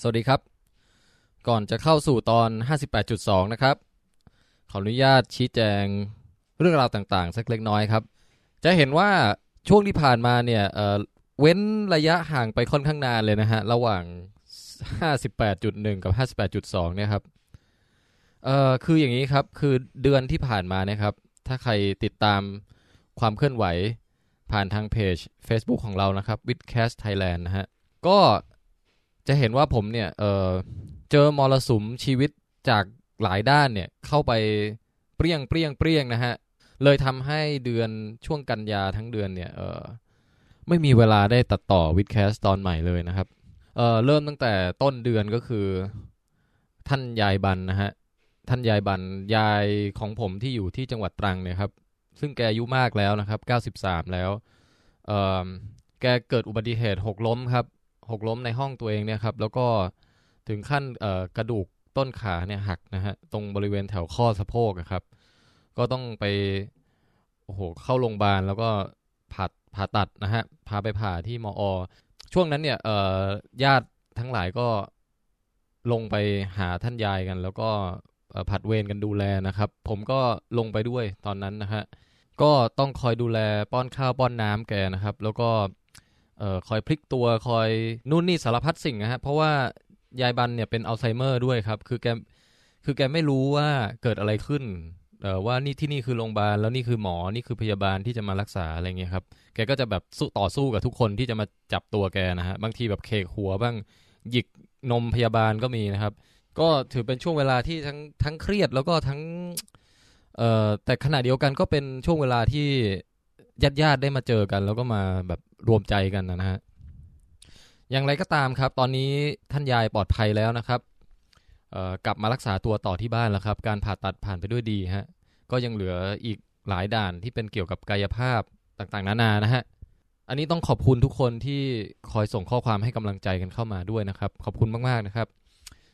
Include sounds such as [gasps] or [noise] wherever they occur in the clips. สวัสดีครับ ก่อนจะเข้าสู่ตอน 58.2 นะครับ ขออนุญาตชี้แจงเรื่องราวต่างๆ สักเล็กน้อยครับ จะเห็นว่าช่วงที่ผ่านมาเนี่ยเอ่อเว้นระยะห่างไปค่อนข้างนานเลยนะฮะ ระหว่าง 58.1 กับ 58.2 เนี่ยครับเอ่อคืออย่างนี้ครับ คือเดือนที่ผ่านมาเนะครับ ถ้าใครติดตามความเคลื่อนไหวผ่านทางเพจ Facebook ของเรานะครับ w i t h c a s t Thailand นะฮะ ก็จะเห็นว่าผมเนี่ยเอ่อเจอมรสุมชีวิตจากหลายด้านเนี่ยเข้าไปเปรี้ยงเปรี้ยงเปรี้ยงนะฮะ เลยทำให้เดือนช่วงกันยาทั้งเดือนเนี่ยเออไม่มีเวลาได้ตัดต่อวิดแคสตอนใหม่เลยนะครับเออเริ่มตั้งแต่ต้นเดือนก็คือ ท่านยายบันนะฮะ ท่านยายบันยายของผมที่อยู่ที่จังหวัดตรังเนี่ยครับ ซึ่งแกอายุมากแล้วนะครับ 93 แล้วเออแกเกิดอุบัติเหตุหกล้มครับ หกล้มในห้องตัวเองเนี่ยครับ แล้วก็ถึงขั้นเอ่อกระดูกต้นขาเนี่ยหักนะฮะ ตรงบริเวณแถวข้อสะโพกอะครับ ก็ต้องไป โอ้โห เข้าโรงพยาบาลแล้วก็ผ่าผ่าตัดนะฮะ พาไปผ่าที่มอ ช่วงนั้นเนี่ยเอ่อญาติทั้งหลายก็ลงไปหาท่านยายกัน แล้วก็เอ่อผลัดเวรกันดูแลนะครับ ผมก็ลงไปด้วยตอนนั้นนะฮะ ก็ต้องคอยดูแลป้อนข้าวป้อนน้ำแกนะครับ แล้วก็ เอ่อคอยพลิกตัวคอยนู่นนี่สารพัดสิ่งนะฮะ เพราะว่ายายบันเนี่ยเป็นอัลไซเมอร์ด้วยครับ คือแกคือแกไม่รู้ว่าเกิดอะไรขึ้นเอ่อว่านี่ที่นี่คือโรงพยาบาลแล้วนี่คือหมอนี่คือพยาบาลที่จะมารักษาอะไรเงี้ยครับแกก็จะแบบสู้ต่อสู้กับทุกคนที่จะมาจับตัวแกนะฮะบางทีแบบเคกหัวบ้างหยิกนมพยาบาลก็มีนะครับ ก็ถือเป็นช่วงเวลาที่ทั้งทั้งเครียดแล้วก็ทั้งเอ่อแต่ขณะเดียวกันก็เป็นช่วงเวลาที่ ญาติญาติๆได้มาเจอกัน แล้วก็มาแบบรวมใจกันนะฮะ อย่างไรก็ตามครับ ตอนนี้ท่านยายปลอดภัยแล้วนะครับเอ่อกลับมารักษาตัวต่อที่บ้านแล้วครับ การผ่าตัดผ่านไปด้วยดีฮะ ก็ยังเหลืออีกหลายด่านที่เป็นเกี่ยวกับกายภาพต่างๆ นานานะฮะ อันนี้ต้องขอบคุณทุกคนที่คอยส่งข้อความให้กำลังใจกันเข้ามาด้วยนะครับ ขอบคุณมากๆนะครับ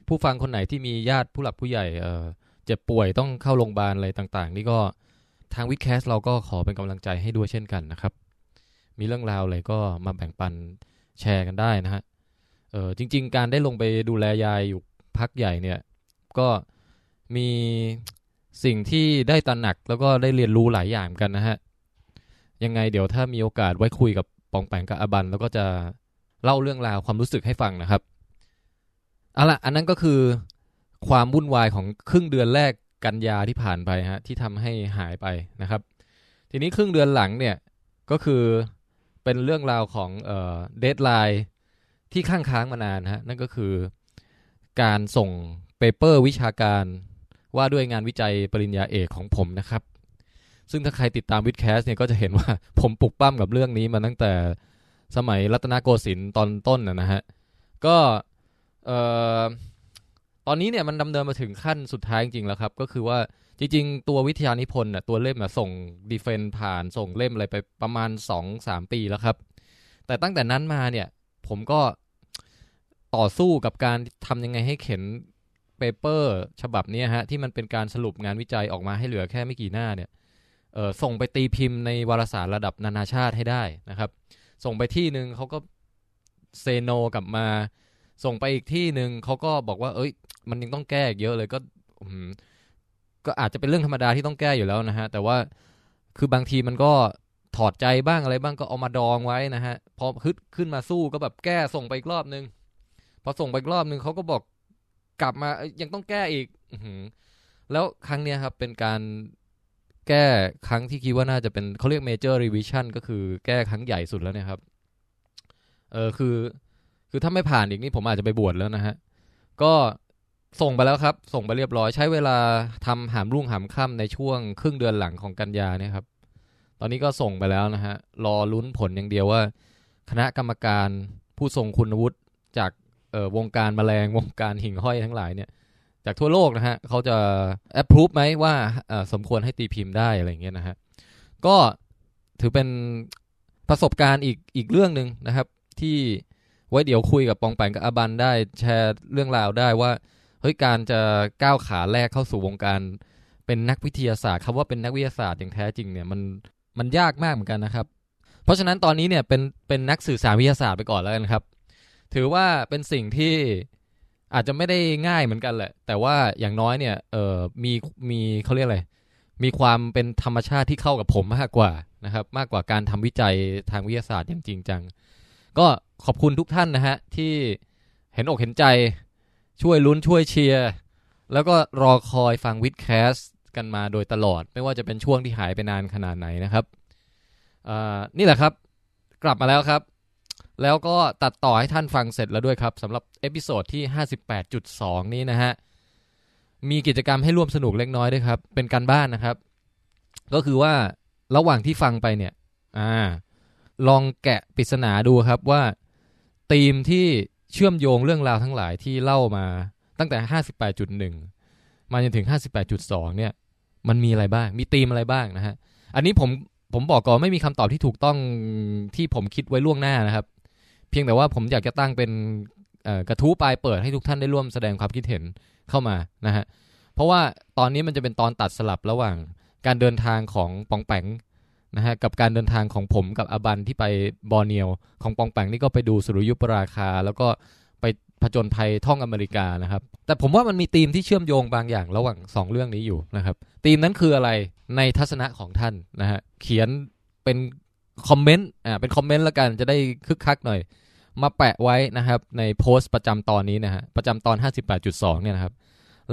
ผู้ฟังคนไหนที่มีญาติผู้หลักผู้ใหญ่เอ่อเจ็บป่วยต้องเข้าโรงพยาบาลอะไรต่าง ๆ นี่ก็ ทางวิดแคสเราก็ขอเป็นกำลังใจให้ด้วยเช่นกันนะครับ มีเรื่องราวอะไรก็มาแบ่งปันแชร์กันได้นะฮะ เออจริง ๆ การได้ลงไปดูแลยายอยู่พักใหญ่เนี่ย ก็มีสิ่งที่ได้ตระหนักแล้วก็ได้เรียนรู้หลายอย่างกันนะฮะ ยังไงเดี๋ยวถ้ามีโอกาสไว้คุยกับปองแปงกับอบัน แล้วก็จะเล่าเรื่องราวความรู้สึกให้ฟังนะครับเอาละอันนั้นก็คือ ความวุ่นวายของครึ่งเดือนแรกกันยาที่ผ่านไปฮะที่ทำให้หายไปนะครับ ทีนี้ครึ่งเดือนหลังเนี่ยก็คือเป็นเรื่องราวของเดทไลน์ที่ข้างค้างมานานฮะนั่นก็คือการส่งเปเปอร์วิชาการว่าด้วยงานวิจัยปริญญาเอกของผมนะครับ ซึ่งถ้าใครติดตามวิดแคสเนี่ยก็จะเห็นว่า [laughs] ผมปลุกปั้มกับเรื่องนี้มาตั้งแต่สมัยรัตนโกสินทร์ตอนต้นนะนะฮะก็เอ่อ ตอนนี้เนี่ยมันดำเนินมาถึงขั้นสุดท้ายจริงๆแล้วครับ ก็คือว่าจริงๆ ตัววิทยานิพนธ์น่ะตัวเล่มน่ะส่งดีเฟนผ่านส่งเล่มอะไรไปประมาณ 2-3 ปีแล้วครับ แต่ตั้งแต่นั้นมาเนี่ยผมก็ต่อสู้กับการทำยังไงให้เข็นเปเปอร์ฉบับเนี้ยฮะ ที่มันเป็นการสรุปงานวิจัยออกมาให้เหลือแค่ไม่กี่หน้าเนี่ยเออส่งไปตีพิมพ์ในวารสารระดับนานาชาติให้ได้นะครับ ส่งไปที่หนึ่งเขาก็เซโนกลับมา ส่งไปอีกที่หนึ่งเขาก็บอกว่า เอ้ย มันยังต้องแก้อีกเยอะเลยก็อืมก็อาจจะเป็นเรื่องธรรมดาที่ต้องแก้อยู่แล้วนะฮะ แต่ว่าคือบางทีมันก็ถอดใจบ้างอะไรบ้างก็เอามาดองไว้นะฮะ พอฮึดขึ้นมาสู้ก็แบบแก้ส่งไปอีกรอบนึง พอส่งไปอีกรอบนึงเขาก็บอกกลับมาเอ้ยยังต้องแก้อีก อื้อหือแล้วครั้งเนี้ยครับเป็นการแก้ครั้งที่คิดว่าน่าจะเป็นเขาเรียกเมเจอร์รีวิชั่นก็คือแก้ครั้งใหญ่สุดแล้วเนี่ยครับ เออคือ คือถ้าไม่ผ่านอีกนี่ผมอาจจะไปบวชแล้วนะฮะ ก็ส่งไปแล้วครับ ส่งไปเรียบร้อยใช้เวลาทำหามรุ่งหามค่ำในช่วงครึ่งเดือนหลังของกันยาเนี่ยครับ ตอนนี้ก็ส่งไปแล้วนะฮะ รอลุ้นผลอย่างเดียวว่า คณะกรรมการผู้ทรงคุณวุฒิจากเอ่อวงการแมลงวงการหิ่งห้อยทั้งหลายเนี่ย จากทั่วโลกนะฮะเขาจะแอปพรูฟไหมว่าเอ่อสมควรให้ตีพิมพ์ได้อะไรอย่างเงี้ยนะฮะ ก็ถือเป็นประสบการณ์อีกอีกเรื่องหนึ่งนะครับที่ ไว้เดี๋ยวคุยกับปองแปงกับอาบันได้แชร์เรื่องราวได้ว่าเฮ้ยการจะก้าวขาแรกเข้าสู่วงการ เป็นนักวิทยาศาสตร์คำว่าเป็นนักวิทยาศาสตร์อย่างแท้จริงเนี่ยมันมันยากมากเหมือนกันนะครับ เพราะฉะนั้นตอนนี้เนี่ยเป็นเป็นนักสื่อสารวิทยาศาสตร์ไปก่อนแล้วกันครับ ถือว่าเป็นสิ่งที่ อาจจะไม่ได้ง่ายเหมือนกันแหละ แต่ว่าอย่างน้อยเนี่ยเออมีมีเขาเรียกอะไร มีความเป็นธรรมชาติที่เข้ากับผมมากกว่านะครับ มากกว่าการทำวิจัยทางวิทยาศาสตร์อย่างจริงจัง ก็ขอบคุณทุกท่านนะฮะ ที่เห็นอกเห็นใจช่วยลุ้นช่วยเชียร์ แล้วก็รอคอยฟังวิดแคสกันมาโดยตลอด ไม่ว่าจะเป็นช่วงที่หายไปนานขนาดไหนนะครับเอ่อนี่แหละครับ กลับมาแล้วครับ แล้วก็ตัดต่อให้ท่านฟังเสร็จแล้วด้วยครับสำหรับเอพิโซดที่ 58.2 นี้นะฮะ มีกิจกรรมให้ร่วมสนุกเล็กน้อยด้วยครับ เป็นการบ้านนะครับ ก็คือว่าระหว่างที่ฟังไปเนี่ย อ่า ลองแกะปริศนาดูครับว่าธีมที่เชื่อมโยงเรื่องราวทั้งหลายที่เล่ามาตั้งแต่ 58.1 มาจนถึง 58.2 เนี่ย มันมีอะไรบ้าง มีธีมอะไรบ้างนะฮะ อันนี้ผมผมบอกก่อนไม่มีคำตอบที่ถูกต้องที่ผมคิดไว้ล่วงหน้านะครับ เพียงแต่ว่าผมอยากจะตั้งเป็นเอ่อกระทู้ปลายเปิดให้ทุกท่านได้ร่วมแสดงความคิดเห็นเข้ามานะฮะ เพราะว่าตอนนี้มันจะเป็นตอนตัดสลับระหว่างการเดินทางของปองแปงนะฮะกับการเดินทางของผมกับอาบันที่ไปบอร์เนียว ของปองแปงนี่ก็ไปดูสุริยุปราคา แล้วก็ไปผจญภัยท่องอเมริกานะครับ แต่ผมว่ามันมีธีมที่เชื่อมโยงบางอย่างระหว่างสองเรื่องนี้อยู่นะครับธีมนั้นคืออะไรในทัศนะของท่านนะฮะเขียนเป็นคอมเมนต์อ่าเป็นคอมเมนต์แล้วกันจะได้คึกคักหน่อย มาแปะไว้นะครับในโพสต์ประจำตอนนี้นะฮะประจำตอน 58.2เนี่ยนะครับ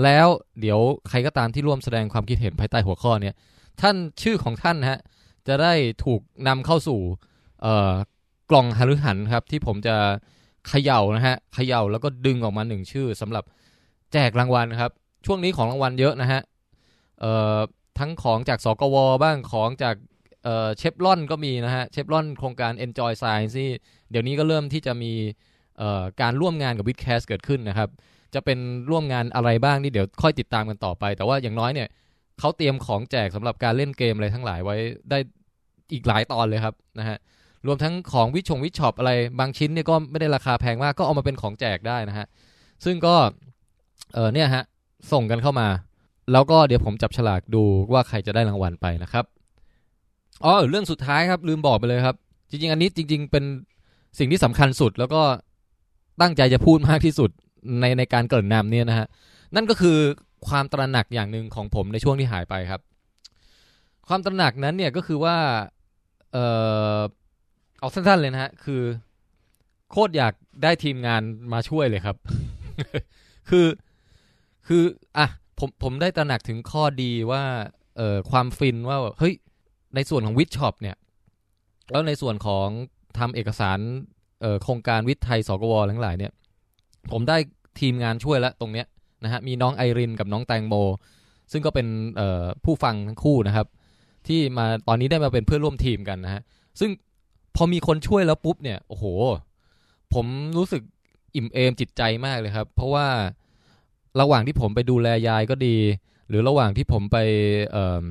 แล้วเดี๋ยวใครก็ตามที่ร่วมแสดงความคิดเห็นภายใต้หัวข้อเนี้ยท่านชื่อของท่านนะฮะจะได้ถูกนำเข้าสู่เอ่อกล่องหฤหันครับ ที่ผมจะเขย่านะฮะเขย่าแล้วก็ดึงออกมาหนึ่งชื่อสำหรับแจกรางวัลครับ ช่วงนี้ของรางวัลเยอะนะฮะเอ่อทั้งของจากสกวบ้างของจากเอ่อเชฟลอนก็มีนะฮะเชฟลอนโครงการ Enjoy Science ที่เดี๋ยวนี้ก็เริ่มที่จะมีเอ่อการร่วมงานกับวิดแคสเกิดขึ้นนะครับ จะเป็นร่วมงานอะไรบ้างนี่เดี๋ยวค่อยติดตามกันต่อไป แต่ว่าอย่างน้อยเนี่ยเขาเตรียมของแจกสำหรับการเล่นเกมอะไรทั้งหลายไว้ได้อีกหลายตอนเลยครับนะฮะรวมทั้งของวิชงวิชช็อปอะไรบางชิ้นเนี่ยก็ไม่ได้ราคาแพงมากก็เอามาเป็นของแจกได้นะฮะซึ่งก็เออเนี่ยฮะส่งกันเข้ามา แล้วก็เดี๋ยวผมจับฉลากดูว่าใครจะได้รางวัลไปนะครับอ๋อเรื่องสุดท้ายครับลืมบอกไปเลยครับ จริงๆ อันนี้จริง ๆ เป็นสิ่งที่สำคัญสุดแล้วก็ตั้งใจจะพูดมากที่สุด ในในการเกริ่นนำเนี่ยนะฮะนั่นก็คือความตระหนักอย่างหนึ่งของผมในช่วงที่หายไปครับ ความตระหนักนั้นเนี่ยก็คือว่าเออเอาสั้นๆเลยนะฮะคือโคตรอยากได้ทีมงานมาช่วยเลยครับ [laughs] คือคืออ่ะผมผมได้ตระหนักถึงข้อดีว่าเอ่อความฟินว่าเฮ้ยในส่วนของวิดช็อปเนี่ยแล้วในส่วนของทำเอกสารเอ่อโครงการวิทย์ไทยสกวทั้งหลายเนี่ย ผมได้ทีมงานช่วยแล้วตรงเนี้ยนะฮะมีน้องไอรินกับน้องแตงโม ซึ่งก็เป็นเอ่อผู้ฟังทั้งคู่นะครับ ที่มาตอนนี้ได้มาเป็นเพื่อนร่วมทีมกันนะฮะซึ่งพอมีคนช่วยแล้วปุ๊บเนี่ยโอ้โห ผมรู้สึกอิ่มเอมจิตใจมากเลยครับ เพราะว่าระหว่างที่ผมไปดูแลยายก็ดี หรือระหว่างที่ผมไปเอิ่ม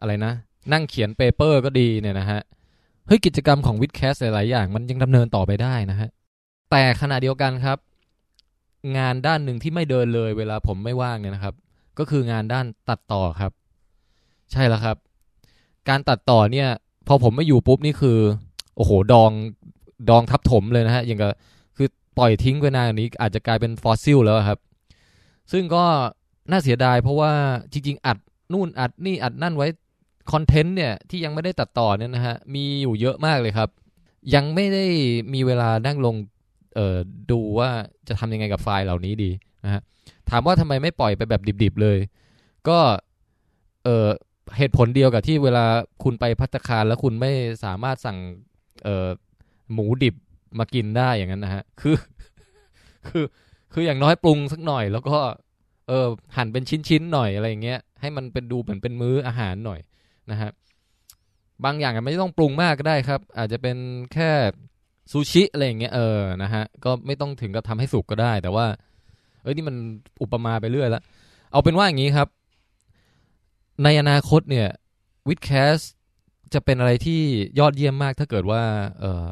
อะไรนะ นั่งเขียนเปเปอร์ก็ดีเนี่ยนะฮะเฮ้ยกิจกรรมของวิดแคสหลายๆอย่าง มันยังดำเนินต่อไปได้นะฮะแต่ขณะเดียวกันครับ งานด้านหนึ่งที่ไม่เดินเลยเวลาผมไม่ว่างเนี่ยนะครับ ก็คืองานด้านตัดต่อครับ ใช่แล้วครับ การตัดต่อเนี่ย พอผมไม่อยู่ปุ๊บนี่คือ โอ้โหดองดองทับถมเลยนะฮะอย่างกับคือปล่อยทิ้งไปนานกว่านี้ อาจจะกลายเป็นฟอสซิลแล้วอะครับ ซึ่งก็น่าเสียดายเพราะว่าจริง ๆ อัดนู่นอัดนี่อัดนั่นไว้คอนเทนต์เนี่ยที่ยังไม่ได้ตัดต่อเนี่ยนะฮะมีอยู่เยอะมากเลยครับ ยังไม่ได้มีเวลานั่งลง เอ่อดูว่าจะทำยังไงกับไฟล์เหล่านี้ดีนะฮะถามว่าทำไมไม่ปล่อยไปแบบดิบๆเลย ก็เอ่อเหตุผลเดียวกับที่เวลาคุณไปพัตตาคารแล้วคุณไม่สามารถสั่งเอ่อหมูดิบมากินได้อย่างนั้นนะฮะ [laughs] คือ คือคืออย่างน้อยปรุงสักหน่อย แล้วก็เออหั่นเป็นชิ้นๆหน่อยอะไรอย่างเงี้ยให้มันเป็นดูเหมือนเป็นมื้ออาหารหน่อยนะฮะบางอย่างอะไม่ต้องปรุงมากก็ได้ครับ อาจจะเป็นแค่ ซูชิอะไรอย่างเงี้ยเออนะฮะก็ไม่ต้องถึงกับทำให้สุกก็ได้ แต่ว่า เอ้ยนี่มันอุปมาไปเรื่อยละเอาเป็นว่าอย่างนี้ครับ ในอนาคตเนี่ยวิดแคสจะเป็นอะไรที่ยอดเยี่ยมมากถ้าเกิดว่าเออ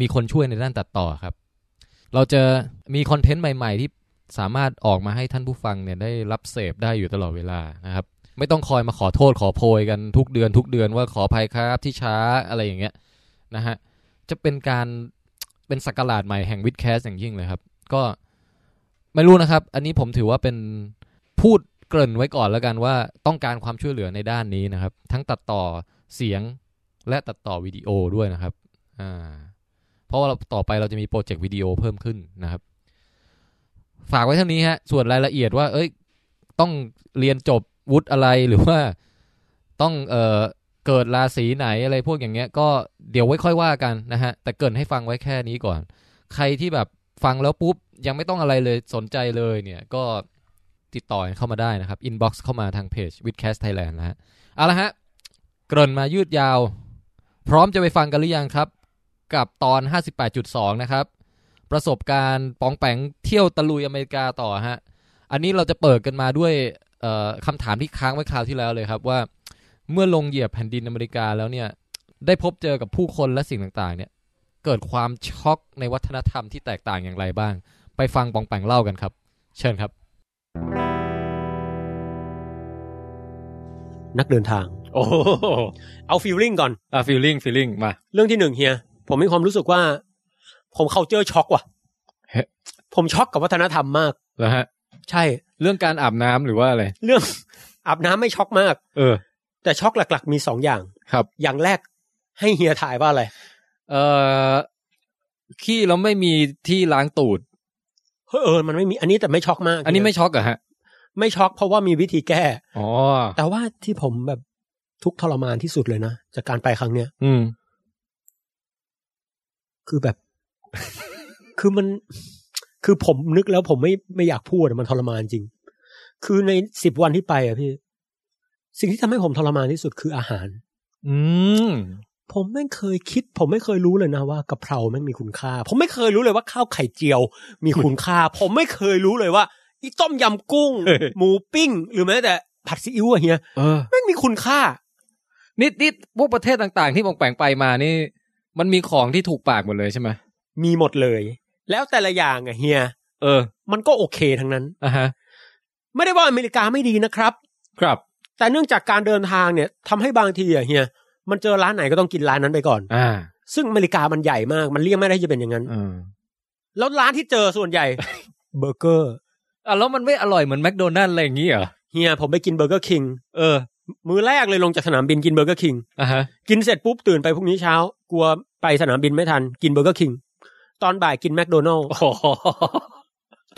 มีคนช่วยในด้านตัดต่อครับ เราจะมีคอนเทนต์ใหม่ๆ ที่สามารถออกมาให้ท่านผู้ฟังเนี่ยได้รับเสพได้อยู่ตลอดเวลานะครับ ไม่ต้องคอยมาขอโทษขอโพยกันทุกเดือนทุกเดือนว่าขออภัยครับที่ช้าอะไรอย่างเงี้ยนะฮะ จะเป็นการ เป็นสักการาชใหม่แห่งวิดแคสอย่างยิ่งเลยครับ ก็ ไม่รู้นะครับ อันนี้ผมถือว่าเป็นพูดเกริ่นไว้ก่อนแล้วกันว่าต้องการความช่วยเหลือในด้านนี้นะครับ ทั้งตัดต่อเสียงและตัดต่อวิดีโอด้วยนะครับอ่าเพราะว่าเราต่อไปเราจะมีโปรเจกต์วิดีโอเพิ่มขึ้นนะครับ ฝากไว้เท่านี้ฮะส่วนรายละเอียดว่า เอ้ย ต้องเรียนจบวุฒิอะไรหรือว่าต้องเอ่อเกิดราศีไหนอะไรพวกอย่างเงี้ย ก็เดี๋ยวไว้ค่อยว่ากันนะฮะแต่เกรินให้ฟังไว้แค่นี้ก่อน ใครที่แบบฟังแล้วปุ๊บ ยังไม่ต้องอะไรเลยสนใจเลยเนี่ยก็ติดต่อเข้ามาได้นะครับ inbox เข้ามาทางเพจ withcast Thailand นะฮะเอาละฮะ เกริ่นมายืดยาว พร้อมจะไปฟังกันหรือยังครับ กับตอน 58.2 นะครับ ประสบการณ์ปองแปงเที่ยวตะลุยอเมริกาต่อฮะ อันนี้เราจะเปิดกันมาด้วยเอ่อคำถามที่ค้างไว้คราวที่แล้วเลยครับว่า เมื่อลงเหยียบแผ่นดินอเมริกาแล้วเนี่ย ได้พบเจอกับผู้คนและสิ่งต่างๆ เนี่ย เกิดความช็อกในวัฒนธรรมที่แตกต่างอย่างไรบ้าง ไปฟังปองแปงเล่ากันครับ เชิญครับ นักเดินทาง โอ้โห เอาฟีลลิ่งก่อน อ่ะฟีลลิ่งฟีลลิ่งมา เรื่องที่หนึ่งเฮีย ผมมีความรู้สึกว่า ผมเคาเจอช็อกว่ะ เฮ้ ผมช็อกกับวัฒนธรรมมาก แล้วฮะ ใช่ เรื่องการอาบน้ำหรือว่าอะไร เรื่อง [laughs] อาบน้ำไม่ช็อกมาก เออ แต่ช็อกหลัก ๆ มีสองอย่าง ครับ อย่างแรกให้เฮียถ่ายว่าอะไร เอ่อ ขี้แล้วไม่มีที่ล้างตูด เฮ้ยเออ มันไม่มี อันนี้แต่ไม่ช็อกมาก อันนี้ไม่ เฮีย ช็อกเหรอะฮะ ไม่ช็อกเพราะว่ามีวิธีแก้ อ๋อ แต่ว่าที่ผมแบบทุกข์ทรมานที่สุดเลยนะ จากการไปครั้งเนี้ย อืม คือแบบ คือมัน คือผมนึกแล้วผมไม่ไม่อยากพูดอะมันทรมานจริง คือในสิบวันที่ไปอะพี่ สิ่งที่ทำให้ผมทรมานที่สุดคืออาหาร อืม ผมไม่เคยคิด ผมไม่เคยรู้เลยนะว่ากะเพราแม่งมีคุณค่า ผมไม่เคยรู้เลยว่าข้าวไข่เจียว มีคุณค่า ผมไม่เคยรู้เลยว่าอีต้มยำกุ้ง เออ หมูปิ้ง หรือแม้แต่ผัดซีอิ๊วอะเฮีย เออ แม่งมีคุณค่า นิดนิดพวกประเทศต่างๆ ที่ปองแปงไปมานี่ มันมีของที่ถูกปากหมดเลยใช่ไหม มีหมดเลย แล้วแต่ละอย่างอะเฮีย เออ มันก็โอเคทั้งนั้น อ่ะฮะ ไม่ได้ว่าอเมริกาไม่ดีนะครับ ครับ แต่เนื่องจากการเดินทางเนี่ยทำให้บางทีอะเฮียมันเจอร้านไหนก็ต้องกินร้านนั้นไปก่อน อ่า ซึ่งอเมริกามันใหญ่มาก มันเลี่ยงไม่ได้จะเป็นอย่างนั้น เออ แล้วร้านที่เจอส่วนใหญ่ เบอร์เกอร์ อ่ะแล้วมันไม่อร่อยเหมือนแมคโดนัลด์อะไรอย่างงี้เหรอ เฮียผมไปกินเบอร์เกอร์คิง เออ มื้อแรกเลยลงจากสนามบินกินเบอร์เกอร์คิง อ่ะฮะ กินเสร็จปุ๊บตื่นไปพรุ่งนี้เช้า กลัวไปสนามบินไม่ทัน กินเบอร์เกอร์คิงตอนบ่ายกินแมคโดนัลล์ โอ้โห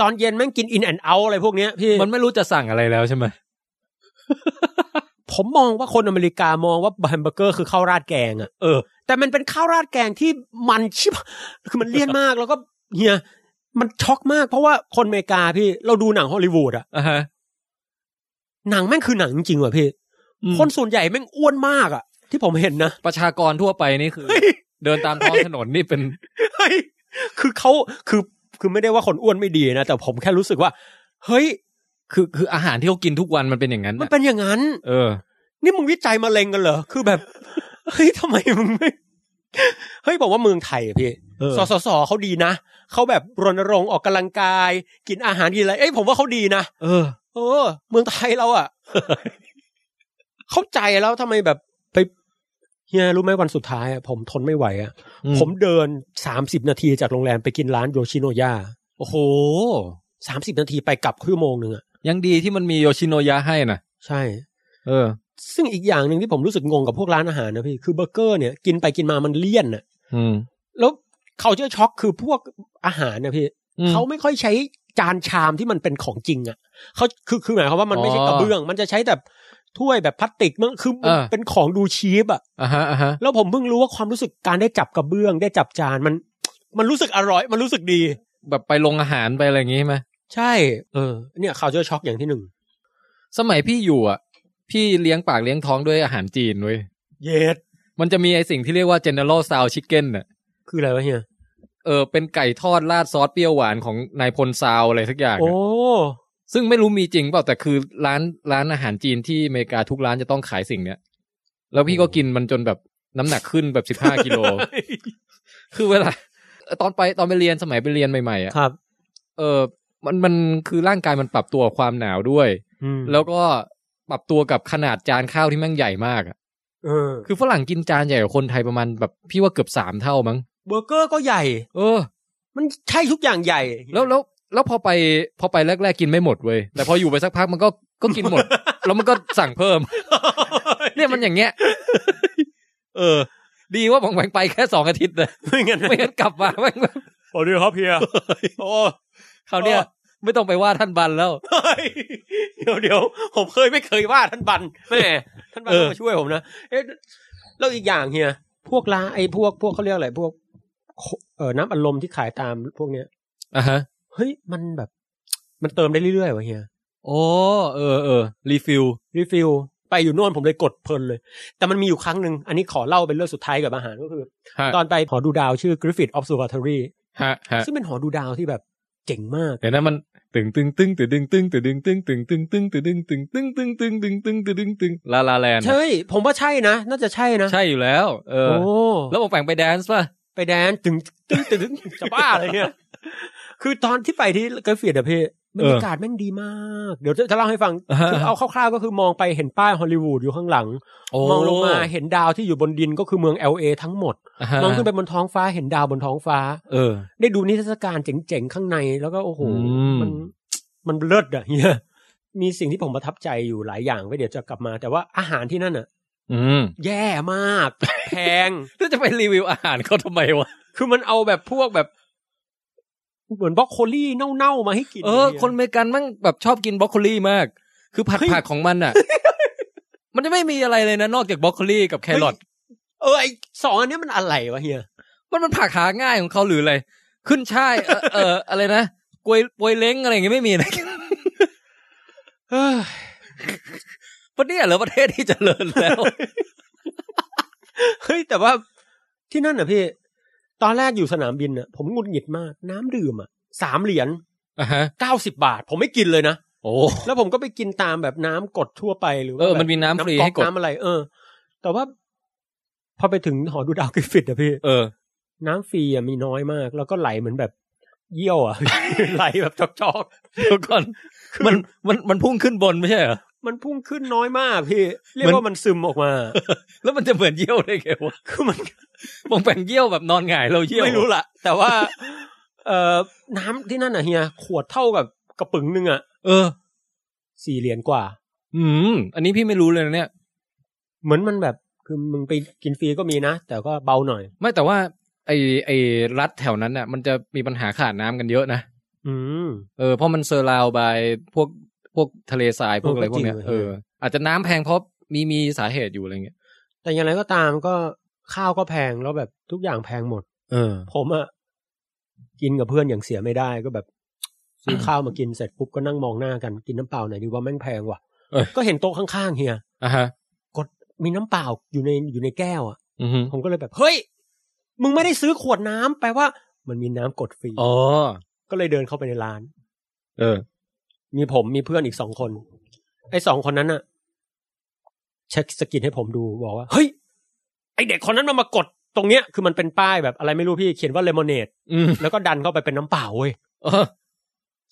ตอนเย็นแม่งกินอินแอนด์เอาอะไรพวกเนี้ยพี่ มันไม่รู้จะสั่งอะไรแล้วใช่ไหม ผมมองว่าคนอเมริกามองว่าแฮมเบอร์เกอร์คือข้าวราดแกงอะ เออ แต่มันเป็นข้าวราดแกงที่มันชิบ คือมันเลี่ยนมาก แล้วก็เฮียมันช็อกมาก เพราะว่าคนอเมริกาพี่เราดูหนังฮอลลีวูดอะ อ่ะฮะ หนังแม่งคือหนังจริงๆว่ะพี่ อืม คนส่วนใหญ่แม่งอ้วนมากอะที่ผมเห็นนะ ประชากรทั่วไปนี่คือ เดินตามท้องถนนนี่เป็น เฮ้ยคือเขาคือคือไม่ได้ว่าคนอ้วนไม่ดีนะ แต่ผมแค่รู้สึกว่า เฮ้ย คือคืออาหารที่เขากินทุกวันมันเป็นอย่างนั้น มัน น่ะ เป็นอย่างนั้น เออ นี่มึงวิจัยมะเร็งกันเหรอ คือแบบ เฮ้ยทำไมมึงไม่ เฮ้ยบอกว่าเมืองไทยอะพี่ เออ สสสเขาดีนะ เขาแบบรณรงค์ออกกำลังกาย กินอาหารกินอะไร เอ้ยผมว่าเขาดีนะ เออ เออ เมืองไทยเรา [laughs] อะ่ะ เข้าใจแล้วทำไมแบบไปเฮียรู้ไหมวันสุดท้ายอะผมทนไม่ไหวอะผมเดินสามสิบนาทีจากโรงแรมไปกินร้านโยชิโนยา โอ้โห สามสิบนาทีไปกลับชั่วโมงหนึ่งอะ ยังดีที่มันมีโยชิโนยะให้นะ ใช่ เออ ซึ่งอีกอย่างหนึ่งที่ผมรู้สึกงงกับพวกร้านอาหารนะพี่คือเบอร์เกอร์เนี่ยกินไปกินมามันเลี่ยนอะ อืม แล้วเขาเจอช็อกคือพวกอาหารนะพี่ อืม เขาไม่ค่อยใช้จานชามที่มันเป็นของจริงอ่ะเขาคือคือหมายความว่ามันไม่ใช่ อ๋อก ระเบื้อง มันจะใช้แบบถ้วยแบบพลาสติกมั้งคือมัน เออ เป็นของดูชีพอ่ะ อ่ะฮะอ่ะฮะ แล้วผมเพิ่งรู้ว่าความรู้สึกการได้จับกระเบื้อง ได้จับจานมัน มันรู้สึกอร่อย มันรู้สึกดี แบบไปลงอาหารไปอะไรอย่างงี้ไหม ใช่ เออ เนี่ยข่าวเจอช็อกอย่างที่หนึ่ง สมัยพี่อยู่อ่ะ พี่เลี้ยงปากเลี้ยงท้องด้วยอาหารจีนเว้ย เย็ด มันจะมีไอสิ่งที่เรียกว่า general style chicken น่ะ คืออะไรวะเฮีย เออ เป็นไก่ทอดราดซอสเปรี้ยวหวานของนายพลซาวอะไรสักอย่าง โอ้ อะซึ่งไม่รู้มีจริงเปล่าแต่คือร้านร้านอาหารจีนที่อเมริกาทุกร้านจะต้องขายสิ่งเนี้ย แล้วพี่ก็กินมันจนแบบน้ำหนักขึ้นแบบสิบห้ากิโล [laughs] คือเวลาตอนไปตอนไปเรียนสมัยไปเรียนใหม่ๆอ่ะ ครับ เออมันมันคือร่างกายมันปรับตัวกับความหนาวด้วย อืม แล้วก็ปรับตัวกับขนาดจานข้าวที่แม่งใหญ่มากอะ เออ คือฝรั่งกินจานใหญ่กว่าคนไทยประมาณแบบพี่ว่าเกือบสามเท่ามั้ง เบอร์เกอร์ก็ใหญ่ เออ มันใช่ทุกอย่างใหญ่ แล้วแล้ว แล้วพอไปพอไปแรก ๆ กินไม่หมดเว้ยแต่พออยู่ไปสักพักมันก็ก็กินหมด แล้วมันก็สั่งเพิ่ม [laughs] เนี่ยมันอย่างเงี้ย เออ ดีว่าผมแหวงไปแค่สองอาทิตย์นะ ไม่งั้น ไม่งั้นกลับมาแม่งแบบ โอ้ดีครับเฮีย [laughs] โอ้ คราวเนี้ย อ๋อ ไม่ต้องไปว่าท่านบันแล้ว เฮ้ยเดี๋ยวเดี๋ยวผมเคยไม่เคยว่าท่านบันแม่ท่านบัน เออ ต้องมาช่วยผมนะเอ๊ะแล้วอีกอย่างเฮียพวกร้านไอ้พวกพวกเขาเรียกอะไรพวกโคเออน้ำอารมณ์ที่ขายตามพวกเนี้ย อ่ะฮะ เฮ้ยมันแบบ มันเติมได้เรื่อยๆวะเฮีย โอ้เออเออรีฟิล รีฟิลไปอยู่โน่นผมเลยกดเพลินเลย แต่มันมีอยู่ครั้งหนึ่งอันนี้ขอเล่าเป็นเรื่องสุดท้ายกับอาหารก็คือ ฮะ ตอนไปหอดูดาวชื่อ Griffith Observatory ฮะฮะ ซึ่งเป็นหอดูดาวที่แบบเจ๋งมาก เดี๋ยวนะมันตึงตึงตึงตึงตึงตึงตึงตึงตึงตึงตึงตึงตึงตึงตึงตึงตึงตึงตึงตึงตึงตึงลาลาแลนด์ ใช่ ผมว่าใช่นะ น่าจะใช่นะ ใช่อยู่แล้ว เออ โอ้ แล้วผมแฝงไปแดนซ์ป่ะ ไปแดนตึงตึงตึงจะบ้าอะไรเนี่ยคือตอนที่ไปที่เกรฟฟิตอะพี่บรรยากาศแม่งดีมาก เดี๋ยวจะจะเล่าให้ฟัง อ่าฮะ คือเอาคร่าวๆก็คือมองไปเห็นป้ายฮอลลีวูดอยู่ข้างหลัง มองลงมาเห็นดาวที่อยู่บนดินก็คือเมือง LA ทั้งหมด อ่าฮะ มองขึ้นไปบนท้องฟ้าเห็นดาวบนท้องฟ้า เออ ได้ดูนิทรรศการเจ๋งๆข้างในแล้วก็โอ้โห อืม มันมันเลิศอะเฮียมีสิ่งที่ผมประทับใจอยู่หลายอย่างไว้เดี๋ยวจะกลับมา แต่ว่าอาหารที่นั่นอะ อืม แย่มาก แพง แล้วจะไปรีวิวอาหารเขาทำไมวะ คือมันเอาแบบพวกแบบ เหมือนบล็อกโคลี่เน่าๆมาให้กิน เออ ย คนอเมริกันมั่งแบบชอบกินบรอกโคลีมาก คือผัดผักของมันอ่ะ [laughs] มันจะไม่มีอะไรเลยนะ นอกจากบรอกโคลีกับแครอท เออไอสองอันเนี้ยมันอะไรวะเฮีย มันมันผักหาง่ายของเขาหรืออะไร ขึ้นช่ายเอ่อเอออะไรนะกวยกวยเล้งอะไรอย่างเงี้ยไม่มีนะ [laughs] เฮ้ย ประเทศเหรอประเทศที่เจริญแล้ว เฮ้ยแต่ว่าที่นั่นอ่ะพี่ ตอนแรกอยู่สนามบินอ่ะผมหงุดหงิดมาก น้ำดื่มอ่ะสามเหรียญ อ่ะฮะ เก้าสิบบาท ผมไม่กินเลยนะ [laughs] โอ้ แล้วผมก็ไปกินตามแบบน้ำกดทั่วไปหรือว่า เออ แบบ มันมีน้ำฟรีให้กด น้ำอะไร เออ แต่ว่า พอไปถึงหอดูดาวกริฟฟิตอะพี่ เออ น้ำฟรีอะมีน้อยมาก แล้วก็ไหลเหมือนแบบเยี่ยวอ่ะ [laughs] ไหลแบบจอก เดี๋ยวก่อน ๆ มันมันมันพุ่งขึ้นบนไม่ใช่เหรอ มันพุ่งขึ้นน้อยมากพี่ เรีย มัน กว่ามันซึมออกมา แล้วมันจะเหมือนเยี่ยวได้ไงวะ [laughs] คือมัน [laughs] มองแปงเยี่ยวแบบนอนหงายเราเยี่ยว ไม่รู้ละแต่ว่า เอ่อน้ำที่นั่นอ่ะเฮียขวดเท่ากับกระปึ๋งหนึงอ่ะ เออ สี่เหรียญกว่า อืม อันนี้พี่ไม่รู้เลยนะเนี่ย เหมือนมันแบบคือมึงไปกินฟรีก็มีนะ แต่ก็เบาหน่อย ไม่แต่ว่า ไอไอรัฐแถวนั้นน่ะ มันจะมีปัญหาขาดน้ำกันเยอะนะ อืม เออเพราะมันเซอร์ราวด์บายพวกพวกทะเลทรายพวกอะไรพวกเนี้ย เออเอก็จริง ออาจจะน้ำแพงเพราะมีมีสาเหตุอยู่อะไรเงี้ย แต่อย่างไรก็ตามก็ข้าวก็แพงแล้วแบบทุกอย่างแพงหมด เออ ผมอ่ะกินกับเพื่อนอย่างเสียไม่ได้ก็แบบ ซื้อข้าวมากินเสร็จปุ๊บก็นั่งมองหน้ากันกินน้ำเปล่าหน่อยดีว่าแม่งแพงว่ะ เออ ก็เห็นโต๊ะข้างๆเฮีย อ่ะฮะ มีน้ำเปล่าอยู่ในอยู่ในแก้วอ่ะ อือฮึ ผมก็เลยแบบ เฮ้ย มึงไม่ได้ซื้อขวดน้ำแปลว่า มันมีน้ำกดฟรี อ๋อ ก็เลยเดินเข้าไปในร้าน เออ มีผมมีเพื่อนอีกสองคน ไอ้สองคนนั้นน่ะ เช็คสกินให้ผมดูบอกว่า เฮ้ย ไอเด็กคนนั้นมันมากดตรงเนี้ย คือมันเป็นป้ายแบบอะไรไม่รู้พี่เขียนว่าเลมอนเนด อืม แล้วก็ดันเข้าไปเป็นน้ำเปล่าเว้ย เออ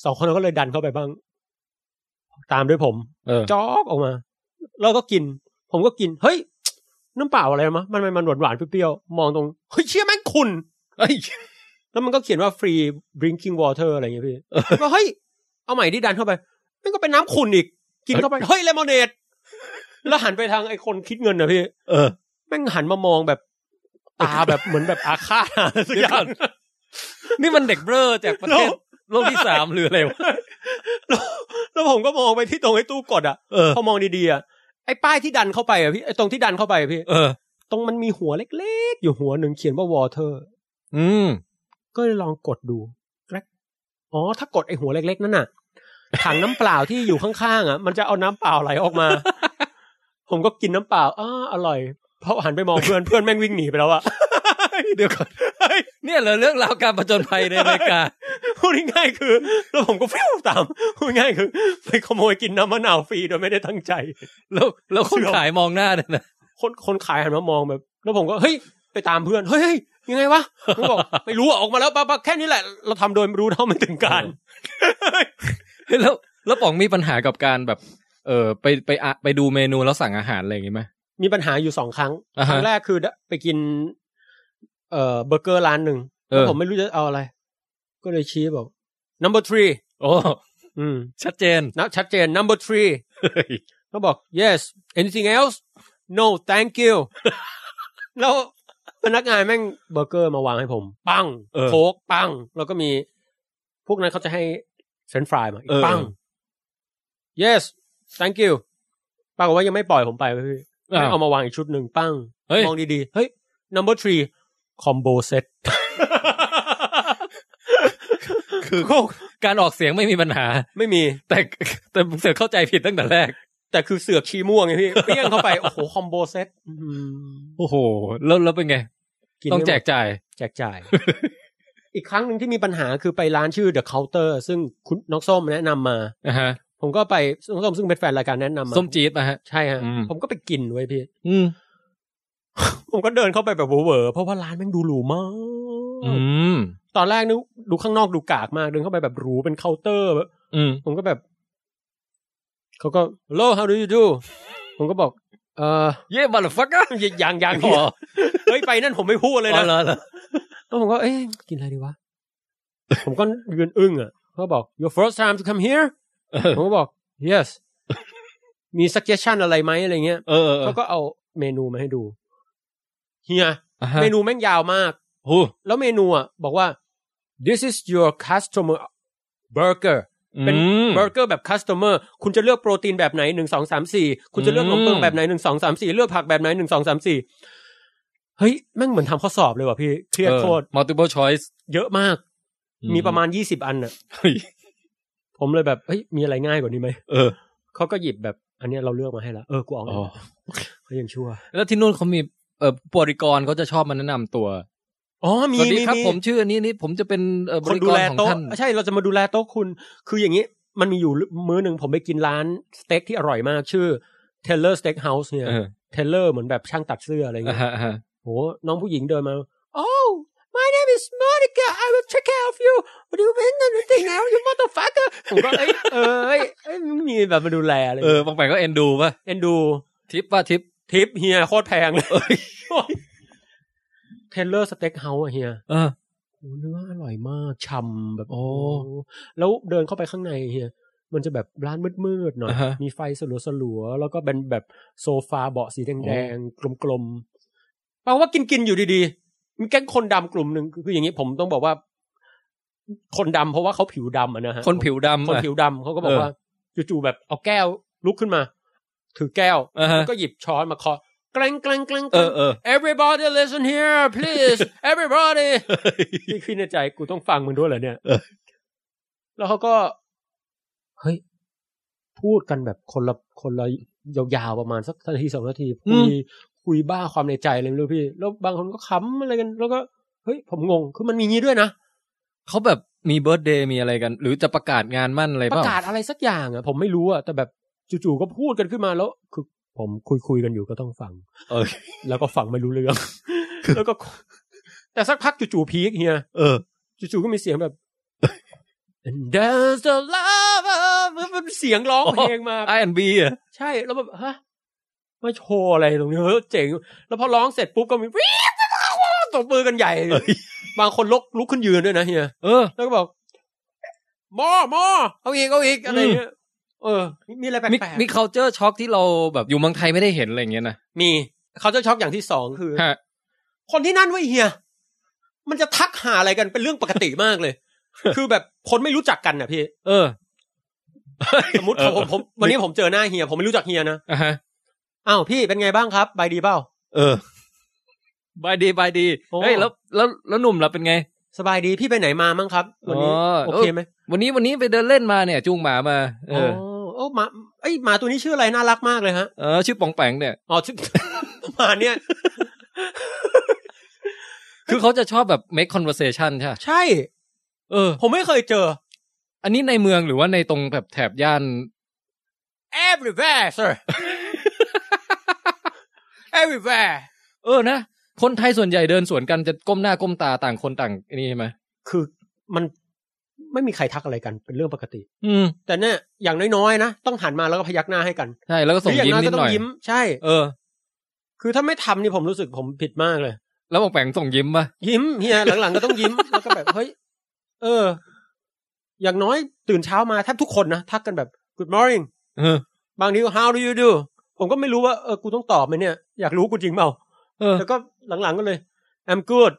สองคนนั้นก็เลยดันเข้าไปบ้าง ตามด้วยผม เออ จอกออกมา แล้วก็กิน ผมก็กิน เฮ้ย น้ำเปล่าอะไรมะมันมันหวานหวานๆเปรี้ยวๆมองตรง เฮ้ยเชี่ยแม่งคุณ เอ้ย แล้วมันก็เขียนว่า free drinking water อะไรอย่างเงี้ยพี่ก็เฮ้ย เอาใหม่ดิดันเข้าไป มันก็เป็นน้ำขุ่นอีก กินเข้าไป เฮ้ยเลมอนเนดแล้วหันไปทางไอ้คนคิดเงินนะพี่ เออ แม่งหันมามองแบบตาแบบเหมือนแบบอาฆาตอะไรสักอย่าง นี่มันเด็กเบ้อจากประเทศ แล้ว โลกที่สามหรืออะไรวะ แล้วแล้วผมก็มองไปที่ตรงไอ้ตู้กดอ่ะ เออ พอมองดีๆอ่ะ ไอ้ป้ายที่ดันเข้าไปอ่ะพี่ ไอ้ตรงที่ดันเข้าไปอ่ะพี่ เออ ตรงมันมีหัวเล็กๆ อยู่หัวหนึ่งเขียนว่า water อืม ก็เลยลองกดดูแกรกอ๋อ ถ้ากดไอหัวเล็กๆ นั่นน่ะ ถังน้ำเปล่าที่อยู่ข้างๆอ่ะ มันจะเอาน้ำเปล่าไหลออกมา ผมก็กินน้ำเปล่าอ้าอร่อย เพราะหันไปมองเพื่อน เพื่อนแม่งวิ่งหนีไปแล้วอะ [laughs] เดี๋ยวก่อนเนี่ยเหรอเรื่องราวการประจนภัยในอเมริกา [laughs] พูดง่ายๆคือ แล้วผมก็ฟิวตาม พูดง่ายๆคือ ไปขโมยกินน้ำมะนาวฟรีโดยไม่ได้ตั้งใจ แล้วแล้วคนขายมองหน้าเนี่ยนะ [laughs] คนคนขายหันมามองแบบ แล้วผมก็เฮ้ยไปตามเพื่อนเฮ้ยเฮ้ยยังไงวะผมบอกไม่รู้อะออกมาแล้วป้าแค่นี้แหละ เราทำโดยไม่รู้เท่าไม่ถึงการ เฮ้ยแล้วแล้วป๋องมีปัญหากับการแบบ เออไปไปอะไปดูเมนูแล้วสั่งอาหารอะไรอย่างงี้ไหม มีปัญหาอยู่สองครั้ง อ่าฮะ ครั้งแรกคือไปกิน เอ่อเบอร์เกอร์ร้านหนึ่ง เออ แล้วผมไม่รู้จะเอาอะไร ก็เลยชี้บอก number three โอ้ อืม ชัดเจน นะชัดเจน number three [laughs] ก็บอก yes anything else no thank you [laughs] แล้วพนักงานแม่งเบอร์เกอร์มาวางให้ผม ปัง เออ โค้กปัง แล้วก็มี พวกนั้นเขาจะให้เฟรนช์ฟรายมาอีก เออ ปัง yes thank you ปรากฏว่ายังไม่ปล่อยผมไปเว้ยพี่ อ้าว เอามาวางอีกชุดหนึ่งปัง เฮ้ย มองดีๆ เฮ้ย number three combo set [laughs] คือการออกเสียงไม่มีปัญหา ไม่มี แต่แต่เสือกเข้าใจผิดตั้งแต่แรก แต่คือเสือกชีม่วงไงพี่ เปี้ยงเข้า [laughs] ไป โอ้โห คอมโบเซต โอ้โห แล้วแล้วเป็นไง ต้องแจกจ่าย แจกจ่าย [laughs] อีกครั้งหนึ่งที่มีปัญหาคือไปร้านชื่อ The Counter ซึ่งคุณน้องส้มแนะนำมา นะฮะ ผมก็ไปน้องส้มซึ่งเป็นแฟนรายการแนะนำมา ส้มจี๊ดมาฮะ ใช่ฮะ อืม ผมก็ไปกินไว้ยพี่ อืม ผมก็เดินเข้าไปแบบเวอร์ๆเพราะว่าร้านแม่งดูหรูมาก อืม ตอนแรกนึกดูข้างนอกดูกากมาก เดินเข้าไปแบบหรูเป็นเคาน์เตอร์แบบ อืม ผมก็แบบ เขาก็ hello how do you do ผมก็บอก เออ เย่บัลฟักกะ [laughs] ยังยังยัง อ๋อ เฮ้ยไปนั่นผมไม่พูดเลย อ๋อ นะ เหรอเหรอ แล้วผมก็ เอ๊ะ กินอะไรดีวะ ผมก็ยืนอึ้งอ่ะเขาบอก your first time to come here เออ ผมก็บอก yes มี suggestion อะไรไหมอะไรเงี้ย เออเออ เขาก็เอาเมนูมาให้ดู เฮีย [laughs] อ่ะฮะ เมนูแม่งยาวมาก โอ้ แล้วเมนูอ่ะ บอกว่า this is your customer burger เป็น อืม เบอร์เกอร์แบบ customer คุณจะเลือกโปรตีนแบบไหนหนึ่งสองสามสี่คุณจะเลือกขนมเบื้องแบบไหนหนึ่งสองสามสี่เลือกผักแบบไหนหนึ่งสองสามสี่เฮ้ย แม่งเหมือนทำข้อสอบเลยว่ะพี่เครียด เออ โคตร multiple choice เยอะมาก อื มีประมาณยี่สิบอันน่ะ เฮ้ย ผมเลยแบบ เอ้ย มีอะไรง่ายกว่านี้ไหม เออ เขาก็หยิบแบบ อันเนี้ยเราเลือกมาให้ละ เออ กูเอา อ๋อ เขายังชั่ว แล้วที่นู่นเขามีเอ่อผู้บริกรเขาจะชอบมาแนะนำตัว อ๋อ ส มี วัสดี มี ครับ มี ผมชื่ออันนี้นี่ผมจะเป็นเอ่อบ คน ริ ดู กร แล ของ โต๊ะ ท่าน ใช่ เราจะมาดูแลโต๊ะคุณ คืออย่างนี้ มันมีอยู่มื้อหนึ่งผมไปกินร้านสเต็กที่อร่อยมากชื่อ Taylor Steakhouse เนี่ย เออ Taylor เหมือนแบบช่างตัดเสื้ออะไรเงี้ย อ่าฮะอ่าฮะ โหน้องผู้หญิงเดินมา Oh my name is Monica I will take care of you What do you mean anything else you motherfucker [laughs] ผมก็เอ้ยเอ้ยเอ้ยไม่มีแบบมาดูแลอะไร เออบางไปก็เอ็นดูป่ะ เอ็นดู ทิปป่ะทิป ทิปเฮียโคตรแพงเลยเทเลอร์สเต็กเฮาส์อะเฮีย เออ โอ้เนื้ออร่อยมากช่ำแบบ โอ้ แล้วเดินเข้าไปข้างในเฮียมันจะแบบร้านมืดๆหน่อย อ่าฮะ มีไฟสลัวๆแล้วก็เป็นแบบโซฟาเบาะสี โอ้ แดงๆ กลมๆแปลว่ากินๆ อยู่ดีๆ มีแก๊งคนดำกลุ่มหนึ่งคืออย่างนี้ผมต้องบอกว่า คนดำเพราะว่าเขาผิวดำอะนะฮะ คนผิวดำ คน อ่ะ ผิวดำเขาก็บอก เออ ว่าจู่ๆแบบเอาแก้วลุกขึ้นมา ถือแก้ว อ่าฮะ แล้วก็หยิบช้อนมาเคาะแกล้งแกล้งแกล้ง เออเออ everybody listen here please everybody นี่คือในใจกูต้องฟังมึงด้วยเหรอเนี่ย เออ แล้วเขาก็ เฮ้ย พูดกันแบบคนละคนละยาวๆประมาณสักนาทีสองนาทีคุยคุยบ้าความในใจอะไรไม่รู้พี่ แล้วบางคนก็ขำอะไรกัน แล้วก็เฮ้ยผมงงคือมันมีงี้ด้วยนะ เขาแบบมีเบิร์ดเดย์มีอะไรกัน หรือจะประกาศงานมั่นอะไร ป เปล่ากระาศอะไรสักอย่างอ่ะ ผมไม่รู้อ่ะแต่แบบจู่ๆก็พูดกันขึ้นมาแล้ว คือผมคุยคุยๆกันอยู่ก็ต้องฟัง เออ แล้วก็ฟังไม่รู้เรื่อง [laughs] แล้วก็ แต่สักพักจู่ๆพีคเฮีย เออ จู่ๆก็มีเสียงแบบ And there's the love of มันเสียงร้องเพลงมา I and B อ่ะ ใช่ แล้วแบบฮะมาโชว์อะไรตรงนี้เฮ้ยเจ๋ง แล้วพอร้องเสร็จปุ๊บก็มี [laughs] วีดตบมือกันใหญ่ เอ้ย บางคนลุกลุกขึ้นยืนด้วยนะเฮีย เออ แล้วก็บอกหมอหมอเอาอีกเอาอีกอะไรเงี้ยเออ มีอะไรแปล มี ก มี culture shock ที่เราแบบอยู่เมืองไทยไม่ได้เห็นอะไรอย่างเงี้ยนะ ๆมีเขาจะช็อกอย่างที่สองคือ ฮะ คนที่นั่นไว้ยเฮีย มันจะทักหาอะไรกันเป็นเรื่องปกติมาก [laughs] เลย คือแบบคนไม่รู้จักกันน่ะพี่ เออ [laughs] สมมติ เออ ผมผมวันนี้ผมเจอหน้าเฮีย ผมไม่รู้จักเฮียนะ อ่ะฮะ อ้าวพี่เป็นไงบ้างครับบายดีเปล่า เออบายดีบายดี โอ้ เฮ้ยแล้วแล้วแล้วหนุ่มเราเป็นไง สบายดีพี่ไปไหนมามั้งครับวันนี้ อ๋อ โอเคไหม วันนี้วันนี้ไปเดินเล่นมาเนี่ย จูงหมามา เอ อ๋อ อ โอ้หมาไอยหมาตัวนี้ชื่ออะไรน่ารักมากเลยฮะ เออชื่อปองแปงเนี่ย อ๋อ [laughs] ชื่อ ประมาณเนี้ย คือเขาจะชอบแบบ make conversation ใช่ปะ ใช่ เออ ผมไม่เคยเจอ อันนี้ในเมืองหรือว่าในตรงแบบแถบย่าน everywhere [laughs] sir everywhere เออนะ คนไทยส่วนใหญ่เดินสวนกันจะก้มหน้าก้มตาต่างคนต่างอันนี่ใช่ไหม คือมันไม่มีใครทักอะไรกันเป็นเรื่องปกติ อืม แต่เนี่ยอย่างน้อยๆนะ ต้องหันมาแล้วก็พยักหน้าให้กัน ใช่ แล้วก็ส่ง หรือ ยิ้ม อา นิด ก็ต้ หน่ อ อง ย ยิ้ม ใช่ เออ คือถ้าไม่ทำนี่ผมรู้สึกผมผิดมากเลย แล้วปองแปงส่งยิ้มปะ ยิ้มเฮียหลังๆก็ต้องยิ้ม แล้วก็แบบเฮ้ย เออ อย่างน้อยตื่นเช้ามาแทบทุกคนนะทักกันแบบ good morning เออบ างทีก็ how do you do ผมก็ไม่รู้ว่าเออกูต้องตอบไหมเนี่ย อยากรู้กูจริงเปล่า เออ แล้วก็หลังๆก็เลย I'm [laughs] good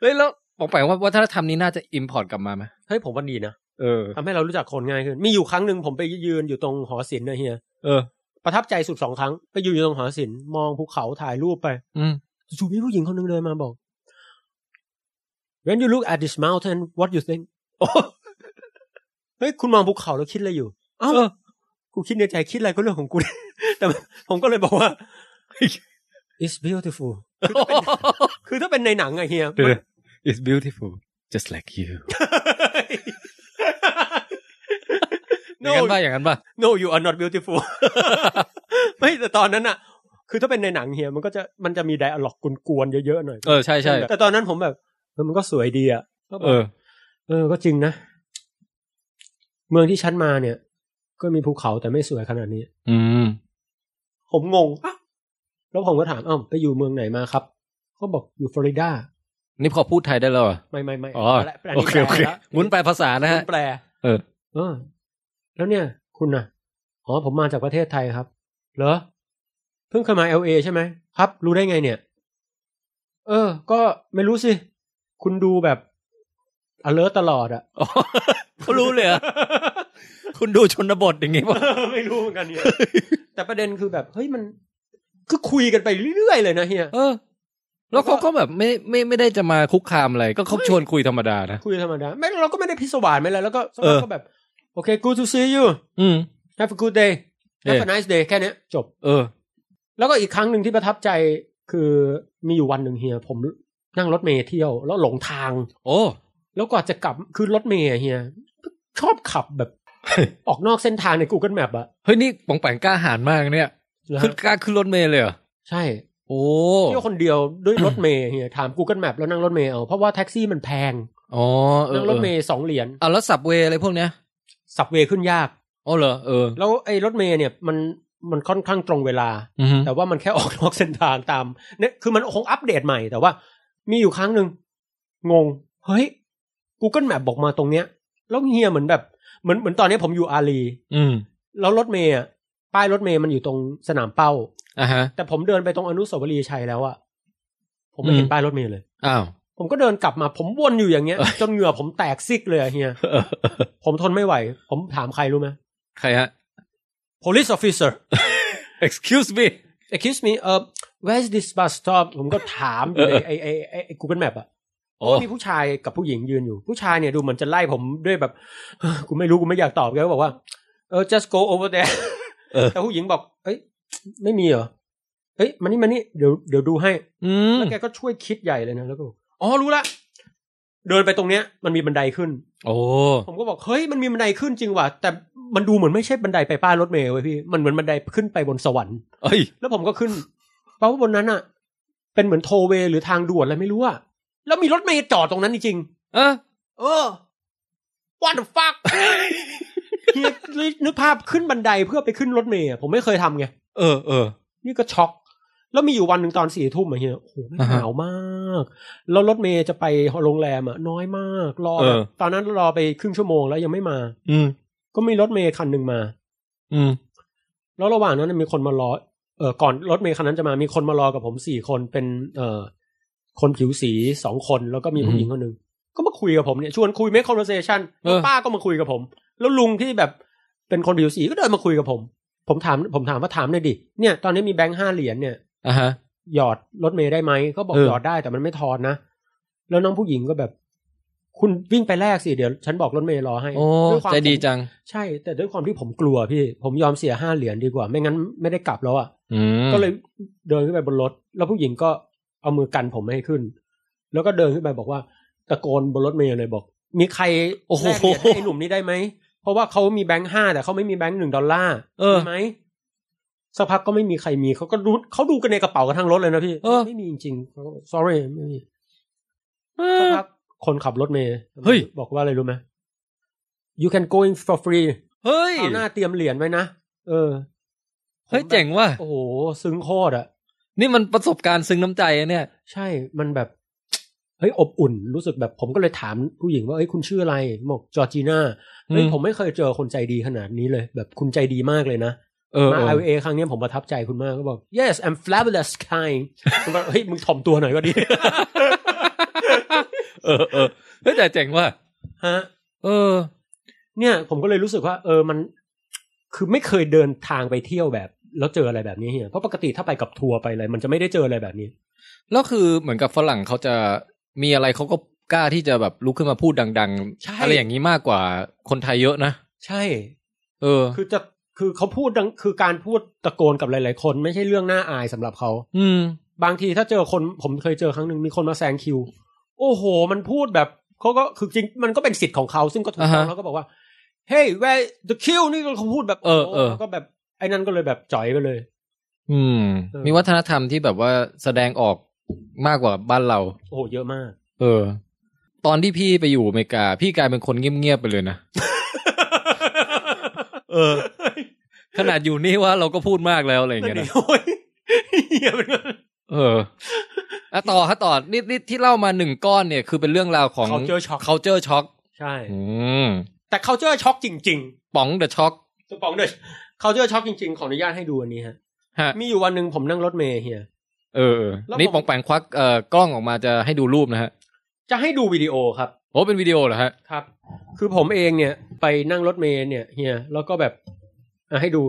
เฮ้ยแล้วบอกไปว่าวัฒนธรรมนี้น่าจะอิมพอร์ตกลับมาไหม เฮ้ยผมว่าดีนะ เออ ทำให้เรารู้จักคนง่ายขึ้น มีอยู่ครั้งหนึ่งผมไปยืนอยู่ตรงหอศิลป์นะเฮีย เออ ประทับใจสุดสองครั้ง ไปยืนอยู่ตรงหอศิลป์มองภูเขาถ่ายรูปไป อืม จู่ๆมีผู้หญิงคนหนึ่งเดินมาบอก When you look at this mountain what you think [laughs] โอ้เฮ้ย คุณมองภูเขาแล้วคิดอะไรอยู่ เอ้ากูคิดในใจคิดอะไรก็เรื่องของกู [laughs] แต่ผมก็เลยบอกว่า [laughs] it's beautiful [laughs] คือถ้าเป็นในหนังอะเฮีย เดี๋ยวๆ it's beautiful just like you อ [laughs] no ย่างนั้นป่ะอย่างนั้นป่ะ no you are not beautiful [laughs] ไม่แต่ตอนนั้นอะคือถ้าเป็นในหนังเฮียมันก็จะมันจะมีไดอะล็อกกวนๆเยอะๆหน่อย เออใช่ใช่ แต่ตอนนั้นผมแบบเออมันก็สวยดีอะก็แบบ เออ เออ ก็จริงนะ เมืองที่ฉันมาเนี่ย ก็มีภูเขาแต่ไม่สวยขนาดนี้ อืม ผมงงฮะแล้วผมก็ถาม เอ้าไปอยู่เมืองไหนมาครับ เขาบอกอยู่ฟลอริดา นี่พอพูดไทยได้แล้วเหรอ ไม่ไม่ไม่ อ๋อ แปลแปล โอเคโอเค แปลแล้ว วุ้นแปลภาษานะฮะ แปล เออ เออ แล้วเนี่ย คุณน่ะ อ๋อ ผมมาจากประเทศไทยครับ เหรอ เพิ่งเคยมาเอลเอใช่ไหม ครับ รู้ได้ไงเนี่ย เออ ก็ไม่รู้สิ คุณดูแบบ alert ตลอดอะ อ๋อเขารู้เลยเหรอคุณดูชนบทอย่างงี้ป่ะ เออ [laughs] ไม่รู้เหมือนกันเนี่ย แต่ประเด็นคือแบบเฮ้ยมันคือคุยกันไปเรื่อยๆเลยนะเฮีย เออ แล้วเขาก็แบบไม่ไม่ไม่ได้จะมาคุกคามอะไร ก็เขาชวนคุยธรรมดานะ คุยธรรมดาไม่เราก็ไม่ได้พิศวาสไม่อะไรแล้วก็สักพัก เออ ก็แบบ โอเค good to see you อืม have a good day เออ have a nice day แค่เนี้ยจบ เออ แล้วก็อีกครั้งหนึ่งที่ประทับใจคือมีอยู่วันหนึ่งเฮีย ผมนั่งรถเมล์เที่ยว แล้วหลงทาง โอ้ แล้วกว่าจะกลับคือรถเมล์อะเฮีย ชอบขับแบบ [laughs] ออกนอกเส้นทางใน Google Map อะ เฮ้ยนี่ปองแปงกล้าหาญมากเนี่ย นะ ขึ้น ฮะ กล้าขึ้นรถเมล์เลยเหรอ ใช่ โอ้ เที่ยวคนเดียวด้วยรถเมล์เฮียถาม Google Map แล้วนั่งรถเมล์เอาเพราะว่าแท็กซี่มันแพง อ๋อเอ นั่ อง รถเมย์สองเหรียญ เอาแล้วสับเวย์อะไรพวกเนี้ย สับเวย์ขึ้นยาก อ๋อเหรอ เออ แล้วไอ้รถเมย์เนี่ยมันมันค่อนข้างตรงเวลา อืม แต่ว่ามันแค่ออกนอกเส้นทางตามเนี่ยคือมันคงอัปเดตใหม่แต่ว่า มีอยู่ครั้งหนึ่งงง เฮ้ย Google Map บอกมาตรงเนี้ย แล้วเฮียเหมือนแบบเหมือนเหมือนตอนนี้ผมอยู่อารี อืม แล้วรถเมย์อะป้ายรถเมย์มันอยู่ตรงสนามเป้า อ่ะฮะ แต่ผมเดินไปตรงอนุสาวรีย์ชัยแล้วอะผมไม่เห็น อืม ป้ายรถเมย์เลย อ้าว ผมก็เดินกลับมาผมวนอยู่อย่างเงี้ย จนเหงื่อผมแตกซิกเลยอะเฮียผมทนไม่ไหว ผมถามใครรู้ไหม ใครฮะ police officer [laughs] excuse me excuse me uh where's this bus stop ผมก็ถามอยู่ในไอไอไอไอ Google Map อะ โอ้ ก็มีผู้ชายกับผู้หญิงยืนอยู่ ผู้ชายเนี่ยดูเหมือนจะไล่ผมด้วยแบบ [sighs] กูไม่รู้กูไม่อยากตอบแกก็บอกว่าเออ just go over there [laughs] เออ แต่ผู้หญิงบอกเอ้ยไม่มีเหรอเอ้ยมานี่มานี่เดี๋ยวเดี๋ยวดูให้ อืม แล้วแกก็ช่วยคิดใหญ่เลยนะแล้วก็บอกอ๋อรู้ละ เดินไปตรงเนี้ย มันมีบันไดขึ้น โอ้ ผมก็บอกเฮ้ยมันมีบันไดขึ้นจริงว่ะแต่มันดูเหมือนไม่ใช่บันไดไปป้ายรถเมล์เว้ยพี่มันเหมือนบันไดขึ้นไปบนสวรรค์ เอ้ย แล้วผมก็ขึ้น เพราะว่าบนนั้นอ่ะ เป็นเหมือนโทเวหรือทางด่วนอะไรไม่รู้อ่ะ แล้วมีรถเมย์จอดตรงนั้นจริง เออ ๆเออ what the fuck [laughs] เฮียนึกภาพขึ้นบันไดเพื่อไปขึ้นรถเมย์อะผมไม่เคยทำไง เออ เออ นี่ก็ช็อก แล้วมีอยู่วันหนึ่งตอนสี่ทุ่มอะเฮียโอ้โหแม่ง อ่า ห ฮะ นาวมาก แล้วรถเมย์จะไปโรงแรมอ่ะ น้อยมาก รอ เอ แบบ อ ตอนนั้นรอไปครึ่งชั่วโมงแล้วยังไม่มา อืม ก็มีรถเมย์คันหนึ่งมา อืม แล้วระหว่างนั้นนะมีคนมารอ เออก่อนรถเมล์คันนั้นจะมามีคนมารอกับผมสี่คนเป็น เออคนผิวสีสองคนแล้วก็มีผู้หญิงคนหนึ่งก็มาคุยกับผมเนี่ยชวนคุย make conversation เออ แล้วป้าก็มาคุยกับผม แล้วลุงที่แบบเป็นคนผิวสีก็เดินมาคุยกับผม ผมถามผมถามว่าถามหน่อยดิเนี่ยตอนนี้มีแบงค์ห้าเหรียญเนี่ย อ่ะฮะ หยอดรถเมย์ได้ไหมก็บอก เออ หยอดได้แต่มันไม่ทอนนะ แล้วน้องผู้หญิงก็แบบ คุณวิ่งไปแลกสิเดี๋ยวฉันบอกรถเมย์รอให้ โอ้ วยความ ใจดีจัง ใช่ แต่ด้วยความที่ผมกลัวพี่ ผมยอมเสียห้าเหรียญดีกว่า ไม่งั้นไม่ได้กลับแล้วอ่ะ อืม ก็เลยเดินขึ้นไปบนรถ แล้วผู้หญิงก็เอามือกันผมไม่ให้ขึ้น แล้วก็เดินขึ้นไปบอกว่าตะโกนบนรถเมย์เลยบอก มีใครแลกเหรียญให้ไอ้หนุ่มนี้ได้ไหมเพราะว่าเขามีแบงค์ห้าแต่เขาไม่มีแบงค์หนึ่งดอลลาร์ เออ มีไหมสักพักก็ไม่มีใครมีเขาก็รู้เขาดูกันในกระเป๋ากันทั้งรถเลยนะพี่ เออ ไม่มีจริงๆเขาก็ sorry ไม่มี เอ สัก อ พักคนขับรถเมย์ เฮ้ย บอกว่าอะไรรู้ไหม you can go in for free เฮ้ย เอาวหน้าเตรียมเหรียญไว้นะเออ เฮ้ยเจ๋งว่ะ โอ้โหซึ้งโคตรอะ นี่มันประสบการณ์ซึ้งน้ำใจอะเนี่ย ใช่ มันแบบ เฮ้ยอบอุ่นรู้สึกแบบผมก็เลยถามผู้หญิงว่าเอ้ยคุณชื่ออะไรบอกจอร์จีน่าเฮ้ย อืม ผมไม่เคยเจอคนใจดีขนาดนี้เลย แบบคุณใจดีมากเลยนะ เออ มา เออ LA ครั้งเนี้ยผมประทับใจคุณมากก็บอก yes I'm fabulous kind ผมบอกเฮ้ยมึงถ่อมตัวหน่อยก็ดี [laughs] เออเออเฮ้ยแต่เจ๋งว่ะ ฮะ เออ เนี่ยผมก็เลยรู้สึกว่า เออมัน คือไม่เคยเดินทางไปเที่ยวแบบ แล้วเจออะไรแบบนี้เฮียเพราะปกติถ้าไปกับทัวร์ไปอะไรมันจะไม่ได้เจออะไรแบบนี้ แล้วคือเหมือนกับฝรั่งเขาจะมีอะไรเขาก็กล้าที่จะแบบลุกขึ้นมาพูดดัง ใช่ ๆ อะไรอย่างนี้มากกว่าคนไทยเยอะนะ ใช่ เออ คือจะคือเขาพูดดังคือการพูดตะโกนกับหลาย ๆ คนไม่ใช่เรื่องน่าอายสำหรับเขา อืม บางทีถ้าเจอคนผมเคยเจอครั้งหนึ่งมีคนมาแซงคิว โอ้โห มันพูดแบบเขาก็คือจริงมันก็เป็นสิทธิ์ของเขาซึ่งก็ถูกต้อ อ่าง ฮะ แล้วก็บอกว่า เฮ้ย where the queue นี่ก็เขาพูดแบบ เออเออ แล้วก็แบบไอ้นั่นก็เลยแบบจ่อยไปเลย อืม เออ มีวัฒนธรรมที่แบบว่าแสดงออกมากกว่าบ้านเรา โอ้โหเยอะมาก เออ ตอนที่พี่ไปอยู่อเมริกา พี่กลายเป็นคนเงียบๆไปเลยนะ [laughs] เออ ขนาดอยู่นี่ว่าเราก็พูดมากแล้วอะไรอย่างเงี้ยนะ โอ้ย [laughs] เหี้ยมันก็ เอออะต่อฮะต่อนี่นี่ที่เล่ามาหนึ่งก้อนเนี่ย คือเป็นเรื่องราวของ เขาเจอช็อก culture shock ใช่ อืม แต่เขาเจอช็อกจริง ป๋อง the shock ๆสปองเดชเขาเจอช็อกจริง ๆ ขออนุญาตให้ดูอันนี้ฮะ ฮะ มีอยู่วันหนึ่งผมนั่งรถเมล์เฮีย เออเออ แล้ว นี่ปผมองแปงควักเอ่อกล้องออกมาจะให้ดูรูปนะฮะ จะให้ดูวิดีโอครับ โอ้เป็นวิดีโอเหรอฮะ ครับ คือผมเองเนี่ยไปนั่งรถเมล์เนี่ยเฮียแล้วก็แบบอ่ะให้ดู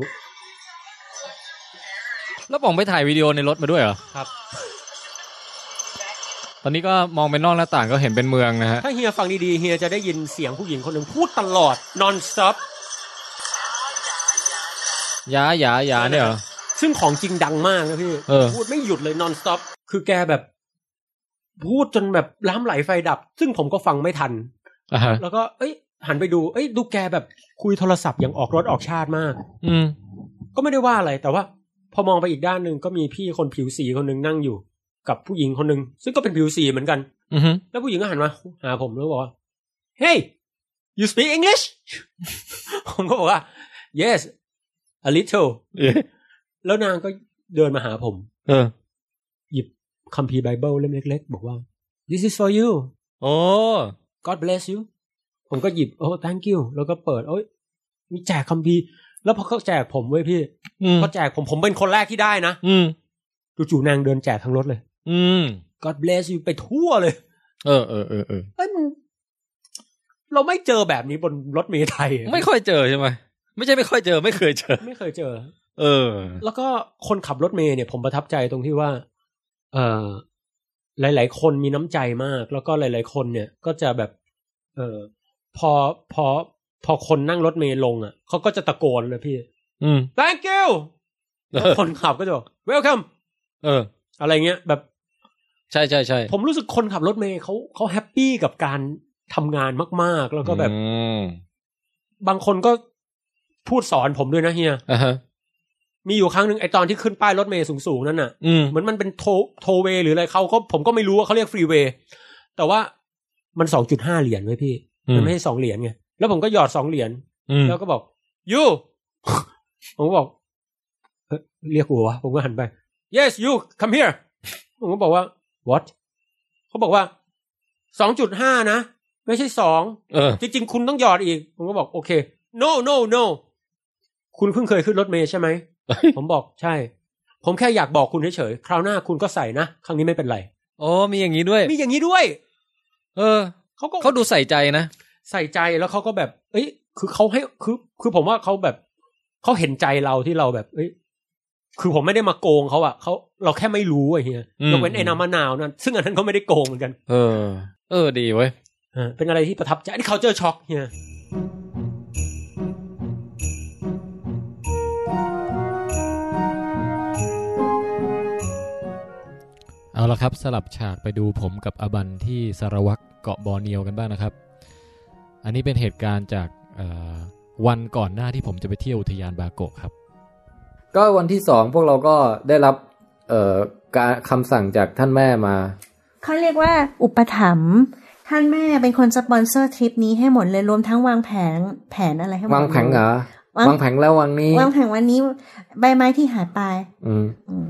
แล้วป๋องไปถ่ายวิดีโอในรถมาด้วยเหรอ ครับ ตอนนี้ก็มองไปนอกหน้าต่างก็เห็นเป็นเมืองนะฮะ ถ้าเฮียฟังดีๆเฮียจะได้ยินเสียงผู้หญิงคนหนึ่งพูดตลอด non stop ยาหยาหยาเนี่ยเหรอ ซึ่งของจริงดังมากนะพี่ เออ พูดไม่หยุดเลย non stop คือแกแบบ พูดจนแบบล้ามไหลไฟดับ ซึ่งผมก็ฟังไม่ทัน อ่าฮะ แล้วก็เอ้ย หันไปดู เอ้ย ดูแกแบบคุยโทรศัพท์อย่างออกรถออกชาติมาก อืม ก็ไม่ได้ว่าอะไร แต่ว่า พอมองไปอีกด้านหนึ่งก็มีพี่คนผิวสีคนหนึ่งนั่งอยู่ กับผู้หญิงคนหนึ่งซึ่งก็เป็นผิวสีเหมือนกัน อือฮึ แล้วผู้หญิงก็หันมาหาผมแล้วบอกว่า Hey you speak English [laughs] ผมก็บอกว่า yes a little แล้วนางก็เดินมาหาผม เออ คัมภีร์ไบเบิลเล่มเล็กๆ บอกว่า this is for you โอ้ God bless you ผมก็หยิบ โอ้ thank you แล้วก็เปิด โอ้ย มีแจกคัมภีร์ แล้วพอเขาแจกผมเว้ยพี่ อืม พอแจกผมผมเป็นคนแรกที่ได้นะ อืม จู่ๆนางเดินแจกทั้งรถเลย อืม God bless you ไปทั่วเลย เออเออเออเออ เฮ้ยมันเราไม่เจอแบบนี้บนรถเมล์ไทยอะ ไม่ค่อยเจอใช่ไหมไม่ใช่ไม่ค่อยเจอ ไม่เคยเจอ ไม่เคยเจอ เออ แล้วก็คนขับรถเมล์เนี่ยผมประทับใจตรงที่ว่า เออหลาย ๆ คนมีน้ำใจมาก แล้วก็หลาย ๆ คนเนี่ย ก็จะแบบ เออพอพอพอคนนั่งรถเมล์ลงอ่ะเขาก็จะตะโกนเลยพี่ อืม thank you เอ แล้ว อ คนขับก็จะบอก welcome เออ อะไรเงี้ยแบบ ใช่ใช่ใช่ ผมรู้สึกคนขับรถเมล์เขาเขาแฮปปี้กับการทำงานมาก ๆ แล้วก็แบบ อืม บางคนก็พูดสอนผมด้วยนะเฮีย อ่าฮะ มีอยู่ครั้งหนึ่งไอตอนที่ขึ้นป้ายรถเมล์สูง ๆ นั่นน่ะ อืม เหมือนมันเป็นโทโทเวย์หรืออะไรเขาก็ผมก็ไม่รู้ว่าเขาเรียกฟรีเวย์แต่ว่ามันสองจุดห้าเหรียญไว้ยพี่ อืม มันไม่ใช่สองเหรียญไง แล้วผมก็หยอดสองเหรียญ อืม แล้วก็บอกยู [laughs] ผมก็บอกเอ้ยเรียกกูวะผมก็หันไป yes you come here [laughs] ผมก็บอกว่า what เขาบอกว่าสองจุดห้านะ ไม่ใช่สอง เออ จริง ๆ คุณต้องหยอดอีก ผมก็บอกโอเค no no no คุณเพิ่งเคยขึ้นรถเมล์ใช่ไหม ผมบอกใช่ ผมแค่อยากบอกคุณเฉยๆ คราวหน้าคุณก็ใส่นะ ครั้งนี้ไม่เป็นไร โอ้มีอย่างนี้ด้วย มีอย่างนี้ด้วย เออ เขาก็ เขาดูใส่ใจนะ ใส่ใจแล้วเขาก็แบบ เอ้ย คือเขาให้ คือ คือผมว่าเขาแบบ เขาเห็นใจเราที่เราแบบ เอ้ย คือผมไม่ได้มาโกงเขาอะเขาเราแค่ไม่รู้อะเฮีย อืม ยกเว้นไอ้น้ำมะนาวนั่น ซึ่งอันนั้นก็ไม่ได้โกงเหมือนกัน เออ เออ ดีเว้ย เออเป็นอะไรที่ประทับใจ อันนี้เขาเจอช็อกเฮีย เอาละครับสลับฉากไปดูผมกับอบันที่สารวัตรเกาะบอร์เนียวกันบ้างนะครับ อันนี้เป็นเหตุการณ์จากเอ่อวันก่อนหน้าที่ผมจะไปเที่ยวอุทยานบาโกะครับ ก็วันที่สองพวกเราก็ได้รับ เอ่อการคำสั่งจากท่านแม่มา เขาเรียกว่าอุปถัมภ์ท่านแม่เป็นคนสปอนเซอร์ทริปนี้ให้หมดเลยรวมทั้งวางแผนแผนอะไรให้หมด วางแผงเหรอ วาง วางแผงแล้ววางนี้ วางแผงวันนี้ใบไม้ที่หายไป อืม อืม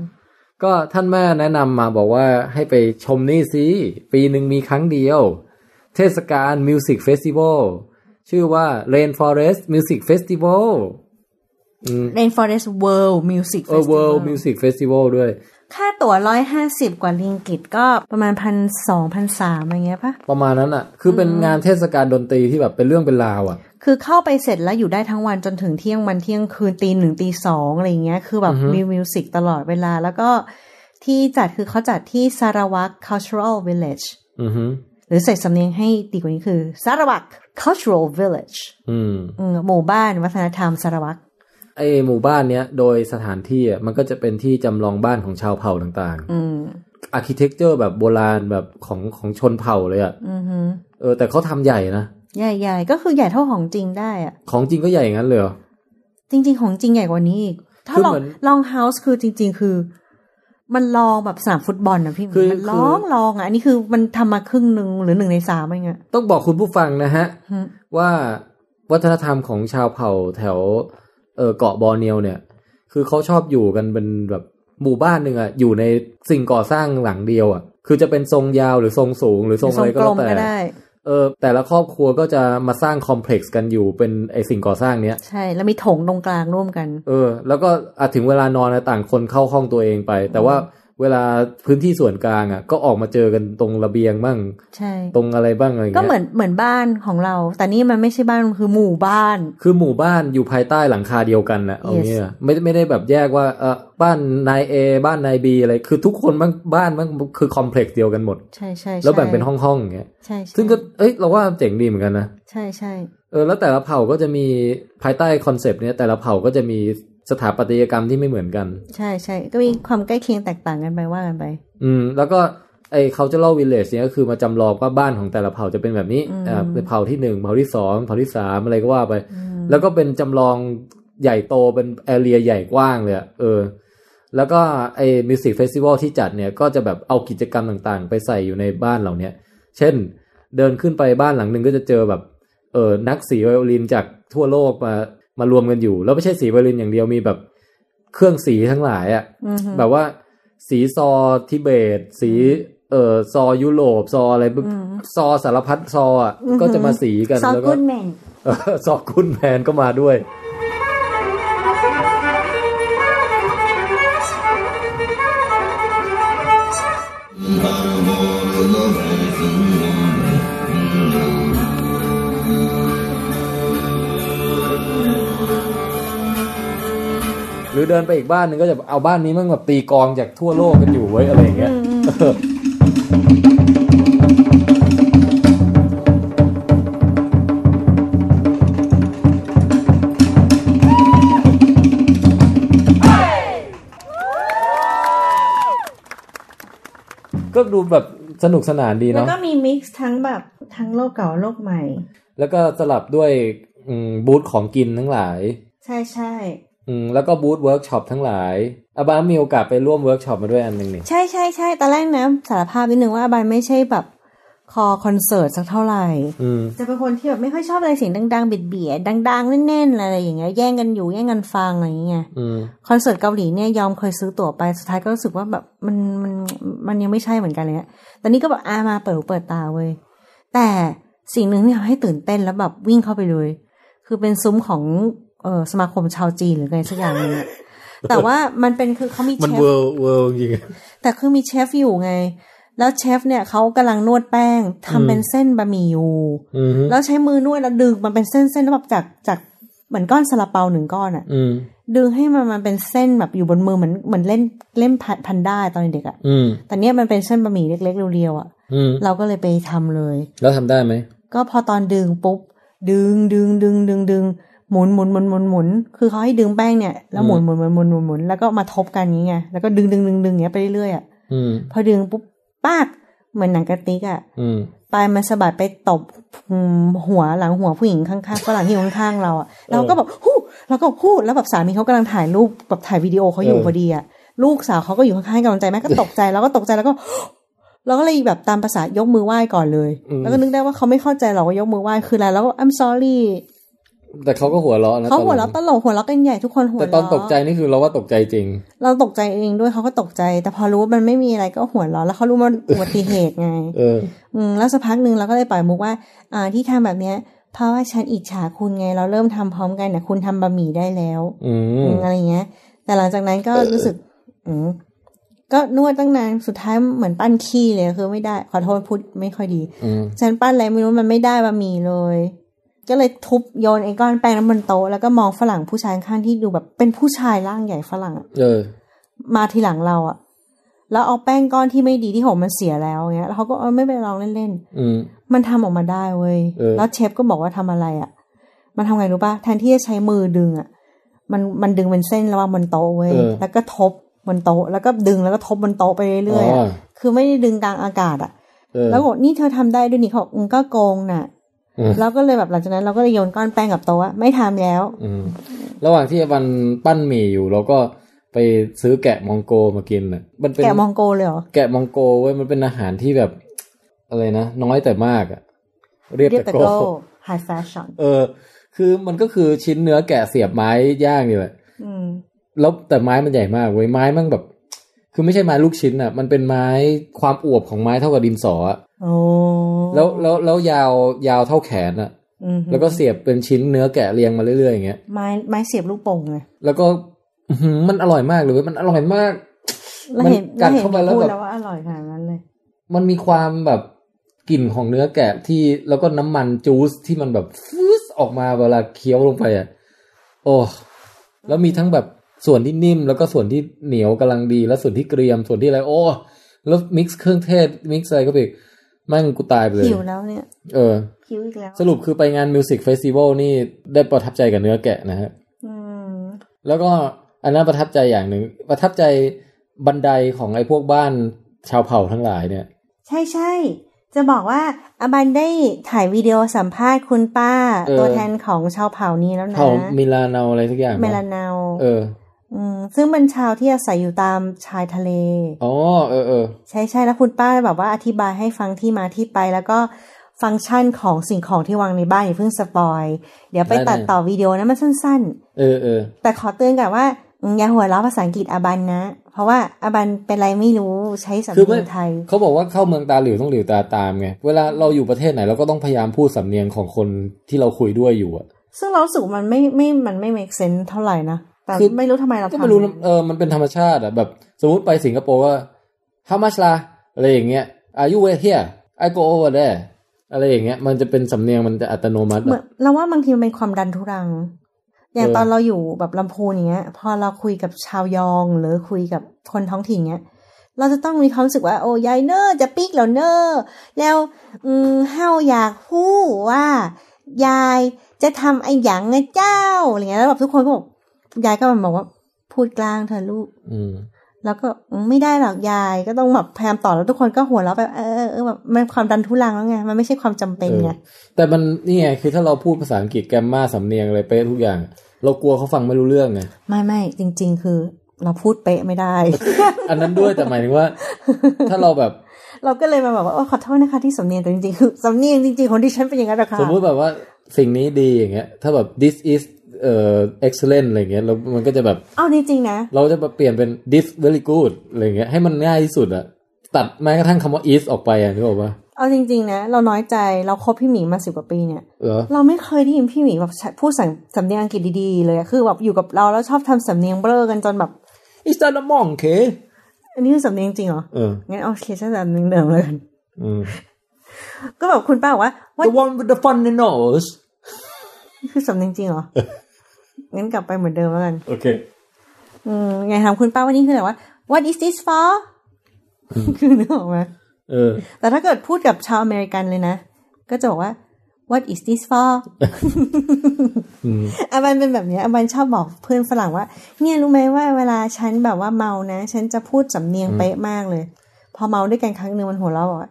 ก็ท่านแม่แนะนำมาบอกว่าให้ไปชมนี่สิ ปีหนึ่งมีครั้งเดียว เทศกาลมิวสิกเฟสติวัลชื่อว่า Rainforest Music Festival อืม Rainforest World Music เออ World Music Festival ด้วย ค่าตั๋วร้อยห้าสิบกว่าลิงกิตก็ประมาณพันสองพันสามอะไรเงี้ยปะ ประมาณนั้นอ่ะ คือเป็น อืม งานเทศกาลดนตรีที่แบบเป็นเรื่องเป็นราวอ่ะ คือเข้าไปเสร็จแล้วอยู่ได้ทั้งวันจนถึงเที่ยงวันเที่ยงคืนตีหนึ่งตีสองอะไรเงี้ย คือแบบ อือฮึ มีมิวสิกตลอดเวลา แล้วก็ที่จัดคือเขาจัดที่สารวัก cultural village อือฮึ หรือใส่สำเนียงให้ดีกว่านี้คือสารวัก cultural village อืม อืมหมู่บ้านวัฒนธรรมสารวัก ไอหมู่บ้านเนี้ยโดยสถานที่อ่ะมันก็จะเป็นที่จำลองบ้านของชาวเผ่าต่าง อืม ๆ อาร์เคเต็กเจอร์แบบโบราณแบบของของชนเผ่าเลยอ่ะ อือฮึ เออแต่เขาทำใหญ่นะ ใหญ่ใหญ่ก็คือใหญ่เท่าของจริงได้อะ ของจริงก็ใหญ่อย่างนั้นเลยเหรอ จริง ๆ ของจริงใหญ่กว่านี้อีกถ้า คือ ลอง เหมือน ลองเฮาส์คือจริง ๆ คือ มันลองแบบสนามฟุตบอลนะพี่ คือ มัน คือ ลองลองอ่ะอันนี้คือมันทำมาครึ่งหนึ่งหรือหนึ่งในสามอะไรเงี้ย ต้องบอกคุณผู้ฟังนะฮะ อืม ว่าวัฒนธรรมของชาวเผ่าแถวเออเกาะบอร์เนียวเนี่ย คือเขาชอบอยู่กันเป็นแบบหมู่บ้านหนึ่งอะอยู่ในสิ่งก่อสร้างหลังเดียวอะคือจะเป็นทรงยาวหรือทรงสูงหรือทรงอะไรก็ กล แล้ว ม แต่ ก็ได้ เออแต่ละครอบครัวก็จะมาสร้างคอมเพล็กซ์กันอยู่เป็นไอสิ่งก่อสร้างเนี้ย ใช่ แล้วมีโถงตรงกลางร่วมกัน เออ แล้วก็อะถึงเวลานอนอะต่างคนเข้าห้องตัวเองไป แต่ว่าเวลาพื้นที่ส่วนกลางอะก็ออกมาเจอกันตรงระเบียงบ้าง ใช่ ตรงอะไรบ้างอะไรอย่าง ก็ เงี้ย เหมือนเหมือนบ้านของเรา แต่นี่มันไม่ใช่บ้านมันคือหมู่บ้าน คือหมู่บ้านอยู่ภายใต้หลังคาเดียวกันนะเอา Yes เงี้ยไม่ไม่ได้แบบแยกว่าเออบ้านนายเอบ้านนายบีอะไรคือทุกคนบ้านบ้านมันคือคอมเพล็กซ์เดียวกันหมด ใช่ใช่ใช่ แล้วแบ่งเป็นห้องห้องอย่างเงี้ย ใช่ใช่ ซึ่งก็เอ้ยเราว่าเจ๋งดีเหมือนกันนะ ใช่ใช่ เออแล้วแต่ละเผ่าก็จะมีภายใต้คอนเซปต์เนี้ยแต่ละเผ่าก็จะมีสถาปัตยกรรมที่ไม่เหมือนกัน ใช่ใช่ก็มีความใกล้เคียงแตกต่างกันไปว่ากันไป อืมแล้วก็ไอเขาจะเล่าวิลเลจเนี่ยก็คือมาจำลองว่าบ้านของแต่ละเผ่าจะเป็นแบบนี้ อืม อ่าเป็นเผ่าที่หนึ่งเผ่าที่สองเผ่าที่สามอะไรก็ว่าไป อืม แล้วก็เป็นจำลองใหญ่โตเป็นแอเรียใหญ่กว้างเลยอะเออ แล้วก็ไอ้มิวสิกเฟสติวัลที่จัดเนี่ย ก็จะแบบเอากิจกรรมต่างๆ ไปใส่อยู่ในบ้านเหล่าเนี้ย เช่น เดินขึ้นไปบ้านหลังหนึ่งก็จะเจอแบบ เออนักสีไวโอลินจากทั่วโลกมามารวมกันอยู่ แล้วไม่ใช่สีไวโอลินอย่างเดียวมีแบบเครื่องสีทั้งหลายอะ อือฮึ แบบว่าสีซอทิเบต สีเออซอยุโรปซออะไร อืม ซอสารพัดซออะ อือหือ ก็จะมาสีกัน ซอ แล้วก็ กุนแมน เออ [laughs] ซอกกุนแมนก็มาด้วย หรือเดินไปอีกบ้านหนึ่งก็จะเอาบ้านนี้มันแบบตีกลองจากทั่วโลกกันอยู่ไว้ยอะไรอย่างเงี้ย [laughs] เออก็ดูแบบสนุกสนานดี แล้ว เนาะ ก็มีมิกซ์ทั้งแบบทั้งโลกเก่าโลกใหม่ แล้วก็สลับด้วยอืมบูธของกินทั้งหลาย ใช่ใช่ อืมแล้วก็บูธเวิร์กช็อปทั้งหลายอาบามมีโอกาสไปร่วมเวิร์กช็อปมาด้วยอันหนึ่งนี่ ใช่ใช่ใช่ตอนแรกนะสารภาพนิดนึงว่าบายไม่ใช่แบบคอคอนเสิร์ตสักเท่าไหร่ อืม จะเป็นคนที่แบบไม่ค่อยชอบอะไรเสียงดังๆเบียดเบียดๆดัง ๆ แน่นๆอะไรอย่างเงี้ยแย่งกันอยู่แย่งกันฟังอะไรอย่างเงี้ย อืม คอนเสิร์ตเกาหลีเนี่ยยอมเคยซื้อตั๋วไปสุดท้ายก็รู้สึกว่าแบบมันมันมันยังไม่ใช่เหมือนกันเลยอะตอนนี้ก็แบบอามาเปิดหูเปิดตาเว้ยแต่สิ่งหนึ่งที่ทำให้ตื่นเต้นแล้วแบบวิ่งเข้าไปเลย คือเป็นซุ้มของเออสมาคมชาวจีนหรือไงสักอย่างหนึงอะแต่ว่ามันเป็นคือเขามี มัน เชฟ เวิร์เวิร์จริง แต่คือมีเชฟอยู่ไง แล้วเชฟเนี่ยเขากำลังนวดแป้งทำ อืม เป็นเส้นบะหมี่อยู่ อืมฮึ แล้วใช้มือนวดแล้วดึงมันเป็นเส้นๆแล้วแบบจากจากเหมือนก้อนซาลาเปาหนึ่งก้อนอะ อืม ดึงให้มันมันเป็นเส้นแบบอยู่บนมือเหมือนเหมือนเล่นเล่นพันพันด้าตอนเด็กอะ อืม แต่เนี้ยมันเป็นเส้นบะหมี่เล็กๆเรียวๆอะ อืม เราก็เลยไปทำเลย แล้วทำได้ไหม ก็พอตอนดึงปุ๊บ ดึงดึงดึงดึงดึงหมุนหมุนหมุนหมุนหมุนคือเขาให้ดึงแป้งเนี่ยแล้วหมุนหมุนหมุนหมุนหมุนหมุนแล้วก็มาทบกันอย่างเงี้ยแล้วก็ดึงดึงดึงดึงอย่างเงี้ยไปเรื่อยๆอะ อืม พอดึงปุ๊บปากเหมือนหนังกระติกอะ อืม ปลายมันสะบัดไปตบอืมหัวหลังหัวผู้หญิงข้างๆฝรั่งที่อยู่ข้างๆเราอะเราก็แบบฮู้เราก็ฮู้แล้วแบบสามีเขากำลังถ่ายรูปแบบถ่ายวิดีโอเขาอยู่ เออ พอดีอะลูกสาวเขาก็อยู่ข้างๆกำลังใจแม่ก็ตกใจแล้วก็ตกใจแล้วก็ [gasps] เราก็เลยแบบตามภาษายกมือไหว้ก่อนเลย อืม แล้วก็นึกได้ว่าเขาไม่เข้าใจหรอกว่ายกมือไหว้คืออะไรแล้วก็ I'm sorry แต่เขาก็หัวเราะนะ เขาหัวเราะตลกหัวเราะกันใหญ่ทุกคนหัว แต่ตเราะอนตกใจนี่คือเราว่าตกใจจริง เราตกใจเองด้วยเขาก็ตกใจ แต่พอรู้ว่ามันไม่มีอะไรก็หัวเราะแล้วเขารู้มันอุบัติเหตุไง เออ อืมแล้วสักพักหนึ่งเราก็เลยปล่อยมุกว่า อ่าที่ทำแบบเนี้ย เพราะว่าฉันอิจฉาคุณไง เราเริ่มทำพร้อมกันนะคุณทำบะหมี่ได้แล้ว อืม อืมอะไรเงี้ย แต่หลังจากนั้นก็รู้สึก อืมก็นวดตั้งนานสุดท้ายเหมือนปั้นขี้เลยคือไม่ได้ขอโทษพูดไม่ค่อยดี อืม ฉันปั้นอะไรไม่รู้มันไม่ได้บะหมี่เลย ก็เลยทุบโยนไอ้ก้อนแป้งนั้นบนโต๊ะแล้วก็มองฝรั่งผู้ชายข้างที่ดูแบบเป็นผู้ชายร่างใหญ่ฝรั่งอะ เออ มาทีหลังเราอะแล้วเอาแป้งก้อนที่ไม่ดีที่ผมมันเสียแล้วเงี้ย แล้วเขาก็เออไม่ไปลองเล่น อืม ๆ มันทำออกมาได้เว้ย เออ แล้วเชฟก็บอกว่าทำอะไรอะมันทำไงรู้ปะแทนที่จะใช้มือดึงอะมันมันดึงเป็นเส้นระหว่างบนโต๊ะเว้ย เออ แล้วก็ทบบนโต๊ะ แล้วก็ดึงแล้วก็ทบบนโต๊ะไปเรื่อยๆอะคือไม่ได้ดึงกลางอากาศอะ เออ แล้วบอกนี่เธอทำได้ด้วยนี่เขาบอกอืมก็โกงน่ะ อืม แล้วก็เลยแบบหลังจากนั้นเราก็เลยโยนก้อนแป้งกับโต๊ะว่าไม่ทำแล้ว อืมระหว่างที่วันปั้นหมี่อยู่ เราก็ไปซื้อแกะมองโกมากินน่ะ มันเป็น แกะมองโกเลยเหรอ แกะมองโกเว้ยมันเป็นอาหารที่แบบ อะไรนะ น้อยแต่มากอะเรียบ เรียก แต่ แต่ โก โก้ high fashion เออ คือมันก็คือชิ้นเนื้อแกะเสียบไม้ย่างนี่แหละ อืม แล้วแต่ไม้มันใหญ่มากเว้ยไม้มันแบบ คือไม่ใช่ไม้ลูกชิ้นอ่ะ มันเป็นไม้ความอวบของไม้เท่ากับดินสออะ โอ้ แล้วแล้วแล้วยาวยาวเท่าแขนอ่ะ อืม แล้วก็เสียบเป็นชิ้นเนื้อแกะเรียงมาเรื่อยๆอย่างเงี้ย ไม้ไม้เสียบลูกโป่งไง แล้วก็อื้อหือมันอร่อยมากเลยเว้ยมันอร่อยมาก เรา มัน เห็น กัดเราเห็น เข้าไป มี แล้ว พูด แบบ แล้วว่าอร่อยขนาดนั้นเลย มันมีความแบบกลิ่นของเนื้อแกะที่แล้วก็น้ำมันจูสที่มันแบบฟูสออกมาเวลาเคี้ยวลงไปอ่ะ โอ้แล้วมีทั้งแบบส่วนที่นิ่ม แล้วก็ส่วนที่เหนียวกำลังดี แล้วส่วนที่เกรียมส่วนที่อะไร โอ้แล้วมิกซ์เครื่องเทศมิกซ์อะไรก็ไปอีกแม่งกูตายไปเลย หิวแล้วเนี่ย เออ หิวอีกแล้ว สรุปคือไปงานมิวสิกเฟสติวัลนี่ได้ประทับใจกับเนื้อแกะนะฮะ อืม แล้วก็อันนั้นประทับใจอย่างหนึ่งประทับใจบันไดของไอ้พวกบ้านชาวเผ่าทั้งหลายเนี่ย ใช่ใช่จะบอกว่าอาบันได้ถ่ายวิดีโอสัมภาษณ์คุณป้า เออ ตัวแทนของชาวเผ่านี้แล้วนะ เผ่ามิลาเนาอะไรสักอย่างนะ เมลานาว เออ มซึ่งเป็นชาวที่อาศัยอยู่ตามชายทะเล อ๋อ เออเออ ใช่ใช่แล้วคุณป้าแบบว่าอธิบายให้ฟังที่มาที่ไป แล้วก็ฟังก์ชันของสิ่งของที่วางในบ้านอย่าเพิ่งสปอย เดี๋ยวไป ได้ ตัด ได้ ต่อวิดีโอนะมันสั้น ๆ เออเออ แต่ขอเตือนกันว่าอืมอย่าหัวเราะภาษาอังกฤษอาบันนะ เพราะว่าอาบันเป็นไรไม่รู้ใช้สำ คือ เนี ไม่ ยงไทย เขาบอกว่าเข้าเมืองตาหลิวต้องหลิวตาตามไง เวลาเราอยู่ประเทศไหนเราก็ต้องพยายามพูดสำเนียงของคนที่เราคุยด้วยอยู่อะ ซึ่งเรารู้สูมันไม่ไม่มันไม่ make sense เท่าไหร่นะ แต่ไม่รู้ทำไมเรา ก็ ทำ ไม่รู้นะเออ มันเป็นธรรมชาติอะแบบ สมมติไปสิงคโปร์ว่า how much ละอะไรอย่างเงี้ย are you wait here I go over there อะไรอย่างเงี้ย มันจะเป็นสำเนียงมันจะอัตโนมัติ เหมือ อะ นเราว่าบางทีมันเป็นความดันทุรัง อย่าง เออ ตอนเราอยู่แบบลำพูนอย่างเงี้ย พอเราคุยกับชาวยองหรือคุยกับคนท้องถิ่นเงี้ย เราจะต้องมีความรู้สึกว่า โอ้ยายเนอร์จะปิ๊กแล้วเนอร์แล้วอืมเฮาอยากฮู้ว่า ยายจะทำไอ้หยังไงเจ้าอะไรเงี้ยแล้วแบบทุกคนก็บอกยายก็มันบอกว่าพูดกลางเถอะลูก อืม แล้วก็อืมไม่ได้หรอกยายก็ต้องแบบพยายามต่อแล้วทุกคนก็หัวเราะไปเออเออเออแบบมันความดันทุรังแล้วไงมันไม่ใช่ความจำเป็นไง เออแต่มันนี่ไงคือถ้าเราพูดภาษาอังกฤษแกรมมาสำเนียงอะไรเป๊ะทุกอย่าง เรากลัวเขาฟังไม่รู้เรื่องไง ไม่ไม่จริง ๆ คือเราพูดเป๊ะไม่ได้ [laughs] อันนั้นด้วยแต่หมายถึงว่า ถ้าเราแบบ เราก็เลยมาแบบว่าโอ้ขอโทษนะคะที่สำเนียงแต่จริงๆคือสำเนียงจริงๆของดิฉันเป็นอย่างนั้นหรอคะ สมมุติแบบว่าสิ่งนี้ดีอย่างเงี้ย ถ้าแบบ this is เอ่อ excellent อะไรเงี้ยแล้วมันก็จะแบบ เอาจริงๆนะ เราจะแบบเปลี่ยนเป็น this very good อะไรเงี้ยให้มันง่ายที่สุดอะตัดแม้กระทั่งคำว่า is ออกไปอะนึกออกปะ เอาจริง ๆ นะ เราน้อยใจเราคบพี่หมีมาสิบกว่าปีเนี่ย เหรอ เราไม่เคยได้ยินพี่หมีแบบพูดสำสำเนียงอังกฤษดีๆเลยอะคือแบบอยู่กับเราแล้วชอบทำสำเนียงเบลอกันจนแบบ อิสตาลมองเค อันนี้คือสำเนียงจริงเหรอ เออ งั้นโอเคใช้สำเนียงเดิมเลยกัน อืม ก็แบบคุณป้าบอกว่า the one with the funny nose นี่คือสำเนียงจริงเหรอ [laughs] งั้นกลับไปเหมือนเดิมแล้วกัน โอเค อืมไงถามคุณป้าว่านี่คือแบบว่า what is this for คือนึกออกไหม เออ แต่ถ้าเกิดพูดกับชาวอเมริกันเลยนะ ก็จะบอกว่า what is this for [laughs] อาบันเป็นแบบเนี้ยอาบันชอบบอกเพื่อนฝรั่งว่า เนี่ยรู้ไหมว่าเวลาฉันแบบว่าเมานะ ฉันจะพูดสำเนียงเป๊ะมากเลย พอเมาด้วยกันครั้งหนึ่งมันหัวเราะบอกว่า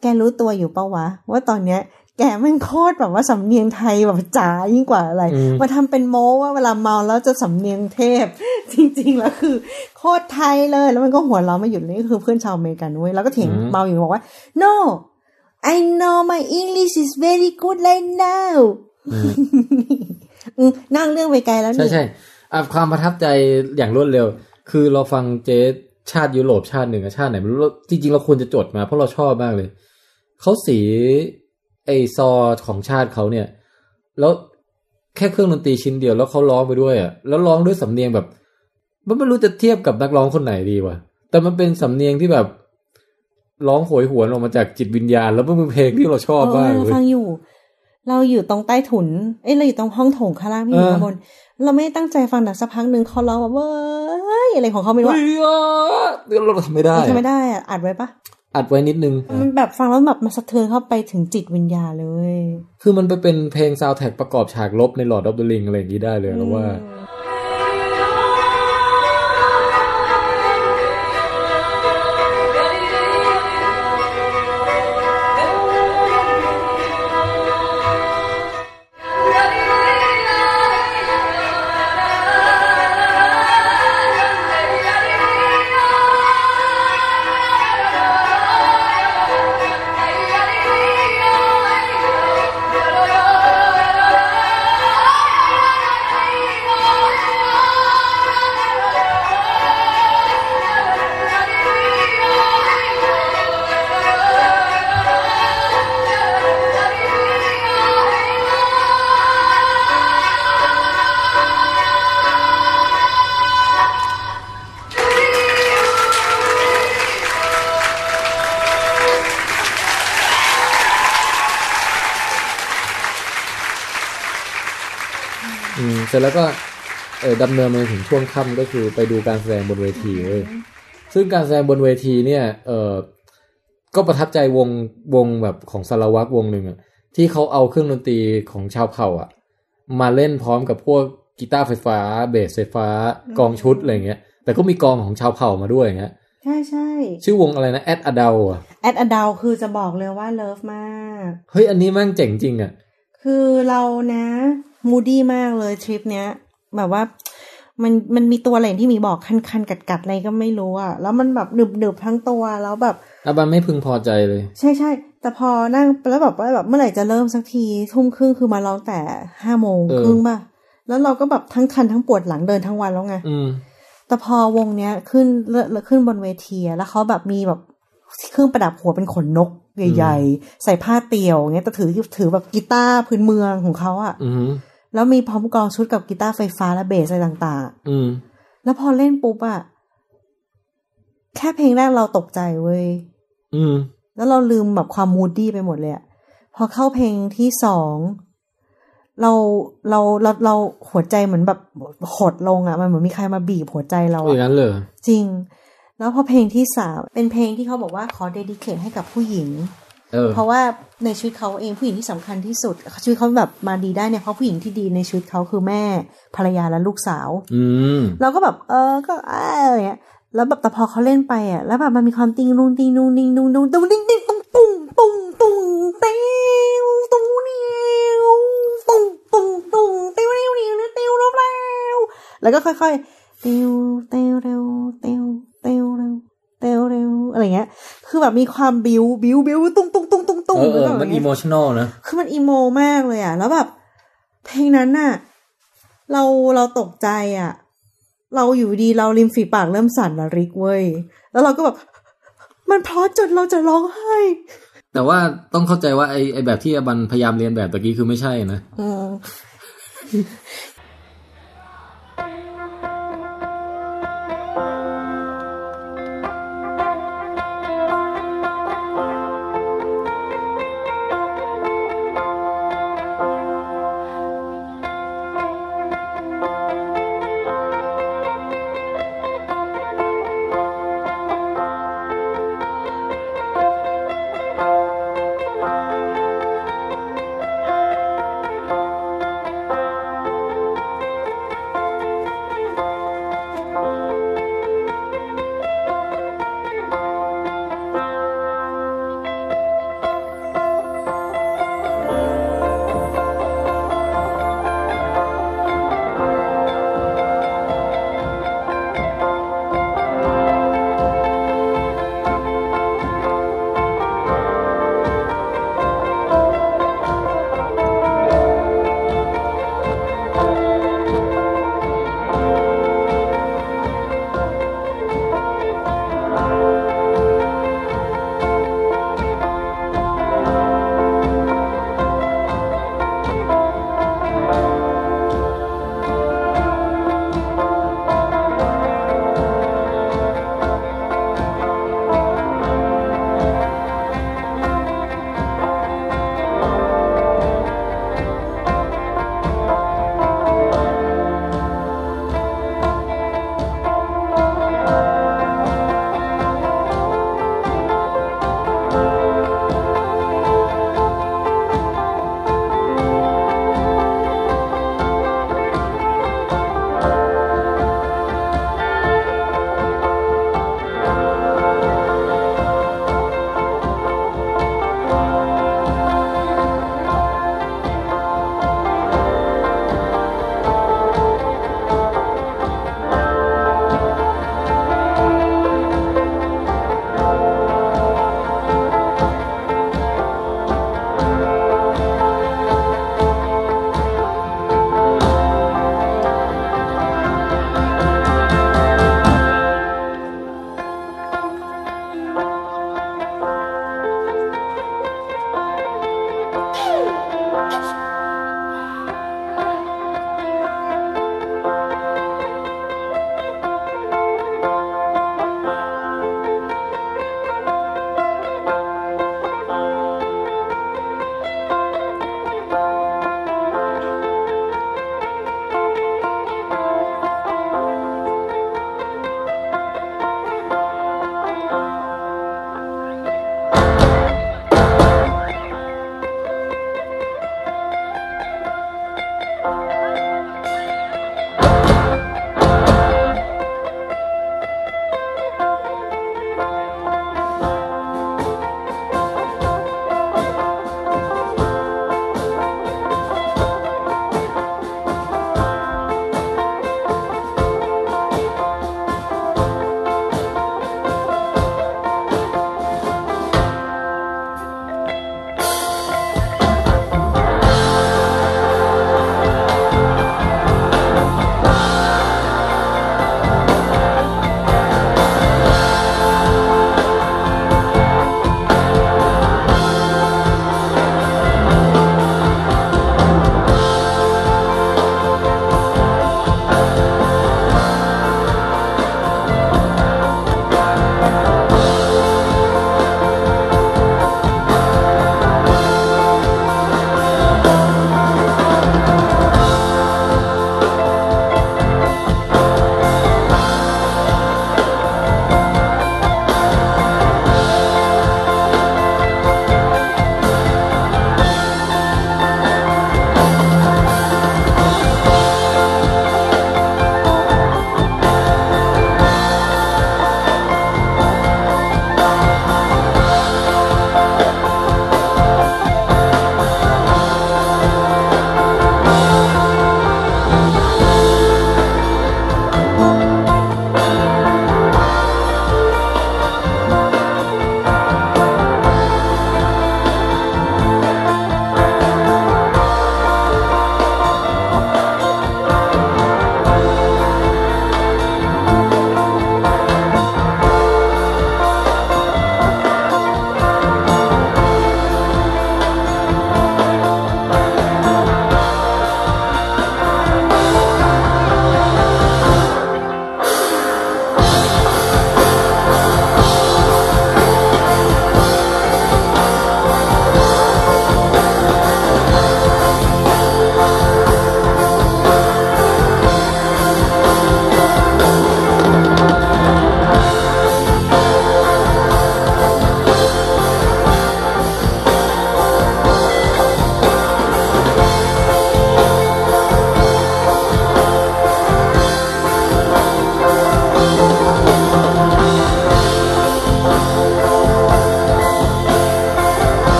แกรู้ตัวอยู่ปะวะ ว่าตอนเนี้ย แกแม่งโคตรแบบว่าสำเนียงไทยแบบจ๋ายิ่งกว่าอะไร อืม มาทำเป็นโม้ว่าเวลาเมาแล้วจะสำเนียงเทพ [laughs] จริงๆแล้วคือโคตรไทยเลย แล้วมันก็หัวเราะไม่หยุดเลยนี่คือเพื่อนชาวอเมริกันเว้ยแล้วก็เถียงเมาอยู่บอกว่า [laughs] no I know my English is very good right now อืมนั่งเรื่องไปไกลแล้ว ใช่ นี่ ใช่อ่ะความประทับใจอย่างรวดเร็ว คือเราฟังเจ๊ชาติยุโรปชาติหนึ่งอะชาติไหนไม่รู้เราจริง ๆ เราควรจะจดมาเพราะเราชอบมากเลย เขาสีไอซอของชาติเขาเนี่ย แล้วแค่เครื่องดนตรีชิ้นเดียวแล้วเขาร้องไปด้วยอ่ะแล้วร้องด้วยสำเนียงแบบ มันไม่รู้จะเทียบกับนักร้องคนไหนดีวะแต่มันเป็นสำเนียงที่แบบร้องโหยหวนออกมาจากจิตวิญญาณ แล้วมันเป็นเพลงที่เราชอบ เอ มา อก เรา เลย ฟังอยู่ เราอยู่ตรงใต้ถุน เอ้ยเราอยู่ตรงห้องโถงข้างล่างพี่อยู่ เออ ข้างบน เราไม่ได้ตั้งใจฟังแต่สักพักหนึ่งเขาร้องว่าเว้ยอะไรของเขาไม่รู้ เฮ้ อะ ยอ่ะเดี๋ยวเราทำไม่ได้ เรา อะ ทำไม่ได้อะอัดไว้ปะ อัดไว้นิดนึง มันแบบฟังแล้วแบบมันสะเทือนเข้าไปถึงจิตวิญญาณเลย คือมันไปเป็นเพลงซาวด์แท็กประกอบฉากลบในหลอดดับเบิลลิงอะไรอย่างนี้ได้เลยแล้วว่า อืม อืมเสร็จแล้วก็เออดำเนินมาถึงช่วงค่ำก็คือไปดูการแสดงบนเวทีเลยซึ่งการแสดงบนเวทีเนี่ยเออก็ประทับใจวงวงแบบของสารวัตรวงหนึ่งอะที่เขาเอาเครื่องดนตรีของชาวเผ่าอะมาเล่นพร้อมกับพวกกีตาร์ไฟฟ้า เบสไฟฟ้ากองชุดอะไรอย่างเงี้ยแต่ก็มีกองของชาวเผ่ามาด้วยอย่างเงี้ย ใช่ใช่ ชื่อวงอะไรนะแอดอดาอ่ะ แอดอดาวคือจะบอกเลยว่าเลิฟมาก เฮ้ยอันนี้แม่งเจ๋งจริงอะ คือเรานะมูดี้มากเลยทริปเนี้ย แบบว่า มันมันมีตัวอะไรอย่างที่มีบอกคันคันกัดกัดๆอะไรก็ไม่รู้อะแล้วมันแบบหนึบหนึบๆทั้งตัวแล้วแบบ อาบันไม่พึงพอใจเลย ใช่ใช่แต่พอนั่งแล้วแบบว่าแบบเมื่อไหร่จะเริ่มสักทีทุ่มครึ่งคือมาร้องแต่ห้าโมง เออ ครึ่งป่ะแล้วเราก็แบบทั้งคันทั้งปวดหลังเดินทั้งวันแล้วไง อืม แต่พอวงเนี้ยขึ้นเลอะขึ้นบนเวทีอะแล้วเขาแบบมีแบบเครื่องประดับหัวเป็นขนนกใหญ่ๆใส่ผ้าเตียวเงี้ยแต่ถือถือแบบกีตาร์พื้นเมืองของเขาอะ อืม แล้วมีพร้อมกองชุดกับกีตาร์ไฟฟ้าและเบสอะไรต่าง อืม ๆ แล้วพอเล่นปุ๊บอะแค่เพลงแรกเราตกใจเว้ย อืม แล้วเราลืมแบบความมูดดี้ไปหมดเลยอะพอเข้าเพลงที่สองเราเราเราเราหัวใจเหมือนแบบหดลงอะมันเหมือนมีใครมาบีบหัวใจเรา อย่าง อะ นั้นเลยเหรอ จริง แล้วพอเพลงที่สามเป็นเพลงที่เขาบอกว่าขอเดดิเคทให้กับผู้หญิง เออ เพราะว่าในชีวิตเขาเองผู้หญิงที่สำคัญที่สุดชีวิตเขาแบบมาดีได้เนี่ยเพราะผู้หญิงที่ดีในชีวิตเขาคือแม่ภรรยาและลูกสาว อืม เราก็แบบเออก็เอออย่างเงี้ยแล้วแบบแต่พอเขาเล่นไปอ่ะแล้วแบบมันมีความติงนุงติงนุงติงนุงนุงตุ้งติงติงตุ้งตุ้งตุ้งตุ้งเต้วตุ้งเนียวตุ้งตุ้งตุ้งเต้วเนียวเนียวเต้วรอบแล้วแล้วก็ค่อยๆเต้วเต้วเร็วเต้วเต้วเร็วเต้วเร็วอะไรเงี้ย คือแบบมีความบิวบิวบิวตุ้งตุ้งตุ้งตุ้งตุ้ง เออเออมันอีโมชั่นอลนะ คือมันอีโมมากเลยอะแล้วแบบ เพลงนั้นน่ะ เราเราตกใจอะเราอยู่ดีเราริมฝีปากเริ่มสั่นละริกเว้ย แล้วเราก็แบบ มันเพราะจนเราจะร้องไห้ แต่ว่าต้องเข้าใจว่าไอไอแบบที่อาบันพยายามเรียนแบบตะกี้คือไม่ใช่นะ อืม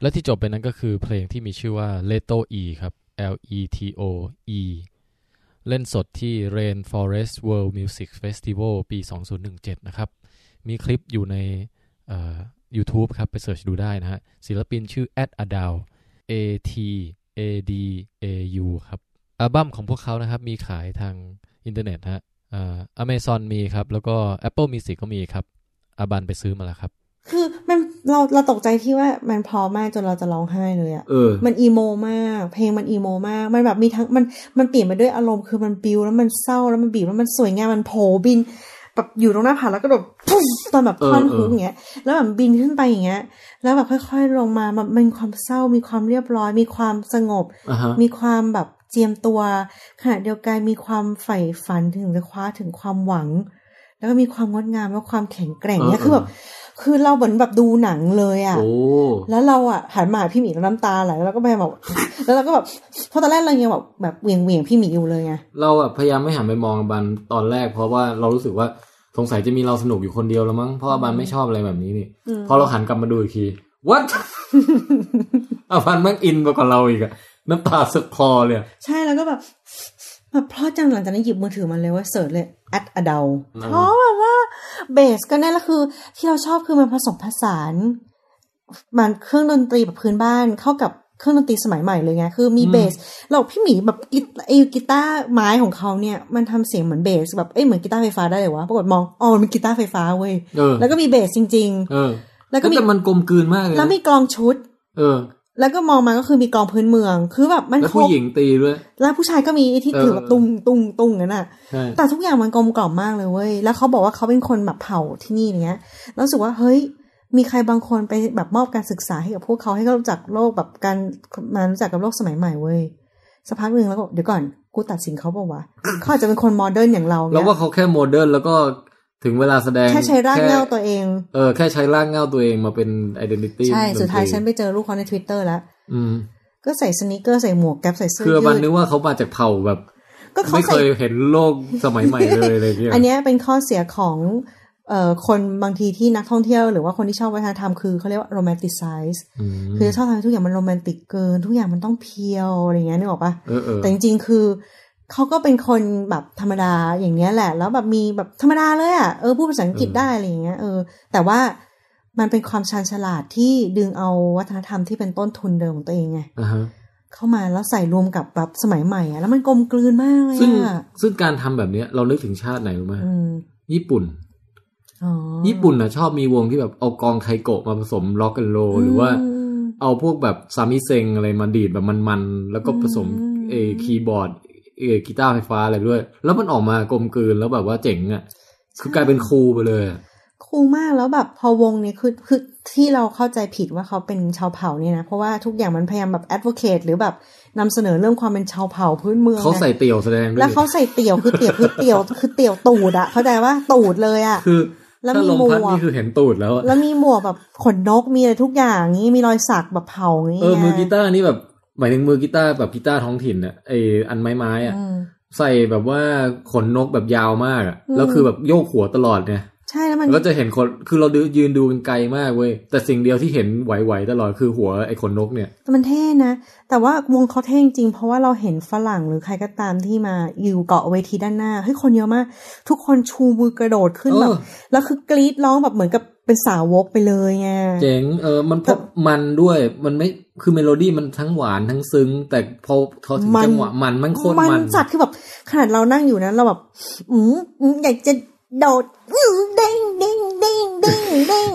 และที่จบไปนั้นก็คือเพลงที่มีชื่อว่า Leto E ครับ L E T O E เล่นสดที่ Rainforest World Music Festival ปี 2017 นะครับ มีคลิปอยู่ในเอ่อ YouTube ครับ ไปเสิร์ชดูได้นะฮะ ศิลปินชื่อ Ad Adal A T A D A U ครับ อัลบั้มของพวกเขานะครับ มีขายทางอินเทอร์เน็ตนะฮะเอ่อ Amazon มีครับ แล้วก็ Apple Music ก็มีครับอาบันไปซื้อมาแล้วครับ คือมันเราเราตกใจที่ว่ามันเพอมากจนเราจะร้องไห้เลยอะ เออ มันอีโมมาก เพลงมันอีโมมาก มันแบบมีทั้งมันมันเปลี่ยนไปด้วยอารมณ์คือมันบิวแล้วมันเศร้าแล้วมันบีบแล้วมันสวยงามมันโผบินแบบอยู่ตรงหน้าผาแล้วก็แบบปุ๊บตอนแบบ เออ ท่อน เออ ฮุกอย่างเงี้ยแล้วแบบบินขึ้นไปอย่างเงี้ย แล้วแบบค่อย ๆ ลงมาแบบมันมีความเศร้ามีความเรียบร้อย มีความสงบ อ่ะฮะ มีความแบบเจียมตัวขณะเดียวกันมีความใฝ่ฝันถึงจะคว้าถึงความหวัง แล้วก็มีความงดงามและความแข็งแกร่งเนี่ย เออเออ คือแบบคือเราเหมือนแบบดูหนังเลยอ่ะ โอ้ [laughs] แล้วเราอ่ะหันมาหาพี่หมีแล้วน้ำตาไหลแล้วเราก็ไปบอก [laughs] แล้วเราก็แบบเพราะตอนแรกเรายังแบบแบบเหวียงเหวียงพี่หมีอยู่เลยไง เราอะพยายามไม่หันไปมองอบันตอนแรก เพราะว่าเรารู้สึกว่าสงสัยจะมีเราสนุกอยู่คนเดียวแล้วมั้งเพราะอบันไม่ชอบอะไรแบบนี้นี่พอเราหันกลับมาดูอีกที what [laughs] อบันแม่งอินไปกว่าเราอีกอะน้ำตาสึกคลอเลยอะ ใช่แล้วก็แบบแบบเพราะจังหลังจากนั้นหยิบมือถือมันเลยว่าเสิร์ชเลยแอดอเดล อืม เพราะแบบว่าเบสก็แน่นแล้วคือ ที่เราชอบคือมันผสมผสานมันเครื่องดนตรีแบบพื้นบ้านเข้ากับเครื่องดนตรีสมัยใหม่เลยไงคือมีเบสเราพี่หมีแบบกีไอ้กีตาร์ไม้ของเขาเนี่ยมันทำเสียงเหมือนเบสแบบเอ้ยเหมือนกีตาร์ไฟฟ้าได้เลยวะปรากฏมองอ๋อมันเป็นกีตาร์ไฟฟ้าเว้ย เออ แล้วก็มีเบสจริง ๆ เออ แล้วก็มี แต่มันกลมกลืนมากเลยนะ แล้วมีกลองชุด เออ แล้วก็มองมาก็คือมีกลองพื้นเมือง คือแบบมัน แล้ว คร ผู้ บ หญิงตีด้วย แล้วผู้ชายก็มีที่ถืเอออแบบตุงตุงตุงนั่นน่ะ ใช่ แต่ทุกอย่างมันกลมกล่อมมากเลยเว้ย แล้วเขาบอกว่าเขาเป็นคนแบบเผ่าที่นี่อย่างเงี้ยแล้วรู้สึกว่าเฮ้ย มีใครบางคนไปแบบมอบการศึกษาให้กับพวกเขาให้เขารู้จักโลกแบบการมารู้จักกับโลกสมัยใหม่เว้ยสักพักหนึ่งแล้วก็บอกเดี๋ยวก่อนกูตัดสินเขาเปล่าวะเขาอาจจะเป็นคนโมเดิร์นอย่างเรา แล้ว เนี่ย ว่าเขาแค่โมเดิร์นแล้วก็ถึงเวลาแสดง แค่ใช้ร่าง ค่ เงาตัวเอง เออแค่ใช้ร่างเงาตัวเองมาเป็นไอดีนิตี้ ใช่ สุดท้ายฉันไปเจอลูกเขาในทวิตเตอร์แล้ว อืม ก็ใส่สนิเกอร์ใส่หมวกแก๊ปใส่เสื้อ คืออบัน ยื นึ ด กว่าเขามาจากเผ่าแบบ ก็เขา ไม่เค ใส่ ยเห็นโลกสมัยใหม่เลยอะไรอย่างเงี้ย อันเนี้ยเป็นข้อเสียของเอ่อคนบางทีที่นักท่องเที่ยว หรือว่าคนที่ชอบวัฒนธรรมคือเขาเรียกว่าโรแมนติไซส์ อืม คือชอบทำให้ทุกอย่างมันโรแมนติกเกิน ทุกอย่างมันต้องเพียวอะไรเงี้ยนึกออกปะ เออเออ แต่จริงๆคือเขาก็เป็นคนแบบธรรมดาอย่างเงี้ยแหละ แล้วแบบมีแบบธรรมดาเลยอะ่ะเออพูดภาษาอังกฤษได้อะไรอย่างเงี้ยเออแต่ว่ามันเป็นความชาญฉลาดที่ดึงเอาวัฒนธรรมที่เป็นต้นทุนเดิมของตัวเองไง อ่าฮะ เข้ามาแล้วใส่รวมกับแบบสมัยใหม่อะแล้วมันกลมกลืนมากเลย ซึ่ง อะ ซึ่งการทำแบบเนี้ยเรานึกถึงชาติไหนรู้ไหม อืม ญี่ปุ่น อ๋อ ญี่ปุ่นน่ะชอบมีวงที่แบบเอากลองไคโกะมาผสมล็อกแอนโรหรือว่า ม เอาพวกแบบซามิเซงอะไรมาดีดแบบมันๆ แล้วก็ผสม อืม เอคีย์บอร์ดเออกีตาร์ไฟฟ้าอะไรด้วย แล้วมันออกมากลมกลืนแล้วแบบว่าเจ๋งอ่ะ คือกลายเป็นครูไปเลยอะ คูลมากแล้วแบบพอวงเนี่ยคือคือที่เราเข้าใจผิดว่าเขาเป็นชาวเผ่าเนี่ยนะ เพราะว่าทุกอย่างมันพยายามแบบ advocate หรือแบบนำเสนอเรื่องความเป็นชาวเผ่าพื้นเมือง เขาใส่ นะ เตี่ยวแสดงด้ว แล้ว ย เขาใส่เตี่ยวคือเตี่ยวคือเตี่ยวคือเตี่ยวตูดอะเข้าใจว่าตูดเลยอะ คือ แล้ว ถ้า มี ลม หมวก พัดนี่คือเห็นตูดแล้วอะ แล้วมีหมวกแบบขนนกมีอะไรทุกอย่างงี้มีรอยสักแบบเผ่างี้ เออมือกีตาร์นี่แบบหมายถึงมือกีตาร์แบบกีตาร์ท้องถิ่นอ่ะไออันไม้ๆอ่ะ อืม ใส่แบบว่าขนนกแบบยาวมากอะ อืม แล้วคือแบบโยกหัวตลอดเนี่ย ใช่แล้วมัน แล้วก็จะเห็นคนคือเราดูยืนดูกันไกลมากเว้ย แต่สิ่งเดียวที่เห็นไหวๆตลอดคือหัวไอ้ขนนกเนี่ย แต่มันเท่นะ แต่ว่าวงเขาเท่จริงๆ เพราะว่าเราเห็นฝรั่งหรือใครก็ตามที่มาอยู่เกาะเวทีด้านหน้าเฮ้ยคนเยอะมาก ทุกคนชูมือกระโดดขึ้น เออ แบบแล้วคือกรีดร้องแบบเหมือนกับเป็นสาวกไปเลยไง เจ๋งเออมันพบมันด้วยมันไม่คือเมโลดี้มันทั้งหวานทั้งซึ้ง แต่พอพอถึง มัน จังหวะมันมันโคตรมัน นจัดคือแบบขนาดเรานั่งอยู่นั้นเราแบบอืมอืมอยากจะโดดอืมเด้งเด้งเด้งเด้งเด้ง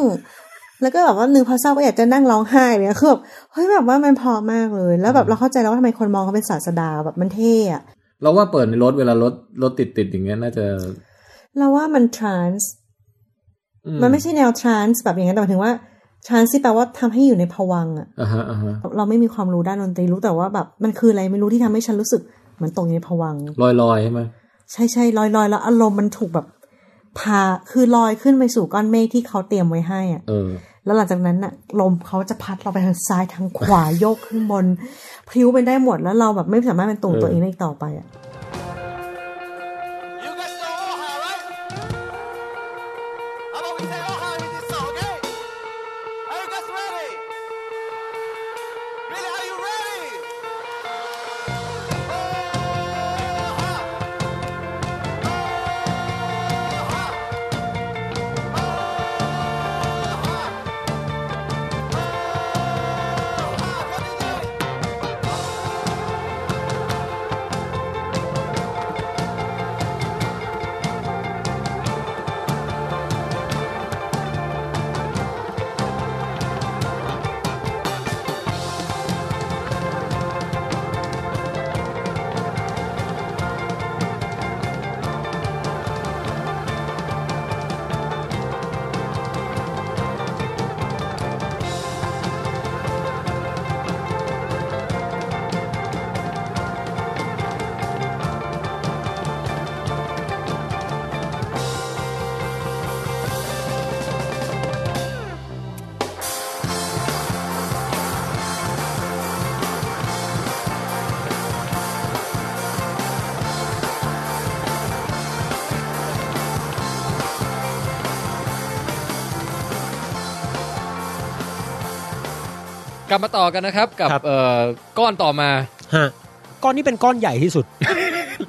แล้วก็แบบว่านึกพอเศร้าก็อยากจะนั่งร้องไห้เลยคือแบบเฮ้ยแบบว่ามันเพอมากเลย แล้วแบบเราเข้าใจแล้วว่าทำไมคนมองเขาเป็นศาสดาแบบมันเท่อะ เราว่าเปิดในรถเวลารถรถติดติดๆอย่างเงี้ยน่าจะ เราว่ามัน trans อื มันไม่ใช่แนว trans แบบอย่างนั้นแต่หมายถึงว่า trans ที่แปลว่าทำให้อยู่ในภวังค์อะ อ่าฮะอ่าฮะ เราไม่มีความรู้ด้านดนตรีรู้แต่ว่าแบบมันคืออะไรไม่รู้ที่ทำให้ฉันรู้สึกเหมือนตกอยู่ในภวังค์ ลอยลอยๆใช่ไหม ใช่ใช่ลอยลอยๆ แล้วอารมณ์มันถูกแบบพาคือลอยขึ้นไปสู่ก้อนเมฆที่เขาเตรียมไว้ให้อะ เออ แล้วหลังจากนั้นน่ะลมเขาจะพัดเราไปทางซ้ายทางขวา โยกขึ้นบนพลิ้วไปได้หมดแล้วเราแบบไม่สามารถเป็นตัวของตัวเองได้อีกต่อไปอะ You guys know Oha, right? How about we say Oha in this song, okay? Are you guys ready? ลับมาต่อกันนะครับ กับ ครับ เอ่อก้อนต่อมา ฮะก้อนนี้เป็นก้อนใหญ่ที่ [laughs] สุด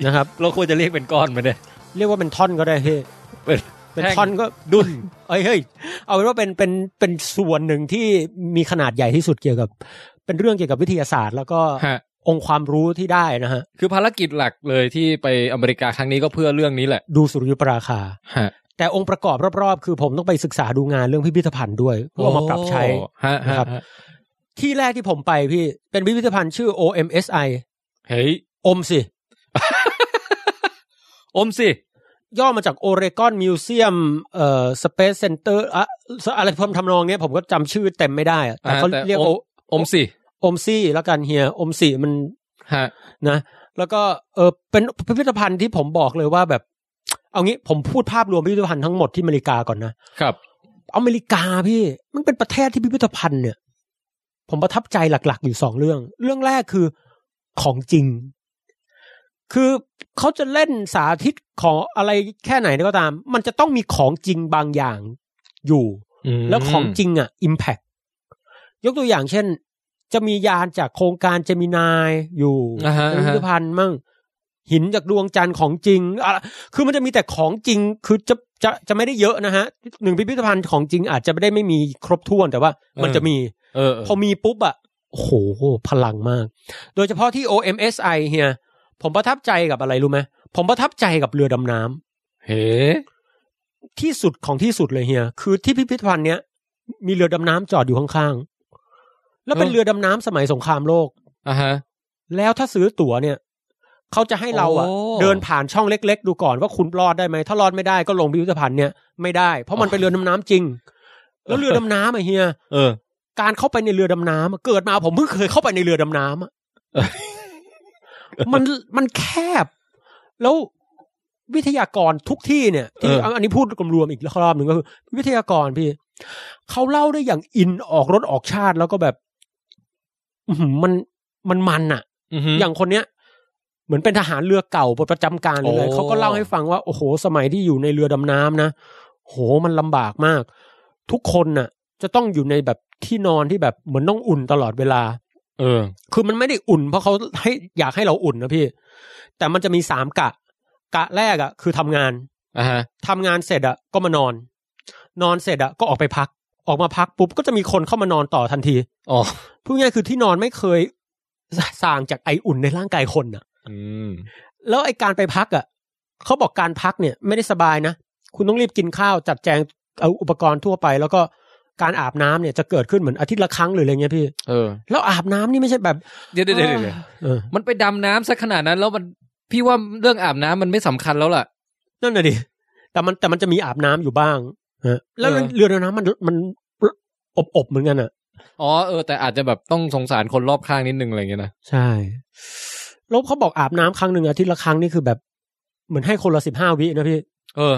นะครับ เราควรจะเรียกเป็นก้อนไหมเนี่ย เรียกว่าเป็นท่อนก็ได้พี่ เป็น เป็น แท่ง ท่อนก็ดุน [laughs] เอ้ยเฮ้ยเอาเป็นว่าเป็นเป็นเป็นส่วนหนึ่งที่มีขนาดใหญ่ที่สุดเกี่ยวกับ เป็นเรื่องเกี่ยวกับวิทยาศาสตร์ แล้วก็ ฮะ องค์ความรู้ที่ได้นะฮะ คือภารกิจหลักเลยที่ไปอเมริกาครั้งนี้ก็เพื่อเรื่องนี้แหละ ดูสุริยุปราคา ฮะ แต่องค์ประกอบรอบๆ คือผมต้องไปศึกษาดูงานเรื่องพิพิธภัณฑ์ด้วยเพื่อเอามาปรับใช้ โอ้ฮะฮะ นะครับ ฮะ ที่แรกที่ผมไปพี่ เป็นพิพิธภัณฑ์ชื่อ OMSI เฮ้ย อมสิ อมสิ ย่อมาจากโอเรกอนมิวเซียมเอ่อสเปซเซ็นเตอร์อะอะไรพมทำนองเนี้ยผมก็จำชื่อเต็มไม่ได้อะแต่ อ่า เขาเรียกโแต่อ อมสิ อมซี่แล้วกันเฮียอมซี่มัน ฮะ นะ แล้วก็เออเป็นพิพิธภัณฑ์ที่ผมบอกเลยว่าแบบ เอางี้ผมพูดภาพรวมพิพิธภัณฑ์ทั้งหมดที่อเมริกาก่อนนะ ครับ อเมริกาพี่มันเป็นประเทศที่พิพิธภัณฑ์เนี่ย ผมประทับใจหลักๆ อยู่สองเรื่อง เรื่องแรกคือของจริง คือเขาจะเล่นสาธิตของอะไรแค่ไหนก็ตาม มันจะต้องมีของจริงบางอย่างอยู่ แล้วของจริงอ่ะ impact ยกตัวอย่างเช่น จะมียานจากโครงการเจมินายอยู่ อ่าฮะ ในพิพิธภัณฑ์มั่งหินจากดวงจันทร์ของจริงอะคือมันจะมีแต่ของจริงคือจะจะจะไม่ได้เยอะนะฮะหนึ่งพิพิธภัณฑ์ของจริงอาจจะไม่ได้ไม่มีครบถ้วนแต่ว่า มันจะมี เออเออ พอมีปุ๊บอะโอ้โห พลังมาก โดยเฉพาะที่ OMSI เฮียผมประทับใจกับอะไรรู้ไหมผมประทับใจกับเรือดำน้ำ เฮ้ ที่สุดของที่สุดเลยเฮียคือที่พิพิธภัณฑ์เนี้ยมีเรือดำน้ำจอดอยู่ข้างๆ แล้วเป็นเรือดำน้ำสมัยสงครามโลก อ่ะฮะ แล้วถ้าซื้อตั๋วเนี่ยเขาจะให้เราอะ โอ้ เดินผ่านช่องเล็ก ๆ ดูก่อนว่าคุณรอดได้ไหมถ้ารอดไม่ได้ก็ลงพิพิธภัณฑ์เนี่ยไม่ได้ เพราะมันเป็นเรือดำน้ำจริง แล้วเรือดำน้ำอะเฮีย เออ การเข้าไปในเรือดำน้ำอะเกิดมาผมเพิ่งเคยเข้าไปในเรือดำ [laughs] น้ำอะ เออ มันมันแคบ แล้ววิทยากรทุกที่เนี่ยที่ เออ เอาอันนี้พูดรวมๆอีกรอบหนึ่งก็คือ วิทยากรพี่เขาเล่าได้อย่างอินออกรถออกชาติแล้วก็แบบ อื้อหือมันมันมันอะ อือหื อย่างคนเนี้ย เหมือนเป็นทหารเรือเก่าประจำการหรืออะไร โอ้ เขาก็เล่าให้ฟังว่า โอ้โห สมัยที่อยู่ในเรือดำน้ำนะโหมันลำบากมาก ทุกคนน่ะ จะต้องอยู่ในแบบที่นอนที่แบบเหมือนต้องอุ่นตลอดเวลา เออ คือมันไม่ได้อุ่นเพราะเขาให้อยากให้เราอุ่นนะพี่ แต่มันจะมีสามกะ กะแรกอะคือทำงาน อ่ะฮะ ทำงานเสร็จอะก็มานอน นอนเสร็จอะก็ออกไปพัก ออกมาพักปุ๊บก็จะมีคนเข้ามานอนต่อทันที อ๋อ พูดง่ายๆคือที่นอนไม่เคยสร้างจากไออุ่นในร่างกายคนอะ อืม แล้วไอการไปพักอะเขาบอกการพักเนี่ยไม่ได้สบายนะ คุณต้องรีบกินข้าวจัดแจงเอาอุปกรณ์ทั่วไป แล้วก็การอาบน้ำเนี่ยจะเกิดขึ้นเหมือนอาทิตย์ละครั้งหรืออะไรเงี้ยพี่ เออ แล้วอาบน้ำนี่ไม่ใช่แบบ เดี๋ยวเดี๋ยวเดี๋ยวเดี๋ยว เออ มันไปดำน้ำซะขนาดนั้น แล้วมัน พี่ว่าเรื่องอาบน้ำมันไม่สำคัญแล้วล่ะ นั่นน่ะดิ แต่มันแต่มันจะมีอาบน้ำอยู่บ้างฮะแล้ว เออ เรือดำน้ำมันมันอบอบๆเหมือนกันอ่ะ อ๋อ เออ แต่อาจจะแบบต้องสงสารคนรอบข้างนิดนึงอะไรอย่างเงี้ยนะ ใช่แล้วเขาบอกอาบน้ำครั้งหนึ่งอาทิตย์ละครั้งนี่คือแบบ เหมือนให้คนละสิบห้าวินะพี่ เออ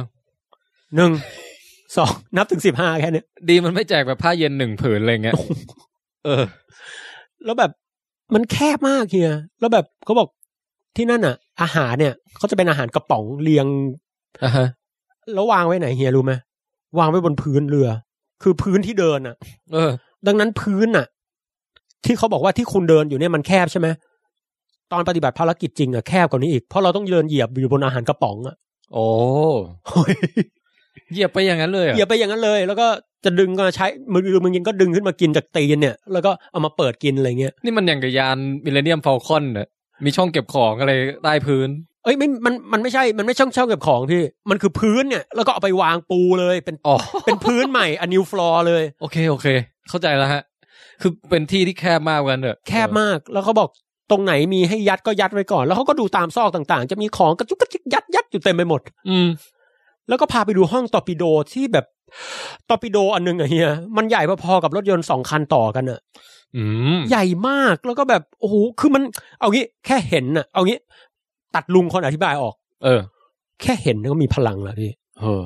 หนึ่ง [laughs] สองนับถึงสิบห้าแค่เนี้ย ดีมันไม่แจกแบบผ้าเย็นหนึ่งผืนอะไรอย่างเงี้ย เออ แล้วแบบมันแคบมากเฮียแล้วแบบเขาบอกที่นั่นอ่ะ อาหารเนี่ยเขาจะเป็นอาหารกระป๋องเรียง อ่ะฮะ แล้ววางไว้ไหนเฮียรู้ไหมวางไว้บนพื้นเรือ คือพื้นที่เดินอ่ะ เออ ดังนั้นพื้นน่ะ ที่เขาบอกว่าที่คุณเดินอยู่เนี่ยมันแคบใช่ไหมตอนปฏิบัติภารกิจจริงอะแคบกว่านี้อีกเพราะเราต้องเดินเหยียบอยู่บนอาหารกระป๋องอะ โอ้ เหยียบไปอย่างนั้นเลยเหรอ เหยียบไปอย่างนั้นเลย แล้วก็จะดึงก็ใช้มือมึงกินก็ดึงขึ้นมากินจากตีนเนี่ย แล้วก็เอามาเปิดกินอะไรเงี้ย นี่มันอย่างกับยานมิเลเนียมฟ l ลคอนน่ะมีช่องเก็บของอะไรใต้พื้น เอ้ยไม่มันมันไม่ใช่มันไม่ใช่ช่องเช่าเก็บของพี่ มันคือพื้นเนี่ย แล้วก็เอาไปวางปูเลยเป็น อ๋อ เป็นพื้นใหม่อันนิวฟลอร์เลย โอเค โอเค เข้าใจแล้วฮะ คือเป็นที่ที่แคบมากกันเถอะ แคบมาก แล้วเขาบอกตรงไหนมีให้ยัดก็ยัดไว้ก่อน แล้วเขาก็ดูตามซอกต่างๆ จะมีของกระจุกกระจิกยัดยัดอยู่เต็มไปหมด อืม แล้วก็พาไปดูห้องตอร์ปิโดที่แบบตอร์ปิโดอันหนึงอะเฮียมันใหญ่พอๆกับรถยนต์สองคันต่อกันอะ อืม ใหญ่มากแล้วก็แบบโอ้โหคือมันเอางี้แค่เห็นอะเอางี้ตัดลุงคนอธิบายออก เออ แค่เห็นก็มีพลังแล้วพี่ เออ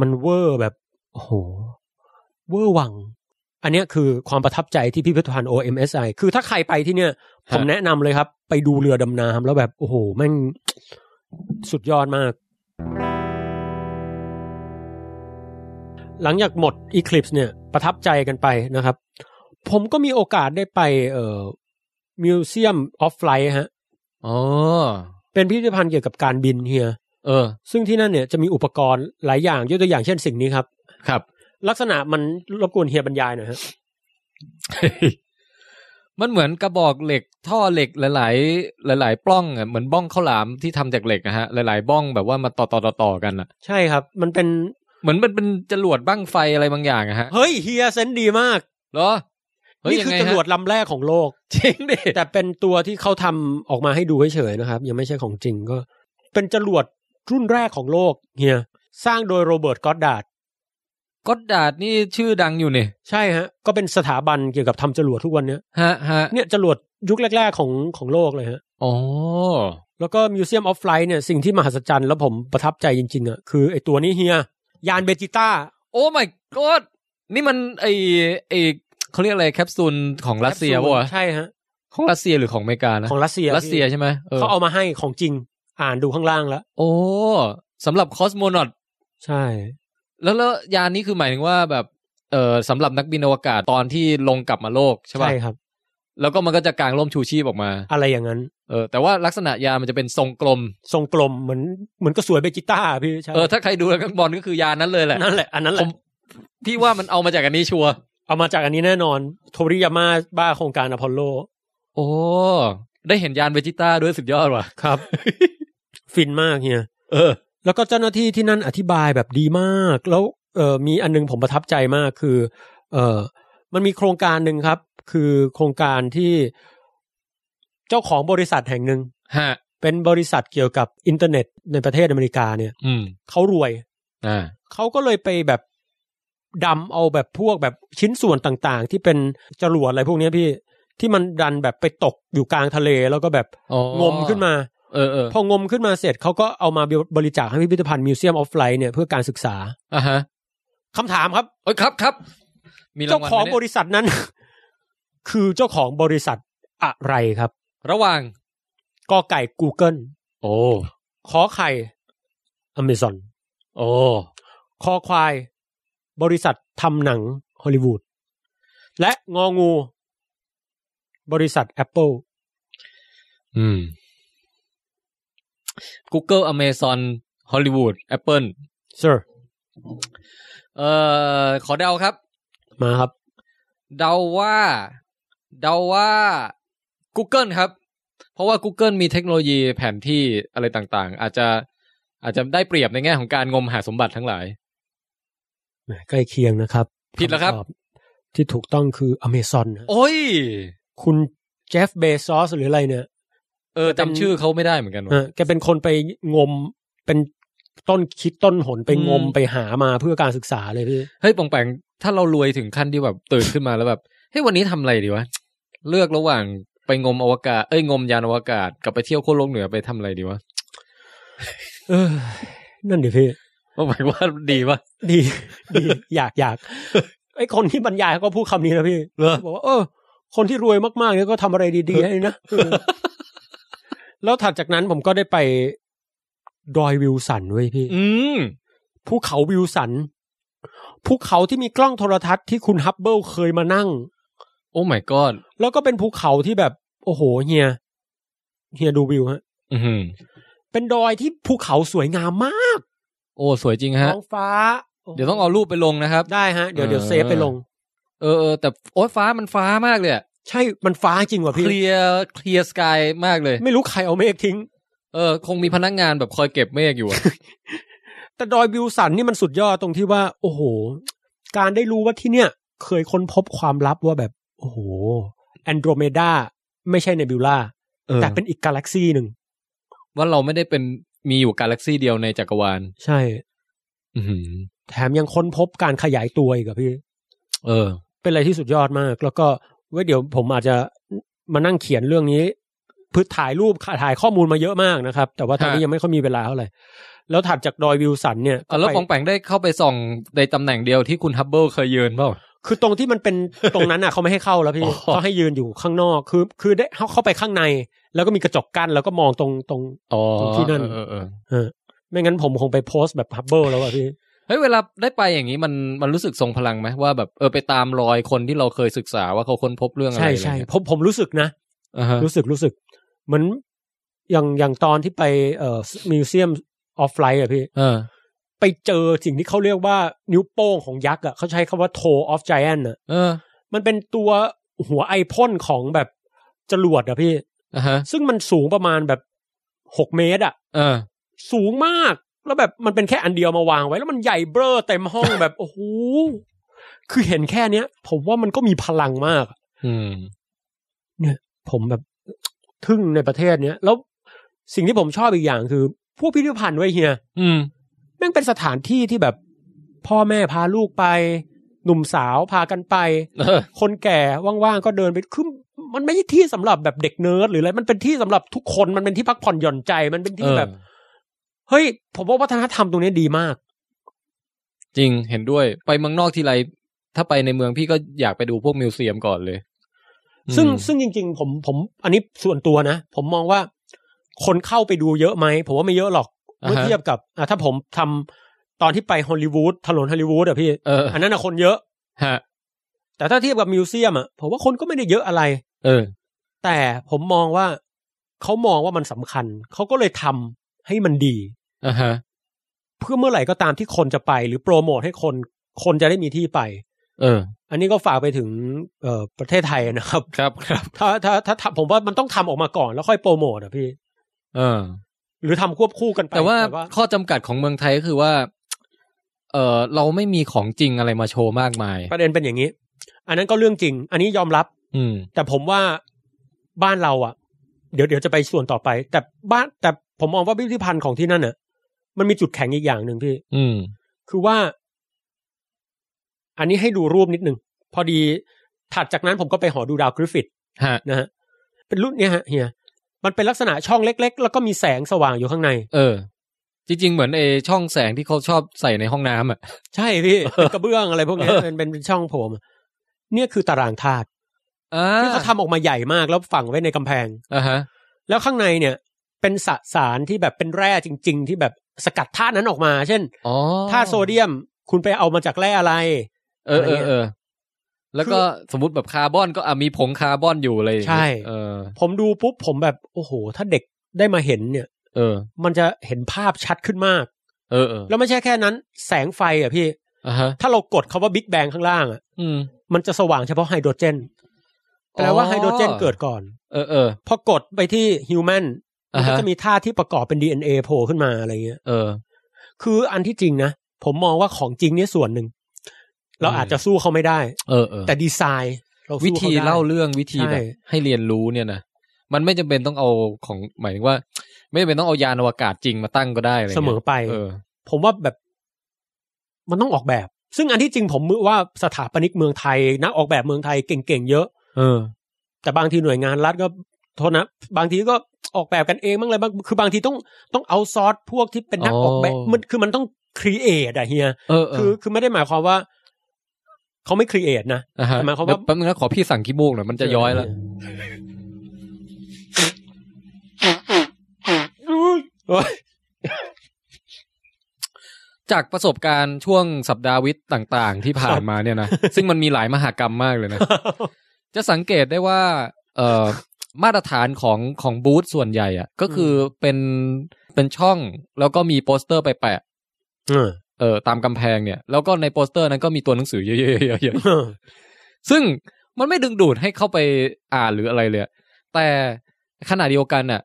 มันเวอร์แบบโอ้โหเวอร์วัง อันเนี้ยคือความประทับใจที่พิพิธภัณฑ์ OMSI คือถ้าใครไปที่เนี่ย ผมแนะนำเลยครับ ไปดูเรือดำน้ำแล้วแบบโอ้โหแม่งสุดยอดมาก หลังจากหมด Eclipse เนี่ยประทับใจกันไปนะครับ ผมก็มีโอกาสได้ไปเอ่อมิวเซียมออฟไลท์ฮะ อ๋อ เป็นพิพิธภัณฑ์เกี่ยวกับการบินเฮีย เออ ซึ่งที่นั่นเนี่ยจะมีอุปกรณ์หลายอย่างยกตัวอย่างเช่นสิ่งนี้ครับ ครับ ลักษณะมันรบกวนเฮียบรรยายหน่อยฮะ มันเหมือนกระบอกเหล็กท่อเหล็กหลาย ๆ หลาย ๆ ปล้องอะเหมือนบ้องข้าวหลามที่ทำจากเหล็กนะฮะ หลาย ๆ บ้องแบบว่ามาต่อต่อต่อต่อกันอะ ใช่ครับ มันเป็น เหมือนมันเป็นจรวดบ้างไฟอะไรบางอย่างอะฮะ เฮ้ยเฮียเซนส์ดีมาก เหรอเฮ้ย นี่คือ ยัง จ ไงฮะ รวดลำแรกของโลก จริงดิ แต่เป็นตัวที่เขาทำออกมาให้ดูเฉยๆนะครับ ยังไม่ใช่ของจริงก็ เป็นจรวดรุ่นแรกของโลกเฮียสร้างโดยโรเบิร์ตก็อดดาร์ด ก็อดดาดนี่ชื่อดังอยู่นี่ ใช่ฮะ ก็เป็นสถาบันเกี่ยวกับทำจรวดทุกวันเนี้ย ฮะฮะ เนี่ยจรวดยุคแรก ๆ ของของโลกเลยฮะ อ๋อ แล้วก็มิวเซียมออฟไลท์เนี่ยสิ่งที่มหัศจรรย์แล้วผมประทับใจจริงๆอ่ะคือไอตัวนี้เฮียยานเบจิต้า โอ้ my god นี่มันไอไอเขาเรียกอะไรแคปซูลของรัสเซียปะวะ ใช่ฮะ ของรัสเซียหรือของอเมริกานะ ของรัสเซีย รัสเซียใช่ไหมออ เขาเอามาให้ของจริงอ่านดูข้างล่างแล้ว โอ้สำหรับคอสโมนอต ใช่ แล้วแล้วยานนี้คือหมายถึงว่าแบบเออสำหรับนักบินอวกาศตอนที่ลงกลับมาโลกใช่ป่ะ ครับ แล้วก็มันก็จะกางร่มชูชีพออกมา อะไรอย่างนั้น เออแต่ว่าลักษณะยานมันจะเป็นทรงกลม ทรงกลมเหมือนเหมือนก็สวยเบจิต้าพี่ใช่ เออถ้าใครดูแล้วกังบอลก็คือยานนั้นเลยแหละ นั่นแหละอันนั้นแห ผ ละ มพี่ว่ามันเอามาจากอันนี้ชัวร์ เอามาจากอันนี้แน่นอน โทริยาม่าบ้าโครงการอพอลโล โอ้ได้เห็นยานเวจิต้าด้วยสุดยอดว่ะ ครับ ฟินมากเฮีย เออ แล้วก็เจ้าหน้าที่ที่นั่นอธิบายแบบดีมาก แล้วเออมีอันนึงผมประทับใจมากคือ เออมันมีโครงการหนึ่งครับ คือโครงการที่เจ้าของบริษัทแห่งหนึ่ง ฮะ เป็นบริษัทเกี่ยวกับอินเทอร์เน็ตในประเทศอเมริกาเนี่ย อืม เขารวย อ่า เขาก็เลยไปแบบดำเอาแบบพวกแบบชิ้นส่วนต่างๆ ที่เป็นจรวดอะไรพวกเนี้ยพี่ที่มันดันแบบไปตกอยู่กลางทะเลแล้วก็แบบ อ๋อง มขึ้นมา เออเออ พองมขึ้นมาเสร็จเขาก็เอามาบริจาคให้พิพิธภัณฑ์มิวเซียมออฟไลท์เนี่ยเพื่อการศึกษา อ่ะฮะ คำถามครับ เอ้ยครับครับมีรา เจ้าง วัล ของ ไหบมเนี่ย ริษัทนั้น [laughs] คือเจ้าของบริษัทอะไรครับ ระหว่าง กอไก่ Google โอ้ ขอไข่ Amazon โอ้ คอควาย บริษัททำหนังฮอลลีวูดและงองู บริษัท Apple อืม Google Amazon Hollywood Apple Sir เอ่อขอเดาครับ มาครับ เดาว่า เดาว่า Google ครับ เพราะว่า Google มีเทคโนโลยีแผนที่อะไรต่างๆ อาจจะอาจจะได้เปรียบในแง่ของการงมหาสมบัติทั้งหลาย แหมใกล้เคียงนะครับ ผิดแล้วครับ ำตอที่ถูกต้องคือ Amazon นะ โอ้ย คุณเจฟเบซอสหรืออะไรเนี่ย เออจำชื่อเขาไม่ได้เหมือนกันว่ะ ฮะแกเป็นคนไปงมเป็นต้นคิดต้นหนไปงม อืม ไปหามาเพื่อการศึกษาเลยพี่ เฮ้ยปองแปงถ้าเรารวยถึงขั้นที่แบบตื่นขึ้นมาแล้วแบบ เฮ้ยวันนี้ทำอะไรดีวะ เลือกระหว่างไปงมอวกาศ เอ้ยงมยานอวกาศ กับไปเที่ยวโคโลกเหนือไปทำอะไรดีวะ เออ นั่นดิพี่ ปองแปงว่าดีปะ ดี ดี อยากอยากไอคนที่บรรยายเขาก็พูดคำนี้นะพี่บอกว่าเออ คนที่รวยมากๆเนี่ยก็ทำอะไรดีๆให้นะเออแล้วถัดจากนั้นผมก็ได้ไปดอยวิลสันเว้ยพี่ อืม ภูเขาวิลสันภูเขาที่มีกล้องโทรทัศน์ที่คุณฮับเบิลเคยมานั่ง โอ้ my god แล้วก็เป็นภูเขาที่แบบ โอ้โหเฮียเฮียดูวิวฮะ อือหือ เป็นดอยที่ภูเขาสวยงามมาก โอ้สวยจริงฮะ ท้องฟ้า เดี๋ยวต้องเอารูปไปลงนะครับ ได้ฮะเดี๋ยวเดี๋ยวเซฟไปลง เออเออแต่โอ้ยฟ้ามันฟ้ามากเลยอะ ใช่มันฟ้าจริงว่ะ เค พี่ ลียร์เคลียร์สกายมากเลย ไม่รู้ใครเอาเมฆทิ้ง เออ คงมีพนักงานแบบคอยเก็บเมฆอยู่อะ แต่ดอยวิลสันนี่มันสุดยอดตรงที่ว่า โอ้โห การได้รู้ว่าที่เนี่ย เคยค้นพบความลับว่าแบบ โอ้โหแอนโดรเมดาไม่ใช่เนบิวล่า เออ [laughs] แต่เป็นอีกกาแล็กซีหนึ่ง ว่าเราไม่ได้เป็นมีอยู่กาแล็กซี่เดียวในจักรวาล ใช่ อือหือ แถมยังค้นพบการขยายตัวอีกอะพี่ เออ เป็นอะไรที่สุดยอดมาก แล้วก็ไว้เดี๋ยวผมอาจจะมานั่งเขียนเรื่องนี้พื้นถ่ายรูปถ่ายข้อมูลมาเยอะมากนะครับ แต่ว่าตอนนี้ ฮะ ยังไม่ค่อยมีเวลาเท่าไหร่แล้วถัดจากดอยวิลสันเนี่ย อ่ะแล้วปองแปงได้เข้าไปส่องในตำแหน่งเดียวที่คุณฮับเบิลเคยยืนเปล่า คือตรงที่มันเป็น ตรงนั้นอ่ะเขาไม่ให้เข้าแล้วพี่ อ๋อ เขาให้ยืนอยู่ข้างนอกคือคือได้เข้าไปข้างใน แล้วก็มีกระจกกั้นแล้วก็มองตรงตรง อ๋อ ที่นั่น เออเออเออ เออไม่งั้นผมคงไปโพสต์แบบฮับเบิลแล้วอะพี่ เฮ้ยเวลาได้ไปอย่างนี้มันมันรู้สึกทรงพลังไหมว่าแบบเออไปตามรอยคนที่เราเคยศึกษาว่าเขาค้นพบเรื่องอะไร ใช่ อะไร ใช่ เงี้ย ผมผมรู้สึกนะ อ่าฮะ รู้สึกรู้สึก เหมือนอย่างอย่างตอนที่ไปเอ่อมิวเซียมออฟไลท์อะพี่ เออ ไปเจอสิ่งที่เขาเรียกว่านิ้วโป้งของยักษ์อะเขาใช้คำว่า toe of giant อะ เออ มันเป็นตัวหัวไอพ่นของแบบจรวดอะพี่ อ่าฮะ ซึ่งมันสูงประมาณแบบหกเมตรอะ เออ สูงมาก แล้วแบบมันเป็นแค่อันเดียวมาวางไว้ แล้วมันใหญ่เบ้อเต็มห้อง แบบ โอ้โหคือเห็นแค่เนี้ย ผมว่ามันก็มีพลังมาก อืม ผมแบบทึ่งในประเทศเนี้ย แล้วสิ่งที่ผมชอบอีกอย่างคือ พวกพิพิธภัณฑ์ไว้ยเฮีย อืม แม่งเป็นสถานที่ที่แบบ พ่อแม่พาลูกไป หนุ่มสาวพากันไป เออ คนแก่ว่างๆก็เดินไปคือมันไม่ใช่ที่สำหรับแบบเด็กเนิร์ดหรืออะไรมันเป็นที่สำหรับทุกคนมันเป็นที่พักผ่อนหย่อนใจมันเป็นที่แบบ เฮ้ย ผมว่าวัฒนธรรมตรงนี้ดีมาก จริงเห็นด้วยไปเมืองนอกทีไร ถ้าไปในเมืองพี่ก็อยากไปดูพวกมิวเซียมก่อนเลย ซึ่ง อืม ซึ่งจริง ๆ ผมผม อันนี้ส่วนตัวนะ ผมมองว่า คนเข้าไปดูเยอะไหมผมว่าไม่เยอะหรอกเมื่อเทียบกับอ่ะถ้าผมทำตอนที่ไปฮอลลีวูดถนนฮอลลีวูดอะพี่ เออ อันนั้นอะคนเยอะ ฮะ แต่ถ้าเทียบกับมิวเซียมอะผมว่าคนก็ไม่ได้เยอะอะไร เออ แต่ผมมองว่าเขามองว่ามันสำคัญ เขาก็เลยทำให้มันดี อ่าฮะ เพื่อเมื่อไหร่ก็ตามที่คนจะไป หรือโปรโมทให้คนคนจะได้มีที่ไป เออ อันนี้ก็ฝากไปถึงเอ่อประเทศไทยนะครับ ครับครับ ถ้าถ้าถ้าถ้าผมว่ามันต้องทำออกมาก่อนแล้วค่อยโปรโมทอะพี่ เออ หรือทำควบคู่กันไป แต่ว่าข้อจำกัดของเมืองไทยก็คือว่า เออเราไม่มีของจริงอะไรมาโชว์มากมาย ประเด็นเป็นอย่างนี้ อันนั้นก็เรื่องจริง อันนี้ยอมรับ อืม แต่ผมว่าบ้านเราอะเดี๋ยวเดี๋ยวจะไปส่วนต่อไป แต่บ้านแต่ผมมองว่าพิพิธภัณฑ์ของที่นั่นอะมันมีจุดแข็งอีกอย่างหนึ่งพี่ อืม คือว่า อันนี้ให้ดูรูปนิดหนึ่งพอดีถัดจากนั้นผมก็ไปหอดูดาวกริฟฟิต ฮะ นะฮะเป็นรุ่นเนี้ยฮะเฮียมันเป็นลักษณะช่องเล็ก ๆ แล้วก็มีแสงสว่างอยู่ข้างใน เออ จริง ๆ เหมือนเอช่องแสงที่เขาชอบใส่ในห้องน้ำอ่ะ ใช่ [laughs] พี่เป็นกระเบื้องอะไรพวกเนี้ยเป็นเป็นเป็นช่องโผมเนี่ยคือตารางธาตุ อ่า ที่เขาทำออกมาใหญ่มากแล้วฝังไว้ในกำแพง อ่าฮะ แล้วข้างในเนี่ย เป็นสสารที่แบบเป็นแร่จริง ๆ ที่แบบสกัดธาตุนั้นออกมา เช่น อ๋อ ธาตุโซเดียม คุณไปเอามาจากแร่อะไร เออเออเออ แล้วก็สมมติแบบคาร์บอนก็อ่ะมีผงคาร์บอนอยู่เลย ใช่ เออ ผมดูปุ๊บผมแบบโอ้โห ถ้าเด็กได้มาเห็นเนี่ย เออ มันจะเห็นภาพชัดขึ้นมาก เออเออ แล้วไม่ใช่แค่นั้น แสงไฟอ่ะพี่ อ่าฮะ ถ้าเรากดคาว่าบิ๊กแบงข้างล่างอ่ะ อืม มันจะสว่างเฉพาะไฮโดรเจน แปลว่า อ๋อ ไฮโดรเจนเกิดก่อน เออเออ พอกดไปที่ฮิวแมนมัอ่าน ฮะ ก็จะมีธาตุที่ประกอบเป็น DNA โผล่ขึ้นมาอะไรเงี้ย เออ คืออันที่จริงนะ ผมมองว่าของจริงเนี่ยส่วนหนึ่ง เราอาจจะสู้เขาไม่ได้ เออเออ แต่ดีไซน์เรา วิ สู้ข ธี ได้ เล่าเรื่องวิธี ใช่ แบบให้เรียนรู้เนี่ยนะมันไม่จำเป็นต้องเอาของหมายถึงว่า ไม่จำเป็นต้องเอายานอวกาศจริงมาตั้งก็ได้อะไร เสมอ เงี้ย ไป เออ ผมว่าแบบ มันต้องออกแบบ ซึ่งอันที่จริงผมมือว่าสถาปนิกเมืองไทยนักออกแบบเมืองไทยเก่งๆเยอะ เออ แต่บางทีหน่วยงานรัฐก็โทษนะบางทีก็ออกแบบกันเองบ้างเลยบางคือบางทีต้องต้องเอาซอสพวกที่เป็นนัก อ๋อ ออกแบบมันคือมันต้องครีเอทอะเฮีย เออเอ คือ อ คือไม่ได้หมายความว่าเขาไม่ครีเอทนะ อ่ะฮะ หมายความว่า เดี๋ยแป๊บนึงนะขอพี่สั่งขี้มูกหน่อยมันจะย้อยแล้ว โอ๊ย จากประสบการณ์ช่วงสัปดาห์วิทย์ต่างๆ ที่ผ่านมา [laughs] เนี่ยนะ ซึ่งมันมีหลายมหากรรมมากเลยนะ จะสังเกตได้ว่า เอ่อมาตรฐานของของบูธส่วนใหญ่อะก็คือเป็นเป็นช่องแล้วก็มีโปสเตอร์ไปแปะ เอ [coughs] อ เออตามกำแพงเนี่ย แล้วก็ในโปสเตอร์นั้นก็มีตัวหนังสือเยอะๆๆๆซึ่งมันไม่ดึงดูดให้เข้าไปอ่านหรืออะไรเลย แต่ขณะเดียวกันน่ะ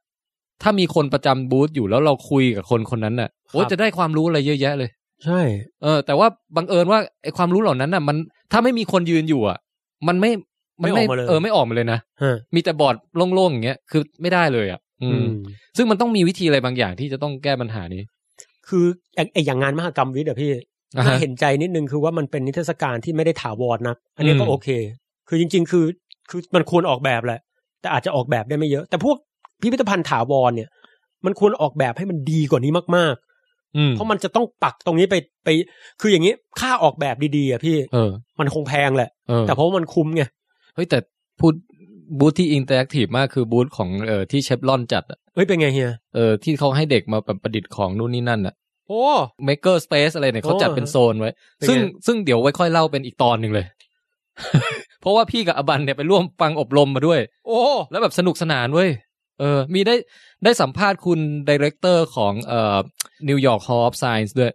ถ้ามีคนประจำบูธอยู่แล้วเราคุยกับคนคนนั้นน่ะโอ้จะได้ความรู้อะไรเยอะแยะเลย ใช่ เออ แต่ว่าบังเอิญว่าไอ้ความรู้เหล่านั้นน่ะ มันถ้าไม่มีคนยืนอยู่อ่ะ มันไม่ ไม่ออกมาเลย เออไม่ออกมาเลยนะ ฮะ มีแต่บอร์ดโล่งๆอย่างเงี้ยคือไม่ได้เลยอ่ะ อื อื ม ม ซึ่งมันต้องมีวิธีอะไรบางอย่างที่จะต้องแก้ปัญหานี้ คืออย่างไอ้อย่างงานมหกรรมวิทย์อะพี่ อ่า น่า ฮะ เห็นใจนิดนึงคือว่ามันเป็นนิทรรศการที่ไม่ได้ถาวรนัก อันนี้ก็ อืม โอเค คือจริง ๆ คือคือมันควรออกแบบแหละ แต่อาจจะออกแบบได้ไม่เยอะ แต่พวกพิพิธภัณฑ์ถาวรเนี่ย มันควรออกแบบให้มันดีกว่านี้มาก อืม ๆ เพราะมันจะต้องปักตรงนี้ไปไป คืออย่างนี้ค่าออกแบบดีๆอะพี่ เออ มันคงแพงแหละ เออ แต่เพราะว่ามันคุ้มไง เฮ้ยแต่พูดบูธที่อินเตอร์แอคทีฟมากคือบูธของเออที่เชฟรอนจัดอะ เฮ้ยเป็นไงเฮีย เออที่เขาให้เด็กมาแบบประดิษฐ์ของนู่นนี่นั่นอ่ะ โอ้ maker space อะไรเนี่ยเขาจัดเป็นโซนไว้ เป็นไง ซึ่งซึ่งเดี๋ยวไว้ค่อยเล่าเป็นอีกตอนหนึ่งเลย [laughs] เพราะว่าพี่กับอบันเนี่ยไปร่วมฟังอบรมมาด้วย โอ้ แล้วแบบสนุกสนานเว้ย เออ มีได้ได้สัมภาษณ์คุณดีเรคเตอร์ของเอ่อนิวยอร์กฮอฟไซน์ด้วย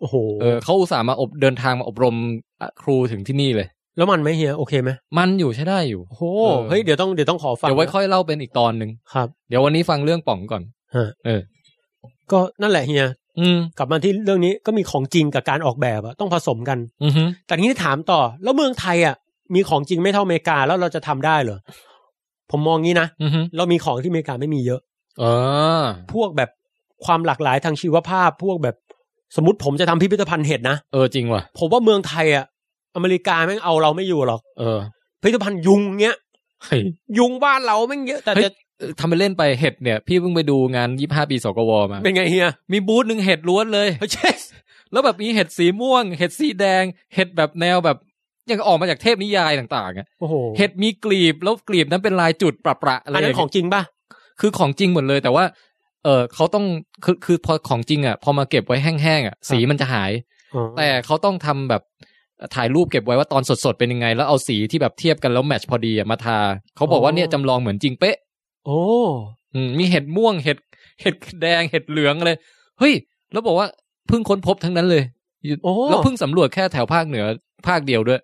โอ้โห เออเขาอุตส่าห์มาอบเดินทางมาอบรมอ่ะครูถึงที่นี่เลย แล้วมันไหมเฮีย โอเคไหม มันอยู่ใช้ได้อยู่ โอ้โห เออ เฮ้ย เดี๋ยวต้อง เดี๋ยวต้องขอฟัง เดี๋ยวไว้ค่อยเล่าเป็นอีกตอนหนึ่ง ครับ เดี๋ยววันนี้ฟังเรื่องป๋องก่อน ฮะ เออ ก็นั่นแหละเฮีย อืม กลับมาที่เรื่องนี้ก็มีของจริงกับการออกแบบอะต้องผสมกัน อือฮึ แต่ทีนี้ถามต่อ แล้วเมืองไทยอะมีของจริงไม่เท่าอเมริกาแล้วเราจะทำได้เหรอ ผมมองงี้นะ อือฮึ เรามีของที่อเมริกาไม่มีเยอะ เออ พวกแบบความหลากหลายทางชีวภาพ พวกแบบสมมติผมจะทำพิพิธภัณฑ์เห็ดนะ เออจริงว่ะ ผมว่าเมืองไทยอะอเมริกาแม่งเอาเราไม่อยู่หรอก เออ พิพิธภัณฑ์ยุงเงี้ย เฮ้ย ยุงบ้านเราแม่งเยอะ แต่ เฮ้ย จะ เออทำไปเล่นไปเห็ดเนี่ย พี่เพิ่งไปดูงานยี่ห้าปีสกวมา เป็นไงเฮีย มีบูธหนึ่งเห็ดล้วนเลย เฮ้ยเจ๊ แล้วแบบมีเห็ดสีม่วง เห็ดสีแดง เห็ดแบบแนวแบบยังออกมาจากเทพนิยายต่างๆอะ โอ้โห เห็ดมีกลีบแล้วกลีบนั้นเป็นลายจุดประประอะไร อัน ย่า นั้น เย ของจริงป่ะ คือของจริงหมดเลย แต่ว่า เออเขาต้องคือคือพอของจริงอ่ะ พอมาเก็บไว้แห้งๆอ่ะสีมันจะหาย แต่เขาต้องทำแบบถ่ายรูปเก็บไว้ว่าตอนสดๆเป็นยังไง แล้วเอาสีที่แบบเทียบกันแล้วแมทช์พอดีอะมาทาเขาบอกว่าเนี่ยจำลองเหมือนจริงเป๊ะ โอ้ อืมมีเห็ดม่วงเห็ดเห็ดแดงเห็ดเหลืองอะไรเฮ้ย แล้วบอกว่าเพิ่งค้นพบทั้งนั้นเลยอยู่ โอ้ แล้วเพิ่งสำรวจแค่แถวภาคเหนือภาคเดียวด้วย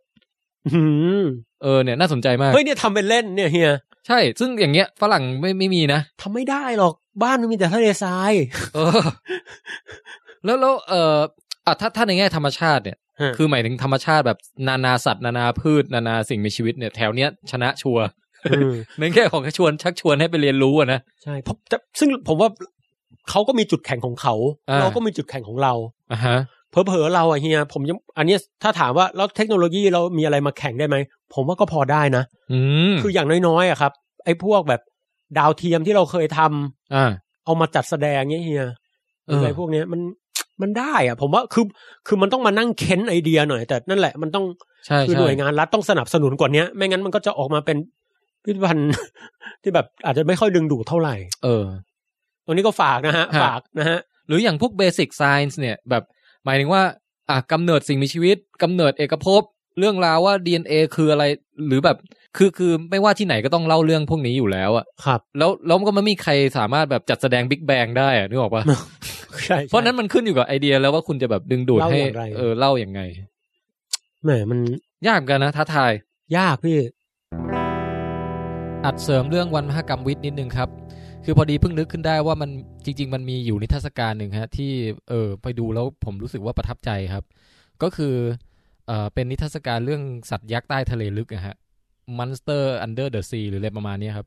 หืม เออเนี่ยน่าสนใจมาก เฮ้ยเนี่ยทำเป็นเล่นเนี่ยเฮีย ใช่ ซึ่งอย่างเงี้ยฝรั่งไม่ไม่มีนะ ทำไม่ได้หรอกบ้านมันมีแต่ทะเลทราย เอ [laughs] อ แล้วแล้วเอออ่ะถ้าถ้าในแง่ธรรมชาติเนี่ย ฮะ คือหมายถึงธรรมชาติแบบนานาสัตว์ นานาพืช นานาสิ่งมีชีวิตเนี่ยแถวเนี้ยชนะชัวร์ ในแง่ของชวนชักชวนให้ไปเรียนรู้อะนะ ใช่ผมจะซึ่งผมว่าเขาก็มีจุดแข็งของเขา อ่า เราก็มีจุดแข็งของเรา อ่าฮะ เผลอๆเราอะเฮียผมยังอันเนี้ยถ้าถามว่าแล้วเทคโนโลยีเรามีอะไรมาแข่งได้ไหม ผมว่าก็พอได้นะ อืม คืออย่างน้อยๆอะครับ ไอ้พวกแบบดาวเทียมที่เราเคยทำ อ่า เอามาจัดแสดงเนี้ยเฮีย เอออ อะไรพวกเนี้ยมันมันได้อะผมว่าคือคือมันต้องมานั่งเค้นไอเดียหน่อย แต่นั่นแหละมันต้อง ใช่ คือ ใช่ หน่วยงานรัฐต้องสนับสนุนกว่าเนี้ย ไม่งั้นมันก็จะออกมาเป็นพิพิธภัณฑ์ [laughs] ที่แบบอาจจะไม่ค่อยดึงดูดเท่าไหร่ เออ ตรงนี้ก็ฝากนะฮะ ฮะ ฝากนะฮะ หรืออย่างพวกเบสิ c ไซน์เนี่ยแบบหมายถึงว่า อ่ะกำเนิดสิ่งมีชีวิตกำเนิดเอกภพ เรื่องราวว่า DNA คืออะไร หรือแบบ คือคือไม่ว่าที่ไหนก็ต้องเล่าเรื่องพวกนี้อยู่แล้วอะ ครับ แล้วแล้วมันก็ไม่มีใครสามารถแบบจัดแสดงบิ๊กแบงได้อะนึกออกปะ ใช่ เพราะฉะนั้นมันขึ้นอยู่กับไอเดียแล้วว่าคุณจะแบบดึงดูด เล่า ให้ อย่างไร เออเล่าอย่างไง แหมมัน ยากเหมือนกันนะท้าทาย ยากพี่ อัดเสริมเรื่องวันมหกรรมวิทย์นิดนึงครับ คือพอดีเพิ่งนึกขึ้นได้ว่ามันจริง ๆ มันมีอยู่นิทรรศการหนึ่งฮะที่เออไปดูแล้วผมรู้สึกว่าประทับใจครับ ก็คือเออเป็นนิทรรศการเรื่องสัตว์ยักษ์ใต้ทะเลลึกนะฮะ Monster Under the Sea หรืออะไรประมาณเนี้ยครับ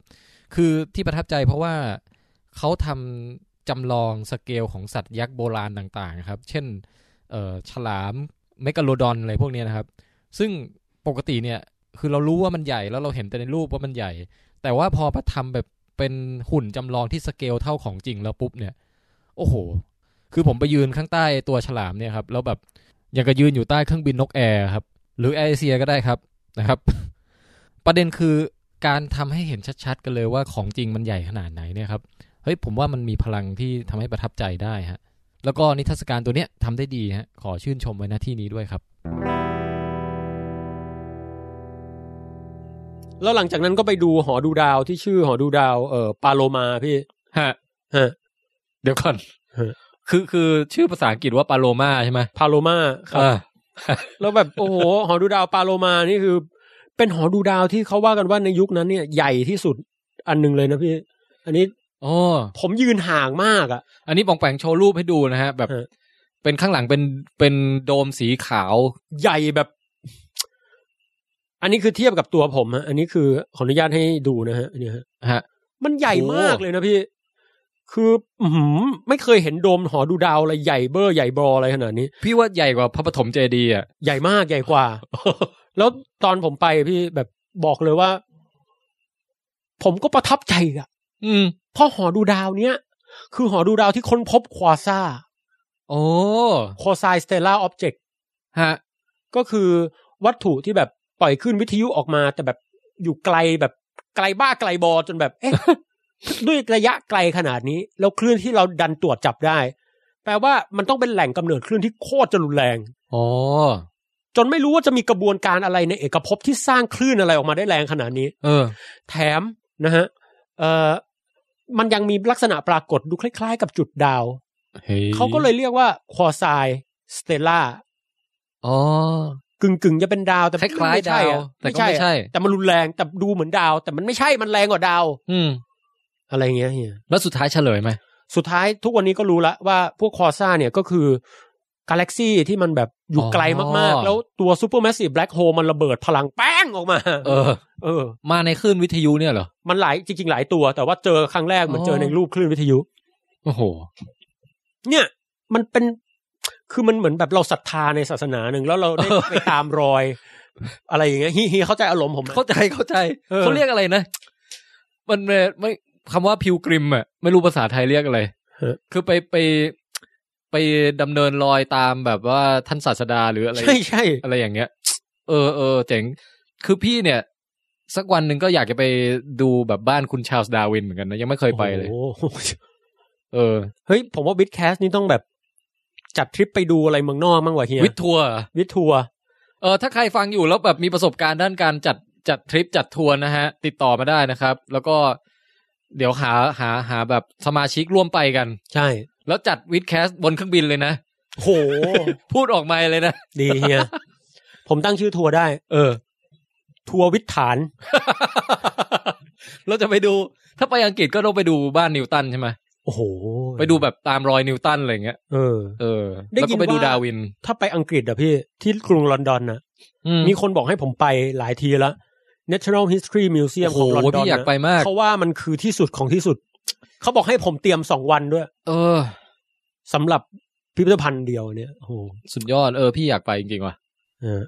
คือที่ประทับใจเพราะว่าเขาทำจำลองสเกลของสัตว์ยักษ์โบราณต่างๆครับ เช่นเอ่อฉลามเมกาโลดอนอะไรพวกเนี้ยนะครับ ซึ่งปกติเนี่ยคือเรารู้ว่ามันใหญ่แล้วเราเห็นแต่ในรูปว่ามันใหญ่ แต่ว่าพอมาทำแบบเป็นหุ่นจำลองที่สเกลเท่าของจริงแล้วปุ๊บเนี่ย โอ้โห คือผมไปยืนข้างใต้ตัวฉลามเนี่ยครับ แล้วแบบยังก็ยืนอยู่ใต้เครื่องบินนกแอร์ครับ หรือแอร์เอเชียก็ได้ครับนะครับ [laughs] ประเด็นคือการทำให้เห็นชัดๆ กันเลยว่าของจริงมันใหญ่ขนาดไหนเนี่ยครับเฮ้ยผมว่ามันมีพลังที่ทำให้ประทับใจได้ฮะแล้วก็นิทรรศการตัวเนี้ยทำได้ดีฮะขอชื่นชมไว้หน้าที่นี้ด้วยครับ แล้วหลังจากนั้นก็ไปดูหอดูดาวที่ชื่อหอดูดาวเอ่อปาโลมาพี่ ฮะ ฮะ เดี๋ยวก่อน ฮะ คือคือชื่อภาษาอังกฤษว่าปาโลมาใช่ไหม ปาโลมาครั เอบ อ แล้วแบบโอ้โห หอดูดาวปาโลมานี่คือ เป็นหอดูดาวที่เขาว่ากันว่าในยุคนั้นเนี่ยใหญ่ที่สุดอันหนึ่งเลยนะพี่ อันนี้ โอ้ ผมยืนห่างมากอะ อันนี้ปองแปงโชว์รูปให้ดูนะฮะ แบบ เออ เป็นข้างหลังเป็นเป็นโดมสีขาว ใหญ่แบบ อันนี้คือเทียบกับตัวผมฮะ อันนี้คือขออนุญาตให้ดูนะฮะอันเนี้ยฮะ ฮะ มันใหญ่มากเลยนะพี่ คืออื้อหือไม่เคยเห็นโดมหอดูดาวอะไรใหญ่เบอร์ใหญ่บออะไรขนาดนี้ พี่ว่าใหญ่กว่าพระปฐมเจดีย์อ่ะ ใหญ่มากใหญ่กว่า แล้วตอนผมไปพี่แบบบอกเลยว่า ผมก็ประทับใจอะ อืม เพราะหอดูดาวเนี้ย คือหอดูดาวที่ค้นพบควาซ่า โอ้ ควาซายสเตลล่าออบเจก ฮะ ก็คือวัตถุที่แบบปล่อยขึ้นวิทยุออกมา แต่แบบอยู่ไกลแบบไกลบ้าไกลบอ [laughs] จนแบบ เอ๊ะ ด้วยระยะไกลขนาดนี้ แล้วคลื่นที่เราดันตรวจจับได้ แปลว่ามันต้องเป็นแหล่งกำเนิดคลื่นที่โคตรจะรุนแรง อ๋อ จนไม่รู้ว่าจะมีกระบวนการอะไรในเอกภพที่สร้างคลื่นอะไรออกมาได้แรงขนาดนี้ เออ แถมนะฮะเอ่อมันยังมีลักษณะปรากฏดูคล้ายๆ กับจุดดาว เฮ้ย เขาก็เลยเรียกว่าควอไซสเตล่า อ๋อ กึ่งกึ่งๆจะเป็นดาวแต่ คล้าย ไม่ ๆ ใช่ ดาว อะ แต่ก็ไม่ใช่ แต่มันรุนแรงแต่ดูเหมือนดาว แต่มันไม่ใช่มันแรงกว่าดาว อืม อะไรเงี้ยเฮีย แล้วสุดท้ายเฉลยไหม สุดท้ายทุกวันนี้ก็รู้ละว่าพวกควอซ่าเนี่ยก็คือกาแล็กซี่ที่มันแบบอยู่ไกลมากๆ แล้วตัวซูเปอร์แมสซีฟแบล็คโฮมันระเบิดพลังแป้งออกมา เออ เออ มาในคลื่นวิทยุเนี่ยเหรอ มันหลายจริง ๆ หลายตัว แต่ว่าเจอครั้งแรกเหมือน อ๋อ เจอในรูปคลื่นวิทยุ โอ้โห เนี่ย มันเป็นคือมันเหมือนแบบเราศรัทธาในศาสนาหนึ่งแล้วเราได้ เออ ไปตามร [laughs] อย อะไรอย่างเงี้ยเฮียเฮียเข้าใจอารมณ์ผมไหม เข้าใจเข้าใจ เออ เขาเรียกอะไรนะ มันไม่ไม่คำว่าพิวกริมอะไม่รู้ภาษาไทยเรียกอะไร คือไปไปไปดำเนินรอยตามแบบว่าท่านศาสดาหรืออะไร ใช่ใช่ อะไรอย่างเงี้ย เออเออเจ๋ง คือพี่เนี่ย สักวันหนึ่งก็อยากจะไปดูแบบบ้านคุณชาลส์ดาร์วินเหมือนกันนะ ยังไม่เคยไปเลย โอ้โห [laughs] เออ เฮ้ย ผมว่าบิ c แคสนี่ต้องแบบ จัดทริปไปดูอะไรเมืองนอกมั้างวะเฮีย วิททัวร์ วิททัวร์ เออถ้าใครฟังอยู่แล้วแบบมีประสบการณ์ด้านการจัดจัดทริปจัดทัวร์นะฮะ ติดต่อมาได้นะครับ แล้วก็เดี๋ยวหาหาหาแบบสมาชิกร่วมไปกัน ใช่ แล้วจัดวิดแคสบนเครื่องบินเลยนะ โห พูดออกไมาเลยนะ [laughs] ดีเฮีย ผมตั้งชื่อทัวร์ได้ เออ ทัวร์วิทฐาน เราจะไปดู ถ้าไปอังกฤษก็ต้องไปดูบ้านนิวตันใช่ไหม โอ้โห ไปดูแบบตามรอยนิวตันอะไรอย่างเงี้ย เออ เออ ได้ แล้ว ยิ ก็ น ไปดู ว่า ดาร์วิน ถ้าไปอังกฤษอะพี่ที่กรุงลอนดอนนะ อื มีคนบอกให้ผมไปหลายทีละ National History Museum โอ้ขโหองลอนดอน พี่อยาก นะ ไปมาก เขาว่ามันคือที่สุดของที่สุด เขาบอกให้ผมเตรียมสองวันด้วย เออ สำหรับพิพิธภัณฑ์เดียวเนี่ยโอ้โห สุดยอดเออพี่อยากไปจริงๆว่ะ เออ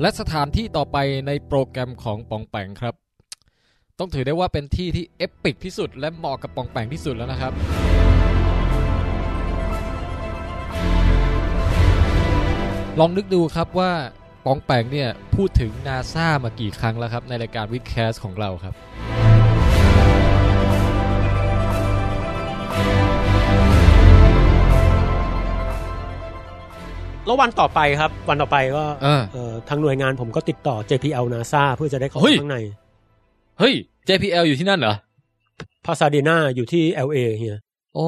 และสถานที่ต่อไปในโปรแกรมของปองแปงครับ ต้องถือได้ว่าเป็นที่ที่เอปิกที่สุด และเหมาะกับปองแปงที่สุดแล้วนะครับ ลองนึกดูครับว่าปองแปงเนี่ย พูดถึงนาซามากี่ครั้งแล้วครับ ในรายการวิดแคสของเราครับ แล้ววันต่อไปครับ วันต่อไปก็ เออ เอ่อทางหน่วยงานผมก็ติดต่อ JPL NASA เพื่อจะได้เข้า เฮ้ย ข้างใน เฮ้ย JPL อยู่ที่นั่นเหรอ พาซาเดนาอยู่ที่ LA เฮีย โอ้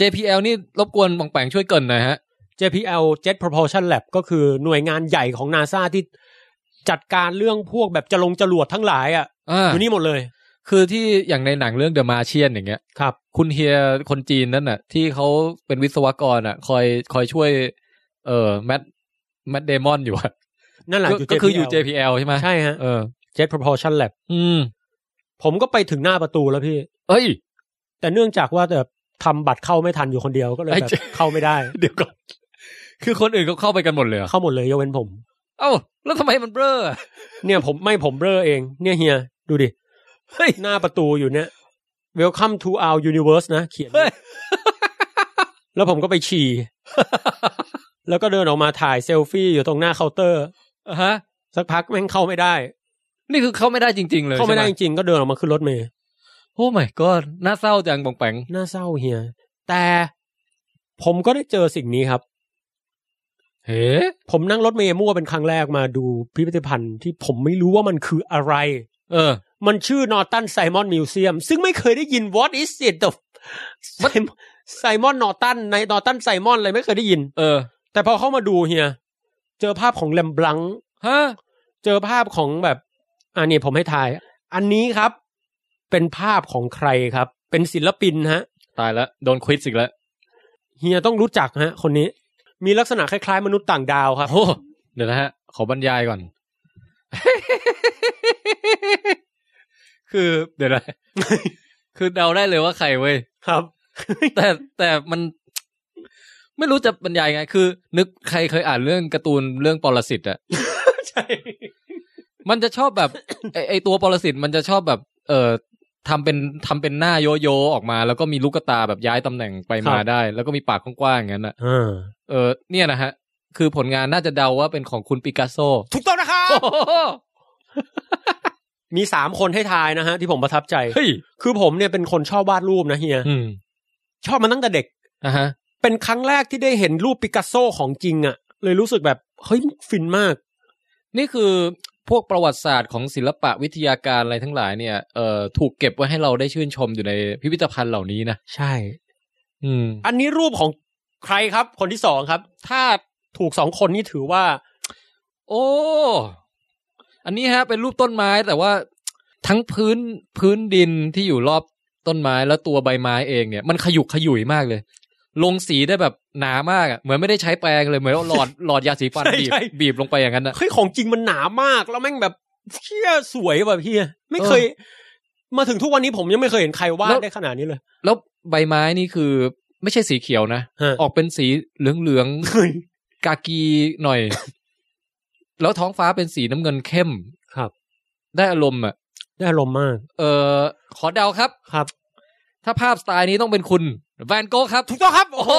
JPL นี่รบกวนปองแปงช่วยเกรินหน่อยฮะ JPL Jet Propulsion Lab ก็คือหน่วยงานใหญ่ของนาซาที่จัดการเรื่องพวกแบบจะลงจรวดทั้งหลายอ่ะ อ่า อยู่นี่หมดเลย คือที่อย่างในหนังเรื่อง The Martian อย่างเงี้ย ครับ คุณเฮียคนจีนนั่นน่ะ ที่เขาเป็นวิศวกรอ่ะ คอยคอยช่วย เอ่อแมทแมทเดมอนอยู่อะ นั่นแหละ ก็ ยู่ ก็คืออยู่ JPL JPL ใช่ไหม ใช่ฮะ เออ Jet Propulsion Lab อืม ผมก็ไปถึงหน้าประตูแล้วพี่ เอ้ย แต่เนื่องจากว่าแบบทำบัตรเข้าไม่ทันอยู่คนเดียวก็เลย ไอ้ แบบ เจ๊ เข้าไม่ได้ เดี๋ยวก่อน คือคนอื่นเขาเข้าไปกันหมดเลยเหรอ เข้าหมดเลยยกเว้นผม เอ้า แล้วทำไมมันเบ้ออะ เนี่ยผมไม่ผมเบ้อเอง เนี่ยเฮีย ดูดิ เฮ้ย หน้าประตูอยู่เนี่ย Welcome to our universe นะ เขียน เฮ้ย แล้วผมก็ไปฉี่ แล้วก็เดินออกมาถ่ายเซลฟี่อยู่ตรงหน้าเคาน์เตอร์ อ่ะฮะ สักพักแม่งเข้าไม่ได้ นี่คือเข้าไม่ได้จริง ๆ เลย เข้าไม่ได้จ ใช่ห ริงๆ ก็เดินออกมาขึ้นรถเมย์ โอ้ my god น่าเศร้าจังบองแปง น่าเศร้าเฮีย แต่ผมก็ได้เจอสิ่งนี้ครับ เฮ้ ผมนั่งรถเมย์มั่วเป็นครั้งแรกมาดูพิพิธภัณฑ์ที่ผมไม่รู้ว่ามันคืออะไร เออ มันชื่อนอตันไซมอนมิวเซียมซึ่งไม่เคยได้ยิน what is it แต่ไซมอนนอตันในนอตันไซมอนอะไรไม่เคยได้ยิน เออ แต่พอเข้ามาดูเฮีย เจอภาพของแลมบลัง ฮะ เจอภาพของแบบอันนี้ผมให้ทาย อันนี้ครับ เป็นภาพของใครครับ เป็นศิลปินฮะ ตายแล้ว โดนควิดอีกแล้ว เฮียต้องรู้จักฮะ คนนี้ มีลักษณะคล้ายๆ มนุษย์ต่างดาวครับ โอ้เดี๋ยวนะฮะ ขอบรรยาย [laughs] ก่อน คือเดี๋ยวนะ [laughs] คือเดาได้เลยว่าใครเว้ย ครับ แต่แต่มัน ไม่รู้จะบรรยายไง คือ นึกใครเคยอ่านเรื่องการ์ตูนเรื่องปรสิตอะ ใช่ มันจะชอบแบบ [coughs] ไอไอตัวปรสิตมันจะชอบแบบ เอ่อทำเป็นทำเป็นหน้าโยโยออกมา แล้วก็มีลูกตาแบบย้ายตำแหน่งไปมาได้ แล้วก็มีปากกว้างๆอย่างนั้นอะ อ่า เออเนี่ยนะฮะ คือผลงานน่าจะเดาว่าเป็นของคุณปิกัสโซ ถูกต้องนะครับ โอ้โห [laughs] มีสามคนให้ทายนะฮะ ที่ผมประทับใจ เฮ้ย คือผมเนี่ยเป็นคนชอบวาดรูปนะเฮีย อืม ชอบมาตั้งแต่เด็ก อ่ะฮะ เป็นครั้งแรกที่ได้เห็นรูปปิกัสโซของจริงอะ่ะ เลยรู้สึกแบบ เฮ้ยฟินมาก นี่คือพวกประวัติศาสตร์ของศิลปะวิทยาการอะไรทั้งหลายเนี่ยเอ่อถูกเก็บไว้ให้เราได้ชื่นชมอยู่ในพิพิธภัณฑ์เหล่านี้นะ ใช่ อืม อันนี้รูปของใครครับ คนที่สองครับ ถ้าถูกสองคนนี่ถือว่า โอ้ อันนี้ฮะ เป็นรูปต้นไม้แต่ว่าทั้งพื้นพื้นดินที่อยู่รอบต้นไม้แล้วตัวใบไม้เองเนี่ย มันขยุกขยุยมากเลย ลงสีได้แบบหนามากอะเหมือนไม่ได้ใช้แปรงเลยเหมือนว่าหลอด หลอดยาสีฟัน ใช่ บีบ ใช่ บีบลงไปอย่างนั้นอะ เฮ้ยของจริงมันหนามาก แล้วแม่งแบบเชี่ยสวยแบบเฮียไม่เคย มาถึงทุกวันนี้ผมยังไม่เคยเห็นใครวาดได้ขนาดนี้เลย แล้วใบไม้นี่คือไม่ใช่สีเขียวนะ ฮะ ออกเป็นสีเหลืองเหลืองๆ เฮ้ย กากีห [laughs] น่อย แล้วท้องฟ้าเป็นสีน้ำเงินเข้ม ครับ ได้อารมณ์อ่ะ ได้อารมณ์มาก เออขอเดาครับ ครับ ถ้าภาพสไตล์นี้ต้องเป็นคุณแวนโก้ครับ ถูกต้องครับ โอ้ โอ้ โห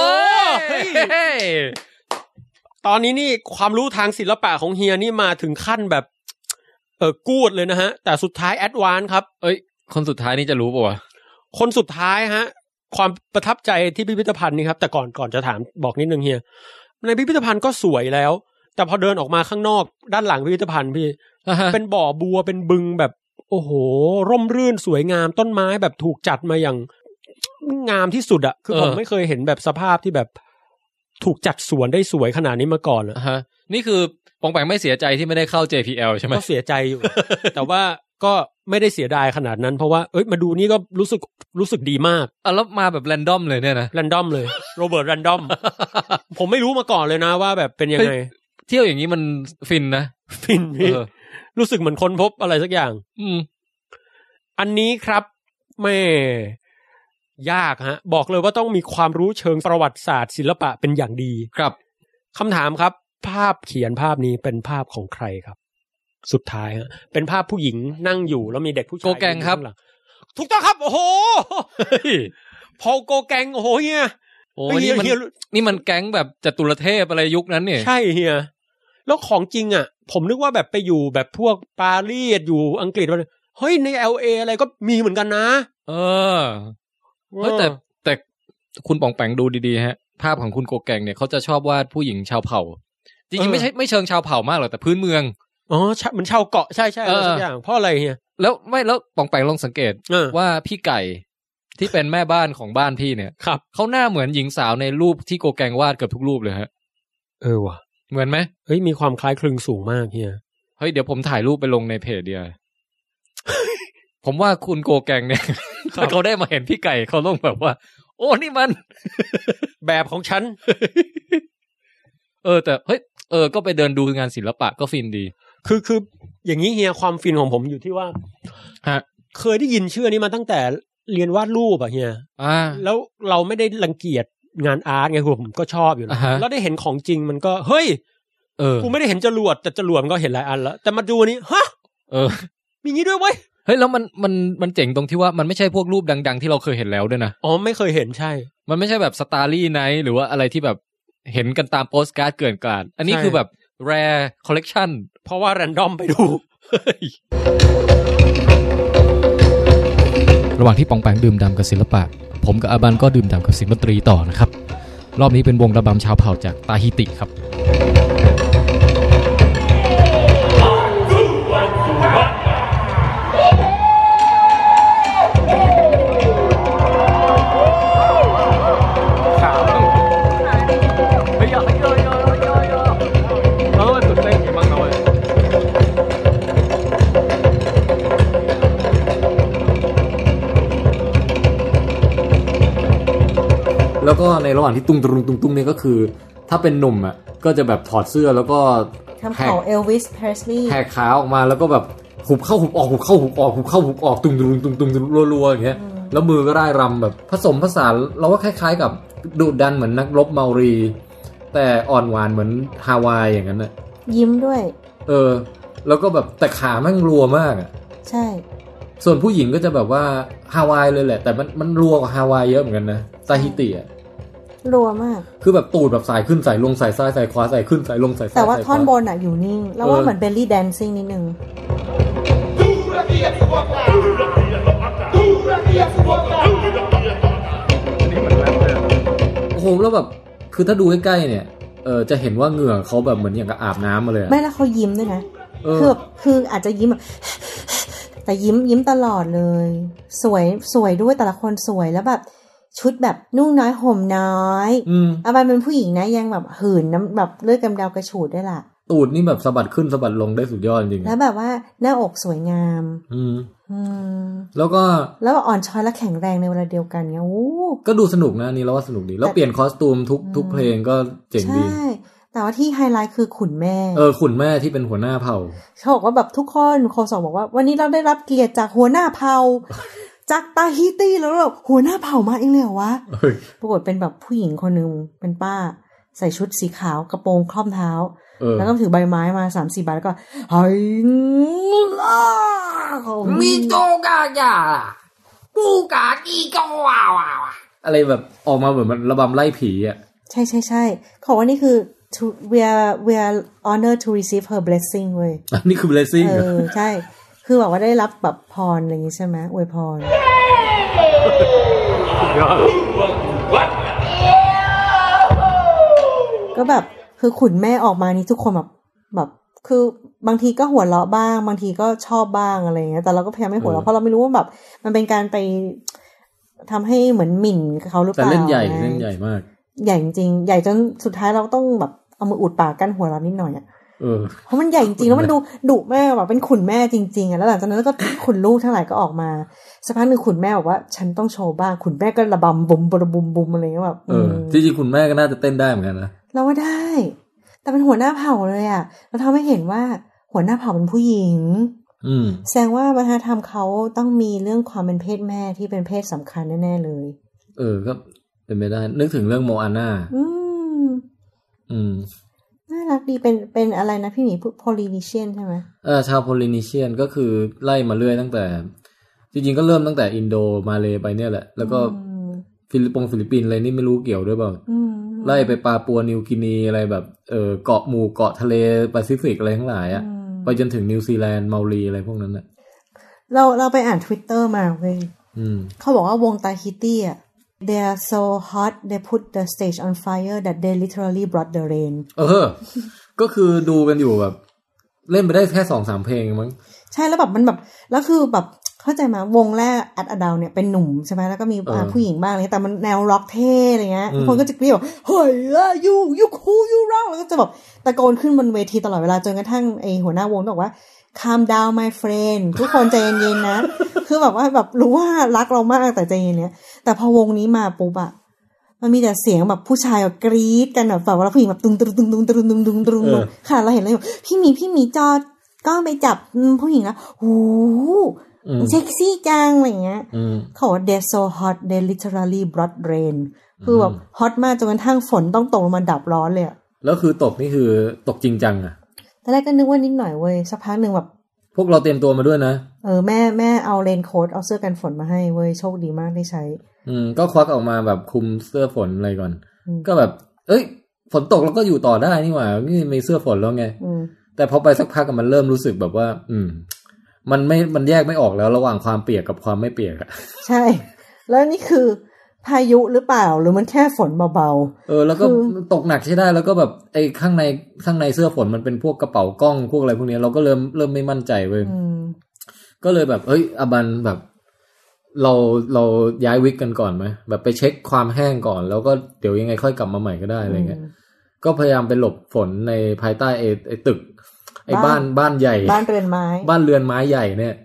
โห เฮ้ย เฮ้ย ตอนนี้นี่ความรู้ทางศิลปะของเฮียนี่มาถึงขั้นแบบ เออกูดเลยนะฮะ แต่สุดท้ายแอดวานซ์ครับ คนสุดท้ายนี่จะรู้ป่าวะ [laughs] คนสุดท้ายฮะ ความประทับใจที่พิพิธภัณฑ์นี่ครับ แต่ก่อนก่อนจะถามบอกนิดนึงเฮียในพิพิธภัณฑ์ก็สวยแล้ว แต่พอเดินออกมาข้างนอก ด้านหลังพิพิธภัณฑ์พี่ อ่าฮะ เป็นบ่อบัวเป็นบึงแบบ โอ้โห ร่มรื่นสวยงามต้นไม้แบบถูกจัดมาอย่างงามที่สุดอะคือผมไม่เคยเห็นแบบสภาพที่แบบถูกจัดสวนได้สวยขนาดนี้มาก่อนอะ อ่าฮะนี่คือปองแปงไม่เสียใจที่ไม่ได้เข้า JPL ใช่ไหม ก็เสียใจอยู่ แต่ว่าก็ไม่ได้เสียดายขนาดนั้น เพราะว่าเอ้ยมาดูนี่ก็รู้สึกรู้สึกดีมาก อ่ะแล้วมาแบบแรนดอมเลยเนี่ยนะ รันดอมเลย โรเบิร์ตรัน [laughs] ดอม ผมไม่รู้มาก่อนเลยนะว่าแบบเป็นยัง เฮ้ ไง ย เที่ยวอย่างนี้มันฟินนะ ฟิน [laughs] เอพี่ อ รู้สึกเหมือนค้นพบอะไรสักอย่าง อืม อันนี้ครับแม่ยากฮะ บอกเลยว่าต้องมีความรู้เชิงประวัติศาสตร์ ศิลปะเป็นอย่างดี ครับ คำถามครับ ภาพเขียนภาพนี้เป็นภาพของใครครับ สุดท้ายฮะเป็นภาพผู้หญิงนั่งอยู่แล้วมีเด็กผู้ชาย โกแกงครับ อยู่ข้าหลัถูกต้องครับ โอ้โหพอลโกแกงโอ้โหเฮีย โอ้ เฮี นี่ ย มัน เฮีย นี่มันแก๊งแบบจตุรเทพอะไรยุคนั้นเนี่ย ใช่เฮีย แล้วของจริงอ่ะ ผมนึกว่าแบบไปอยู่แบบพวกปารีสอยู่อังกฤษอะไรเฮ้ยในเอลเออะไรก็มีเหมือนกันนะ เออ เฮ้ยแต่แต่คุณป่องแปงดูดีๆฮะ ภาพของคุณโกแกงเนี่ยเขาจะชอบวาดผู้หญิงชาวเผ่า จริงๆไม่ใช่ไม่เชิงชาวเผ่ามากหรอกแต่พื้นเมือง อ๋อใช่มันชาวเกาะใช่ใช่อะไร เออ สักอย่างเพราะอะไรเฮีย แล้วไม่แล้วป่องแปงลองสังเกต เออ ว่าพี่ไก่ที่เป็นแม่บ้านของบ้านพี่เนี่ย ครับ เขาหน้าเหมือนหญิงสาวในรูปที่โกแกงวาดเกือบทุกรูปเลยฮะ เออว่ะ เหมือนไหม เฮ้ยมีความคล้ายคลึงสูงมากเฮีย เฮ้ยเดี๋ยวผมถ่ายรูปไปลงในเพจเดียว [laughs] ผมว่าคุณโกแกงเนี่ยถ้ [laughs] าเขาได้มาเห็นพี่ไก่เขาต้องแบบว่า โอ้นี่มัน แบบของฉัน เออ แต่เฮ้ยเออก็ไปเดินดูงานศิลปะก็ฟินดี คือคืออย่างนี้เฮียความฟินของผมอยู่ที่ว่า ฮะ เคยได้ยินชื่อนี้มาตั้งแต่เรียนวาดรูปอ่ะเฮีย อ่า แล้วเราไม่ได้รังเกียจงานอาร์ตไงคือผมก็ชอบอยู่แล้ว อ่าฮะ แล้วได้เห็นของจริงมันก็เฮ้ย เออ กูไม่ได้เห็นจรวดแต่จรวดมันก็เห็นหลายอันแล้ว แต่มาดูอันนี้ฮะ เออ มีงี้ด้วยเว้ย เฮ้ยแล้วมันมันมันเจ๋งตรงที่ว่ามันไม่ใช่พวกรูปดัง ๆ ที่เราเคยเห็นแล้วด้วยนะ อ๋อไม่เคยเห็นใช่ มันไม่ใช่แบบสตาร์ลี่ไนท์หรือว่าอะไรที่แบบเห็นกันตามโปสการ์ดเกลื่อนกลาด อันนี้ ใช่ คือแบบแรคอลเลกชัน เพราะว่าแรนดอมไปดู ระหว่างที่ปองแปงดื่มด่ำกับศิลปะ ผมกับอาบันก็ดื่มด่ำกับเสียงดนตรีต่อนะครับ รอบนี้เป็นวงระบำชาวเผ่าจากตาฮิติครับ แล้วก็ในระหว่างที่ตุ้งตรุงตุ้งตุ้งเนี่ยก็คือ ถ้าเป็นหนุ่มอ่ะก็จะแบบถอดเสื้อแล้วก็ ทำเขาเอลวิสเพรสลีย์ แหกขาออกมาแล้วก็แบบหุบเข้าหุบออกหุบเข้าหุบออกหุบเข้าหุบออกตุ้งตรุงตุ้งตุ้งตุ้งรัวๆอย่างเงี้ยแล้วมือก็ได้รำแบบผสมผสานเราว่าคล้าย ๆ กับดุดันเหมือนนักรบเมารี แต่อ่อนหวานเหมือนฮาวายอย่างนั้นน่ะ ยิ้มด้วย เออ แล้วก็แบบแต่ขาแม่งรัวมากอ่ะ ใช่ ส่วนผู้หญิงก็จะแบบว่าฮาวายเลยแหละ แต่มันมันรัวกว่าฮาวายเยอะเหมือนกันนะตาฮิติอ่ะ รัวมาก คือแบบตูดแบบสายขึ้นสายลงสายซ้ายสายขวาสายขึ้นสายลงสายซ้าย แต่ว่า สยข ท่อนบนอ่ะอยู่นิ่ง แล้วว่าเหมือนเบลลี่แดนซิ่งนิดนึง Do the theater. โอ้โหแล้วแบบคือถ้าดูใกล้ๆเนี่ยเออจะเห็นว่าเหงื่อเขาแบบเหมือนอย่างกับอาบน้ำมาเลยอะ ไม่แล้วเขายิ้มด้วยนะ เออ คือแบบคืออาจจะยิ้มแบบ [laughs] แต่ยิ้มยิ้มตลอดเลย สวยสวยด้วยแต่ละคนสวยแล้วแบบ ชุดแบบนุ่งน้อยห่มน้อย อืม อาบันเป็นผู้หญิงนะยังแบบหืนน้ำแบบเลือดกำเดากระฉูดได้วยล่ะ ตูดนี่แบบสะบัดขึ้นสะบัดลงได้สุดยอดจริงๆ แล้ อะ วแบบว่าหน้าอกสวยงาม อืม อืม แล้วก็ แล้วแบบอ่อนช้อยและแข็งแรงในเวลาเดียวกันเงี้ยอู้ ก็ดูสนุกนะอันนี่เราว่าสนุกดี แล้ว แต่ เปลี่ยนคอสตูมทุก อืม ทุกเพลงก็เจ๋งดีใช่ แต่ว่าที่ไฮไลท์คือขุนแม่ เออขุนแม่ที่เป็นหัวหน้าเผ่า เขาบอกว่าแบบทุกคนโคสอกบอกว่า วันนี้เราได้รับเกียรติจากหัวหน้าเผ่า [laughs] จากตาฮิตี้แล้วแบบหัวหน้าเผ่ามาเองเลยเหรอวะ เอ้ย ปรากฏเป็นแบบผู้หญิงคนหนึ่งเป็นป้า ใส่ชุดสีขาวกระโปรงคล่อมเท้า เออ แล้วก็ถือใบไม้มาสามสี่ใบแล้วก็เฮ้ยล่า มีโตกาจ่าปูกากีกาวาวาวา อะไรแบบออกมาเหมือนมันระบำไล่ผีอ่ะ ใช่ใช่ใช่เขาบอกว่านี่คือ to- we are we are honored to receive her blessing เว้ย อันนี้คือ blessing เอ เหรอ อ ใช่ คือแบบว่าได้รับแบบพรอะไรอย่างงี้ใช่ไหมอวยพร ก็แบบคือขุนแม่ออกมานี่ทุกคนแบบแบบคือบางทีก็หัวเราะบ้าง บางทีก็ชอบบ้างอะไรอย่างเงี้ยแต่เราก็พยายามไม่หัวเราะเพราะเราไม่รู้ว่าแบบ มันเป็นการไปทำให้เหมือนหมิ่นเขาหรือเป แต่ ล่า เล่นใหญ่ ไง เล่นใหญ่มาก ใหญ่จริงใหญ่จนสุดท้ายเราต้องแบบเอามืออุดปากกั้นหัวเราะนิดหน่อยอะ เออ เพราะมันใหญ่จริงๆแล้วมันดูดุแม่แบบเป็นขุนแม่จริงๆอ่ะแล้วหลังจากนั้นก็ [coughs] ขุนลูกทั้งหลายก็ออกมาสักพักหนึ่งขุนแม่บอกว่า ฉันต้องโชว์บ้างขุนแม่ก็ระบำบุมบระบุมบุมอะไรเงี้ยแบบ เออ ม จริงๆขุนแม่ก็น่าจะเต้นได้เหมือนกันนะ เราว่าได้ แต่เป็นหัวหน้าเผ่าเลยอ่ะเราทำให้เห็นว่าหัวหน้าเผ่าเป็นผู้หญิง อืม แสดงว่าวัฒนธรรมเขาต้องมีเรื่องความเป็นเพศแม่ที่เป็นเพศสำคัญแน่ๆเลย เออก็เป็นไปได้ นึกถึงเรื่องโมอาน่า อืม อืม น่ารักดีเป็นเป็นอะไรนะพี่หมีโพลินิเชียนใช่ไหม เออชาวโพลินีเชียนก็คือไล่มาเรื่อยตั้งแต่ จริงๆก็เริ่มตั้งแต่อินโดมาเลไปเนี่ยแหละ แล้วก็ อืม ฟิลิปปงฟิลิปปินส์อะไรนี่ไม่รู้เกี่ยวด้วยเปล่า อืม ไล่ไปปาปัวนิวกินีอะไรแบบเออเกาะหมู่เกาะทะเลแปซิฟิกอะไรทั้งหลายอะ่ะ อืม ไปจนถึงนิวซีแลนด์เมาลีอะไรพวกนั้นอ่ะ เราเราไปอ่าน Twitter มาเว้ย อืม เขาบอกว่าวงตาฮิตตี้อ่ะ they are so hot they put the stage on fire that they literally brought the rain เออ ก็คือดูกันอยู่แบบ เล่นไปได้แค่สองสามเพลงมั้ง ใช่แล้วแบบมันแบบ แล้วคือแบบเข้าใจมาวงแรกแอดอดาวเนี่ยเป็นหนุ่มใช่ไหมแล้วก็มีอ่าผู้หญิงบ้างอะไรเงี้ยแต่มันแนวร็อกเท่อะไรเงี้ยทุกคนก็จะกรี๊ดแบบเฮ้ยยูยูคูยูร็อกแล้วก็จะแบบตะโกนขึ้นบนเวทีตลอดเวลาจนกระทั่งไอหัวหน้าวงบอกว่า calm down my friend ทุกคนใจเย็นๆนะ คือแบบว่าแบบรู้ว่ารักเรามากแต่ใจเย็นเนี่ย แต่พอวงนี้มาปุ๊บอะมันมีแต่เสียงแบบผู้ชายแบบกรี๊ดกันแบบแบบว่าผู้หญิงแบบตุงตุงตุงตุงตุงตุงตุงตุงตุงค่ะเราเห็นเลยแบบพี่หมีพี่หมีจอดก็ไปจับอืมผู้หญิงแล้วหู อืม เซ็กซี่จังอะไรเงี้ย อืม เขาบอกว่า they so hot they literally brought rain คือแบบฮอตมากจนกระทั่งฝนต้องตกลงมาดับร้อนเลยอะ แล้วคือตกนี่คือตกจริงจังอ่ะ ตอนแรกก็นึกว่านิดหน่อยเว้ยสักพักหนึ่งแบบ พวกเราเตรียมตัวมาด้วยนะ เออแม่แม่เอาเรนโค้ทเอาเสื้อกันฝนมาให้เว้ยโชคดีมากที่ใช้ อืมก็ควักออกมาแบบคลุมเสื้อฝนอะไรก่อน อืม ก็แบบ เอ้ย ฝนตกเราก็อยู่ต่อได้นี่หว่านี่มีเสื้อฝนแล้วไง [laughs] อืม แต่พอไปสักพักอะมันเริ่มรู้สึกแบบว่า อืม มันไม่มันแยกไม่ออกแล้วระหว่างความเปียกกับความไม่เปียกอะ ใช่ แล้วนี่คือพายุหรือเปล่าหรือมันแค่ฝนเบา เออ แล้วก็ คือ ตกหนักใช่ได้แล้วก็แบบไอ้ข้างในข้างในเสื้อฝนมันเป็นพวกกระเป๋ากล้องพวกอะไรพวกเนี้ยเราก็เริ่มเริ่มไม่มั่นใจเว้ย ๆ อืม ก็เลยแบบเอ้ยอบันแบบ เราเราย้ายวิกกันก่อนไหมแบบไปเช็คความแห้งก่อน แล้วก็เดี๋ยวยังไงค่อยกลับมาใหม่ก็ได้อะไรเงี้ย ก็พยายามไปหลบฝนในภายใต้ไอ้ไอ้ตึก ไอ้บ้า บ้าน น บ้านใหญ่ บ้านเรือนไม้ บ้านเรือนไม้ใหญ่เนี่ย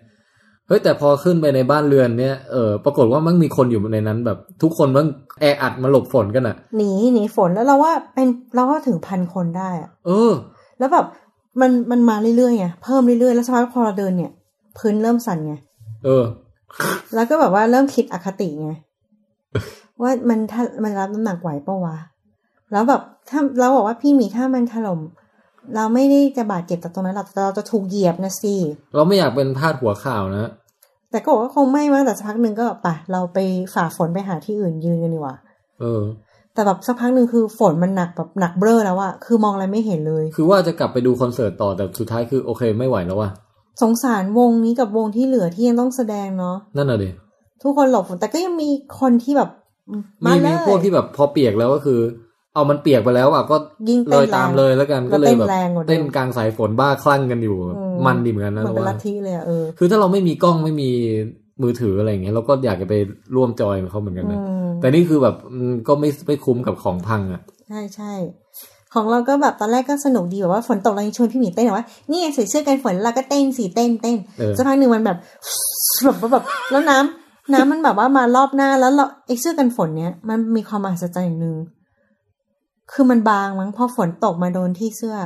เฮ้ยแต่พอขึ้นไปในบ้านเรือนเนี่ยเออปรากฏว่ามันมีคนอยู่ในนั้นแบบ ทุกคนมันแออัดมาหลบฝนกันอ่ะ หนีหนีฝนแล้วเราว่าเป็นเราว่าถึงพันคนได้อะ เออ แล้วแบบมันมันมาเรื่อยๆไงเพิ่มเรื่อยๆแล้วสักพักพอเราเดินเนี่ย พื้นเริ่มสั่นไง เออ แล้วก็แบบว่าเริ่มคิดอคติไง [laughs] ว่ามันถ้ามันรับน้ำหนักไหวปะวะแล้วแบบถ้าเราบอกว่าพี่หมีถ้ามันถล่มเราไม่ได้จะบาดเจ็บจากตรงนั้นหรอกแต่เราจะถูกเหยียบนะสิ เราไม่อยากเป็นพาดหัวข่าวนะ แต่ก็บอกว่าคงไม่มั้งแต่สักพักหนึ่งก็แบบไปเราไปฝ่าฝนไปหาที่อื่นยืนกันดีกว่า เออ แต่แบบสักพักหนึ่งคือฝนมันหนักแบบหนักเบ้อแล้วอะคือมองอะไรไม่เห็นเลย คือว่าจะกลับไปดูคอนเสิร์ตต่อแต่สุดท้ายคือโอเคไม่ไหวแล้วว่ะ สงสารวงนี้กับวงที่เหลือที่ยังต้องแสดงเนาะ นั่นน่ะดิ ทุกคนหลบฝนแต่ก็ยังมีคนที่แบบ มี มาเล มี ย พวกที่แบบพอเปียกแล้วก็คือ เอามันเปียกไปแล้วอ่ะก็ ยิ่ง เล เต้น ย แรง ตามเลยแล้วกัน แว ก็เลย เต้น แบบ แรงกว่าดิม เต้นกลางสายฝนบ้าคลั่งกันอยู่ อืม มันดีเหมือนกันนะ มันเป็น ว่า ลัทธิเลยอะเออ คือถ้าเราไม่มีกล้องไม่มีมือถืออะไรอย่างเงี้ยเราก็อยากจะไปร่วมจอยกับเขาเหมือนกัน อื นะ ม แต่นี่คือแบบอืมก็ไม่ไม่คุ้มกับของพังอ่ะ ใช่ใช่ ของเราก็แบบตอนแรกก็สนุกดีแบบว่าฝนตกเรายังชวนพี่หมีเต้นแบบว่านี่ไงใส่เสื้อกันฝนเราก็เต้นสิเต้นเต้น เออ สักพักหนึ่งมันแบบ [laughs] หลบแบบ แล้วน้ำน้ำมันแบบว่ามารอบหน้าแล้วเราไอ้เสื้อกันฝนเนี้ยมันมีความมหัศจรรย์อย่างหนึ่งคือมันบางมั้งพอฝนตกมาโดนที่เสื้อ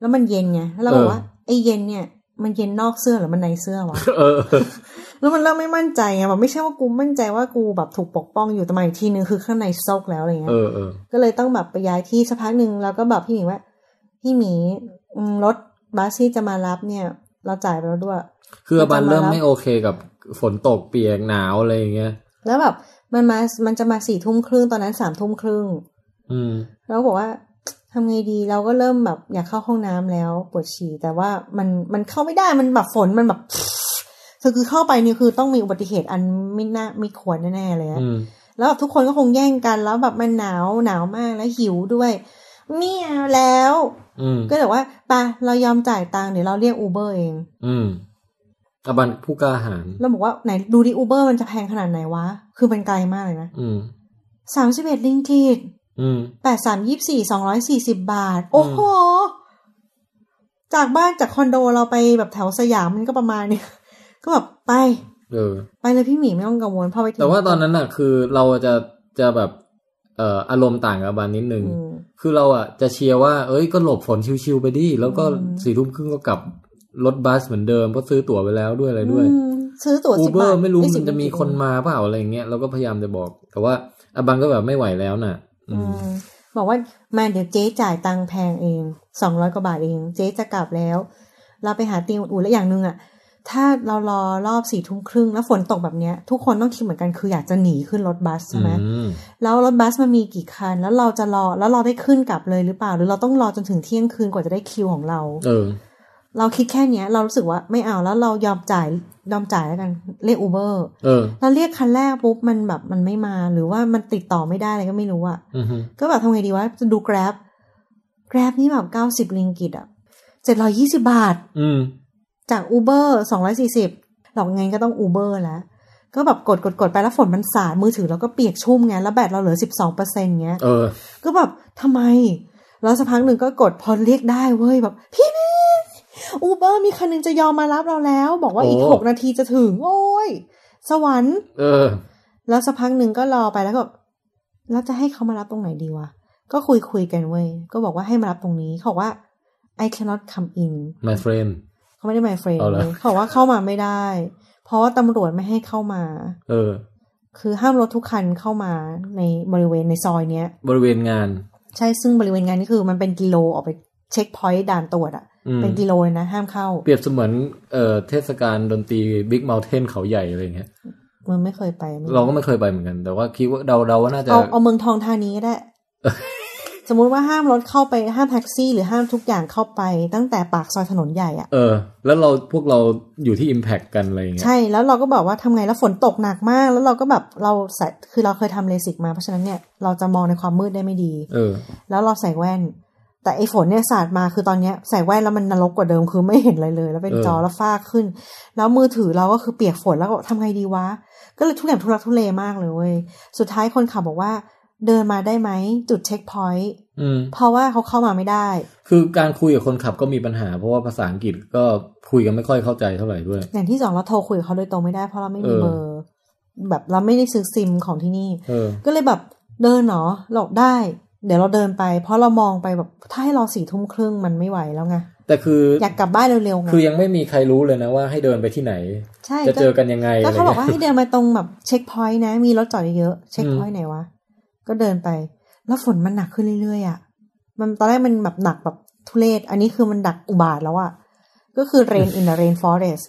แล้วมันเย็นไงแล้วเราบอกว่าไอ้เย็นเนี่ย มันเย็นนอกเสื้อหรือมันในเสื้อวะ เออ [laughs] แล้วมันเริ่มไม่มั่นใจไงแบบไม่ใช่ว่ากูมั่นใจว่ากูแบบถูกปกป้องอยู่แต่มาอีกทีนึงคือข้างในซกแล้วอะไรเงี้ย เออเออ ก็เลยต้องแบบไปย้ายที่สักพักหนึ่งแล้วก็บอกพี่หมีว่า พี่หมีอืมรถบัสที่จะมารับเนี่ย เราจ่ายไปแล้วด้วย คือบันเริ่ม มันจะมารับ ไม่โอเคกับฝนตกเปียกหนาวอะไรอย่างเงี้ย แล้วแบบมันมามันจะมาสี่ทุ่มครึ่งตอนนั้นสามทุ่มครึ่ง อืม แล้วบอกว่าทำไงดีเราก็เริ่มแบบอยากเข้าห้องน้ำแล้วปวดฉี่แต่ว่ามันมันเข้าไม่ได้มันแบบฝนมันแบบคือคือเข้าไปนี่คือต้องมีอุบัติเหตุอันไม่น่าไม่ควรแน่ๆเลยอะ อืม แล้วแบบทุกคนก็คงแย่งกันแล้วแบบมันหนาวหนาวมากแล้วหิวด้วยไม่เอาแล้ว อืม ก็เลยว่าไปะเรายอมจ่ายตังค์เดี๋ยวเราเรียกอูเบอร์เอง อืมอบันผู้กล้าหาญ เราบอกว่าไหนดูดิอูเบอร์มันจะแพงขนาดไหนวะ คือมันไกลมากเลยนะ อืม สามสิบเอ็ดลิงกิต อืม แปดสามยี่สี่สองร้อยสี่สิบบาท โอ้โห จากบ้านจากคอนโดเราไปแบบแถวสยามมันก็ประมาณเนี้ย [laughs] ก็แบบไป เออ ไปเลยพี่หมีไม่ต้องกังวลพอไปถึง แต่ว่าตอนนั้นน่ะ คือเราจะจะแบบ เอ่ออารมณ์ต่างกับอบันนิดนึง อืม คือเราอ่ะจะเชียร์ว่า เอ้ยก็หลบฝนชิวๆไปดิแล้วก็ อืม สี่ทุ่มครึ่งก็กลับรถบัสเหมือนเดิมเพราะซื้อตั๋วไปแล้วด้วยอะไรด้วย อืมซื้อตั๋ว อู สิเบอบบาท ร์ไม่รู้ อ้ย มัน 10 จะมีคนมาเปล่าอะไรอย่างเงี้ยเราก็พยายามจะบอก แต่ว่าอบังก็แบบไม่ไหวแล้วน่ะ อื อื ม มบอกว่ามาเดี๋ยวเจ๊จ่ายตังค์แพงเองสองร้อยกว่าบาทเอง เจ๊จะกลับแล้ว เราไปหาเตียงอุ่นๆและอย่างหนึ่งอะถ้าเรารอรอบสี่ทุ่มครึ่งแล้วฝนตกแบบเนี้ย ทุกคนต้องคิดเหมือนกันคืออยากจะหนีขึ้นรถบัสใช่ไหม อืม แล้วรถบัสมันมีกี่คัน แล้วเราจะรอแล้วเราได้ขึ้นกลับเลยหรือเปล่า หรือเราต้องรอจนถึงเที่ยงคืนกว่าจะได้คิวของเรา เออ เราคิดแค่เนี้ย เรารู้สึกว่าไม่เอาแล้วเรายอมจ่ายยอมจ่ายแล้วกันเรียกอูเบอร์ เออ เราเรียกคันแรกปุ๊บมันแบบมันไม่มาหรือว่ามันติดต่อไม่ได้อะไรก็ไม่รู้อะ อือฮึ ก็แบบทำไงดีวะจะดู grab grab นี่แบบเก้าสิบลิงกิตอะเจ็ดร้อยี่สิบาท อืม จาก uber สองร้อยสี่สิบหลอกไงก็ต้อง uber แล้ว ก็แบบกดกดกดไปแล้วฝนมันสาดมือถือเราก็เปียกชุ่มไงแล้วแบตเราเหลือสิบสองเปอร์เซ็นต์เงี้ย เออ ก็แบบทำไม แล้วสักพักหนึ่งก็กดพอเรียกได้เว้ยแบบ พี่พี่อูเบอร์มีคันหนึงจะยอมมารับเราแล้ว บอกว่าอีก โอ้ หกนาทีจะถึง โอ้ยสวรรค์ เออ แล้วสักพักหนึ่งก็รอไปแล้วก็แบบแล้วจะให้เขามารับตรงไหนดีวะ ก็คุยคุยกันเว้ย ก็บอกว่าให้มารับตรงนี้ เขาบอกว่า I cannot come in my friend เขาไม่ได้ my friend เอาเหรอ เลยเขาบอกว่าเข้ามาไม่ได้ เพราะว่าตำรวจไม่ให้เข้ามา เออ คือห้ามรถทุกคันเข้ามาในบริเวณในซอยเนี้ย บริเวณงาน ใช่ซึ่งบริเวณงานนี่คือมันเป็นกิโลออกไปเช็คพอยต์ด่านตรวจอะ อืม เป็นกิโลเลยนะ ห้ามเข้า เปรียบเสมือนเอ่อเทศกาลดนตรี Big Mountain เขาใหญ่อะไรอย่างเงี้ย มันไม่เคยไปไม่ เราก็ไม่เคยไปเหมือนกัน แต่ว่าคิดว่าเดาเดาว่าน่าจะ เอาเอาเมืองทองธานีก็ [laughs] ได้ สมมุติว่าห้ามรถเข้าไปห้ามแท็กซี่ หรือห้ามทุกอย่างเข้าไป ตั้งแต่ปากซอยถนนใหญ่อะ เออ แล้วเราพวกเราอยู่ที่ Impact กันอะไรอย่างเงี้ย ใช่แล้วเราก็บอกว่าทำไงแล้วฝนตกหนักมาก แล้วเราก็แบบเราใส่คือเราเคยทำเลสิกมาเพราะฉะนั้นเนี่ยเราจะมองในความมืดได้ไม่ดี เออ แล้วเราใส่แว่น แต่ไอ้ฝนเนี่ยสาดมาคือตอนเนี้ยใส่แว่นแล้วมันนรกกว่าเดิมคือไม่เห็นอะไรเลย แล้วเป็น เออ จอแล้วฝ้าขึ้น แล้วมือถือเราก็คือเปียกฝนแล้วก็ทำไงดีวะ ก็เลยทุกอย่างทุรักทุเลมากเลยเว้ยสุดท้ายคนขับบอกว่า เดินมาได้ไหมจุดเช็คพอยต์ อืม เพราะว่าเขาเข้ามาไม่ได้ คือการคุยกับคนขับก็มีปัญหา เพราะว่าภาษาอังกฤษก็คุยกันไม่ค่อยเข้าใจเท่าไหร่ด้วย อย่างที่สองเราโทรคุยกับเขาโดยตรงไม่ได้ เพราะเราไม่มี เออ เบอร์ แบบเราไม่ได้ซื้อซิมของที่นี่ เออ ก็เลยแบบเดินเหรอหลบได้ เดี๋ยวเราเดินไป เพราะเรามองไปแบบถ้าให้รอสี่ทุ่มครึ่งมันไม่ไหวแล้วไง แต่คือ อยากกลับบ้านเร็วๆไง คือยังไม่มีใครรู้เลยนะว่าให้เดินไปที่ไหน ใช่ จะ ก็ เจอกันยังไง ก็ อะไร เขาบอก เงี้ ว่าย ให้เดินมาตรงแบบเช็คพอยต์นะ มีรถจอดเยอะเช็ค อืม พอยต์ไหนวะ ก็เดินไป แล้วฝนมันหนักขึ้นเรื่อยๆอ่ะมันตอนแรกมันแบบหนักแบบทุเรศ อันนี้คือมันดักอุบาทแล้วอ่ะก็คือ rain in the rain forest